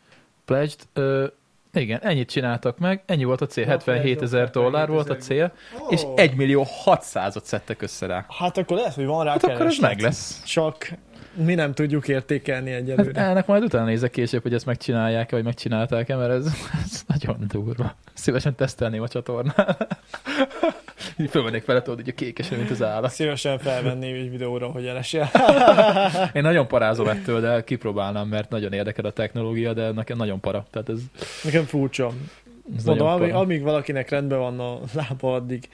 Speaker 1: pledged, ö, igen, ennyit csináltak meg, ennyi volt a cél, 77 ezer dollár volt a cél, és 1 millió 600-at szedtek össze rá.
Speaker 3: Hát akkor lehet, hogy van rá
Speaker 1: Hát akkor ez
Speaker 3: kereslet.
Speaker 1: meg lesz.
Speaker 3: Csak mi nem tudjuk értékelni
Speaker 1: Hát
Speaker 3: egyelőre.
Speaker 1: ennek majd utána nézek később, hogy ezt megcsinálják-e, vagy megcsinálták-e, mert ez, ez nagyon durva. Szívesen tesztelném a csatornát. Így fölmennék vele, tudod, így a kékesen, mint az állat.
Speaker 3: Szívesen felvenném egy videóra, hogy elesel.
Speaker 1: Én nagyon parázom ettől, de kipróbálnám, mert nagyon érdekel a technológia, de nekem nagyon para. Tehát ez,
Speaker 3: Nekem furcsa.
Speaker 1: ez
Speaker 3: Mondom,
Speaker 1: nagyon
Speaker 3: amíg,
Speaker 1: para.
Speaker 3: amíg valakinek rendben van a lába, addig,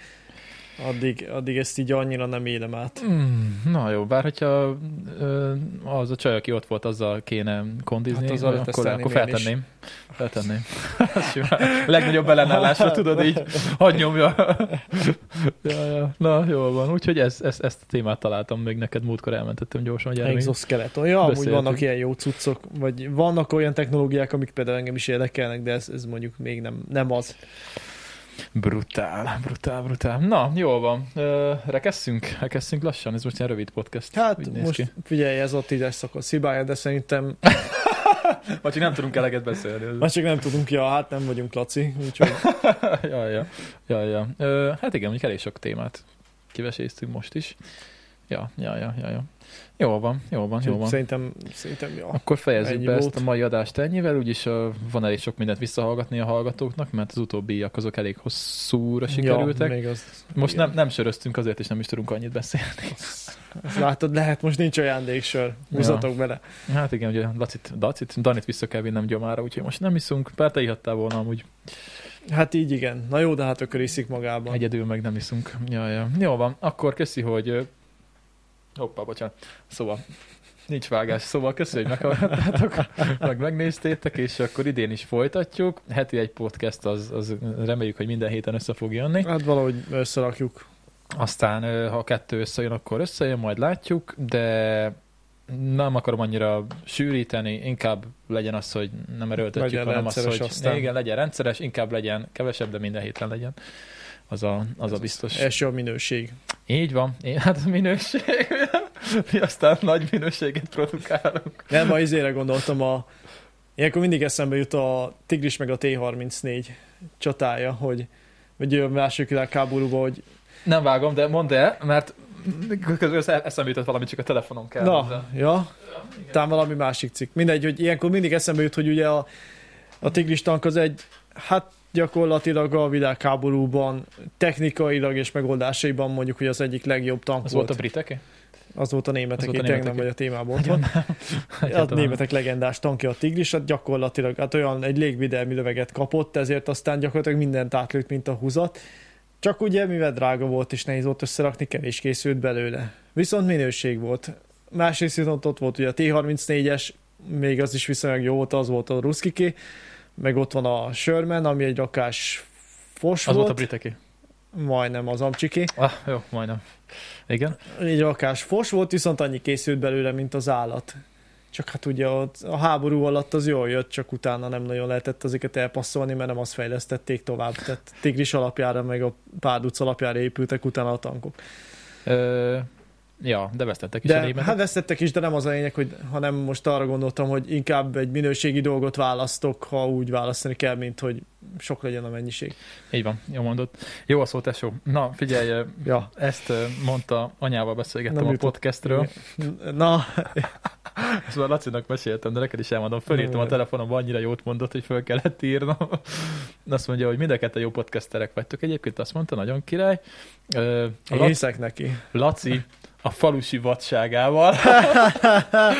Speaker 3: addig, addig ezt így annyira nem élem át.
Speaker 1: Mm, na jó, bár hogyha ö, az a csaj, aki ott volt, azzal kéne kondizni,
Speaker 3: Hát
Speaker 1: hát
Speaker 3: azzal
Speaker 1: akkor,
Speaker 3: letesztelném
Speaker 1: akkor
Speaker 3: én is.
Speaker 1: feltenném. Feltenném. Az simán. Legnagyobb ellenállásra tudod így, hadd nyomja. ja, ja. Na, jól van. Úgyhogy ez, ez, ezt a témát találtam még neked, múltkor elmentettem gyorsan, hogy erre még-
Speaker 3: Exoskeleton. Ja, amúgy
Speaker 1: Beszéltünk.
Speaker 3: vannak ilyen jó cuccok, vagy vannak olyan technológiák, amik például engem is érdekelnek, de ez, ez mondjuk még nem, nem az.
Speaker 1: Brutál, brutál, brutál. Na, jól van. Ö, rekesszünk, rekesszünk lassan, ez most ilyen rövid podcast.
Speaker 3: Hát
Speaker 1: Úgy néz
Speaker 3: most
Speaker 1: ki. Hát,
Speaker 3: figyelj, ez a tízes szakasz hibája, de szerintem
Speaker 1: Vagy csak nem tudunk eleget beszélni.
Speaker 3: már csak nem tudunk, ja, hát nem vagyunk Laci, úgyhogy
Speaker 1: ja, ja, ja, ja. Ö, hát igen, mondjuk elég sok témát kiveséztünk most is. Ja, ja, ja, ja, ja. Jól van, jól van, jól
Speaker 3: Úgyhogy
Speaker 1: van.
Speaker 3: szerintem, szerintem jó.
Speaker 1: Akkor fejezzük
Speaker 3: Ennyi
Speaker 1: be ezt
Speaker 3: volt.
Speaker 1: a mai adást ennyivel, úgyis ö, van elég sok mindent visszahallgatni a hallgatóknak, mert az utóbbiak azok elég hosszúra sikerültek.
Speaker 3: Ja, még az,
Speaker 1: Most
Speaker 3: igen.
Speaker 1: nem, nem söröztünk, azért is nem is tudunk annyit beszélni.
Speaker 3: Azt Látod, lehet, most nincs ajándéksör. Húzzatok bele.
Speaker 1: Hát igen, ugye Lacit, Lacit, Danit vissza kell vinnem gyomára, úgyhogy most nem iszunk, bár te ihattál volna amúgy.
Speaker 3: Hát így igen. Na jó, de hát akkor iszik magában.
Speaker 1: Egyedül meg nem iszunk. Ja, ja. Jó van, akkor köszi, hogy... ö, Hoppá, bocsánat. Szóval, nincs vágás. Szóval köszi, hogy meghallgattátok, meg megnéztétek, és akkor idén is folytatjuk. Heti egy podcast, az, az reméljük, hogy minden héten össze fog jönni.
Speaker 3: Hát valahogy összerakjuk.
Speaker 1: Aztán, ö, ha a kettő összejön, akkor összejön, majd látjuk, de nem akarom annyira sűríteni, inkább legyen az, hogy nem erőltetjük,
Speaker 3: Legyen
Speaker 1: hanem az,
Speaker 3: rendszeres
Speaker 1: hogy
Speaker 3: aztán.
Speaker 1: igen, legyen rendszeres, inkább legyen kevesebb, de minden héten legyen. Az a, az a biztos.
Speaker 3: És jó minőség.
Speaker 1: Így van. Én, hát a minőség. Mi aztán nagy minőséget produkálunk.
Speaker 3: Nem, ma izére gondoltam a... Ilyenkor mindig eszembe jut a Tigris meg a T-34 csatája, hogy vagy a második világháborúban, hogy
Speaker 1: Nem vágom, de mondd el, mert közben össze- eszembe jutott valami, csak a telefonom kell.
Speaker 3: Na,
Speaker 1: hozzá.
Speaker 3: ja, talán valami másik cikk. Mindegy, hogy ilyenkor mindig eszembe jut, hogy ugye a, a tigris tank az egy, hát gyakorlatilag a világháborúban technikailag és megoldásaiban mondjuk, hogy az egyik legjobb tank
Speaker 1: Az volt
Speaker 3: volt. Hát,
Speaker 1: a briteké?
Speaker 3: az volt a németek,
Speaker 1: az volt a
Speaker 3: tényleg nem
Speaker 1: németeké.
Speaker 3: vagy a témában. Ott van. A
Speaker 1: Egyáltalán.
Speaker 3: németek legendás tankja a tigris, hát gyakorlatilag hát olyan egy légvédelmi löveget kapott, ezért aztán gyakorlatilag mindent átlőtt, mint a húzat. Csak ugye, mivel drága volt és nehéz volt összerakni, kevés készült belőle. Viszont minőség volt. Másrészt viszont ott volt ugye a T-34-es, még az is viszonylag jó volt, az volt a ruszkiké, meg ott van a Sherman, ami egy rakás fos
Speaker 1: Az volt
Speaker 3: volt,
Speaker 1: a briteké.
Speaker 3: majdnem az amcsiké.
Speaker 1: Ah, jó, majdnem. Igen.
Speaker 3: Egy rakás fos volt, viszont annyi készült belőle, mint az állat. Csak hát ugye ott a háború alatt az jól jött, csak utána nem nagyon lehetett azokat elpasszolni, mert nem azt fejlesztették tovább. Tehát Tigris alapjára, meg a Párduc alapjára épültek utána a tankok.
Speaker 1: Ö, ja, de vesztettek is a
Speaker 3: De,
Speaker 1: németek.
Speaker 3: hát vesztettek is, de nem az a lényeg, hogy, hanem most arra gondoltam, hogy inkább egy minőségi dolgot választok, ha úgy választani kell, mint hogy sok legyen a mennyiség.
Speaker 1: Így van, jó mondod. Jó a szó, tesó. Na, figyelj, ö,
Speaker 3: Ja.
Speaker 1: ezt ö, mondta, anyával beszélgettem
Speaker 3: Nem
Speaker 1: a
Speaker 3: jutott.
Speaker 1: podcastről.
Speaker 3: Na,
Speaker 1: Ezt már Lacinak meséltem, de neked is elmondom. Fölírtam
Speaker 3: Nem,
Speaker 1: a
Speaker 3: nem.
Speaker 1: telefonomba, annyira jót mondott, hogy föl kellett írnom. Azt mondja, hogy mind a ketten jó podcasterek vagytok. Egyébként azt mondta, nagyon király. Ö, A
Speaker 3: én
Speaker 1: Laci,
Speaker 3: hiszek neki.
Speaker 1: Laci a falusi vadságával. Da-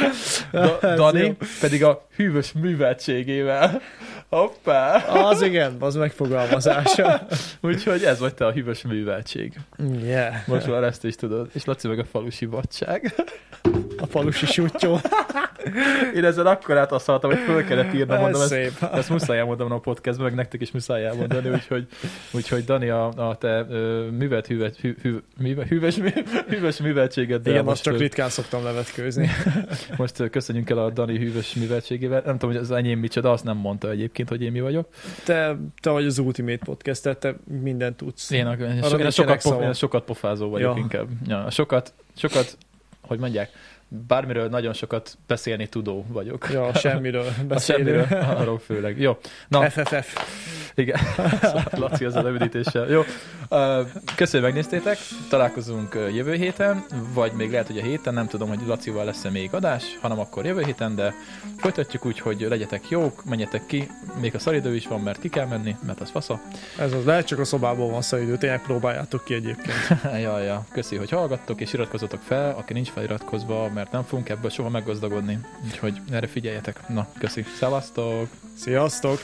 Speaker 1: Dani pedig a hűvös műveltségével. Hoppá!
Speaker 3: Az igen, az megfogalmazása.
Speaker 1: Úgyhogy ez vagy te a hűvös műveltség.
Speaker 3: Yeah.
Speaker 1: Most már ezt is tudod. És Laci meg a falusi vadság.
Speaker 3: A falusi sutyó.
Speaker 1: Én ezzel akkor átasztaltam, hogy föl kellett írnom,
Speaker 3: Ez
Speaker 1: mondom, ezt,
Speaker 3: szép.
Speaker 1: ezt muszáj elmondanom a podcastban, meg nektek is muszáj elmondani, úgyhogy, úgyhogy Dani, a, a te ö, művet, hűvet, hű, hű, műve, hűves, hűves műveltségeddel
Speaker 3: Igen, azt
Speaker 1: most,
Speaker 3: csak
Speaker 1: ö,
Speaker 3: ritkán szoktam levetkőzni.
Speaker 1: most ö, köszönjünk el a Dani hűves műveltségével. Nem tudom, hogy az enyém micsoda, azt nem mondta egyébként, hogy én mi vagyok.
Speaker 3: Te, te vagy az Ultimate Podcast, tehát te mindent tudsz.
Speaker 1: Én, a, én, so, én,
Speaker 3: nincsenek
Speaker 1: a sokat, pof,
Speaker 3: szavak.
Speaker 1: én a sokat pofázó vagyok
Speaker 3: Ja.
Speaker 1: ja. inkább. Ja, a sokat, sokat, hogy mondják, bármiről nagyon sokat beszélni tudó vagyok.
Speaker 3: Ja, semmiről
Speaker 1: A semmiről,
Speaker 3: beszélő.
Speaker 1: arról főleg. Jó, Na.
Speaker 3: FFF.
Speaker 1: igen. Szóval Laci ezzel a üdítéssel. Jó. Ö, Köszönöm, hogy megnéztétek. Találkozunk ö, jövő héten, vagy még lehet, hogy a héten, nem tudom, hogy Lacival lesz-e még adás, hanem akkor jövő héten, de folytatjuk úgy, hogy legyetek jók, menjetek ki, még a szaridő is van, mert ki kell menni, mert az fasza.
Speaker 3: Ez az, lehet csak a szobában van szaidő, tényleg próbáljátok ki egyébként.
Speaker 1: Ja, ja, köszi, hogy hallgattok, és iratkozzatok fel, aki nincs feliratkozva, mert nem fogunk ebből soha meggazdagodni. Úgyhogy erre figyeljetek. Na, köszi. Szevasztok!
Speaker 3: Sziasztok!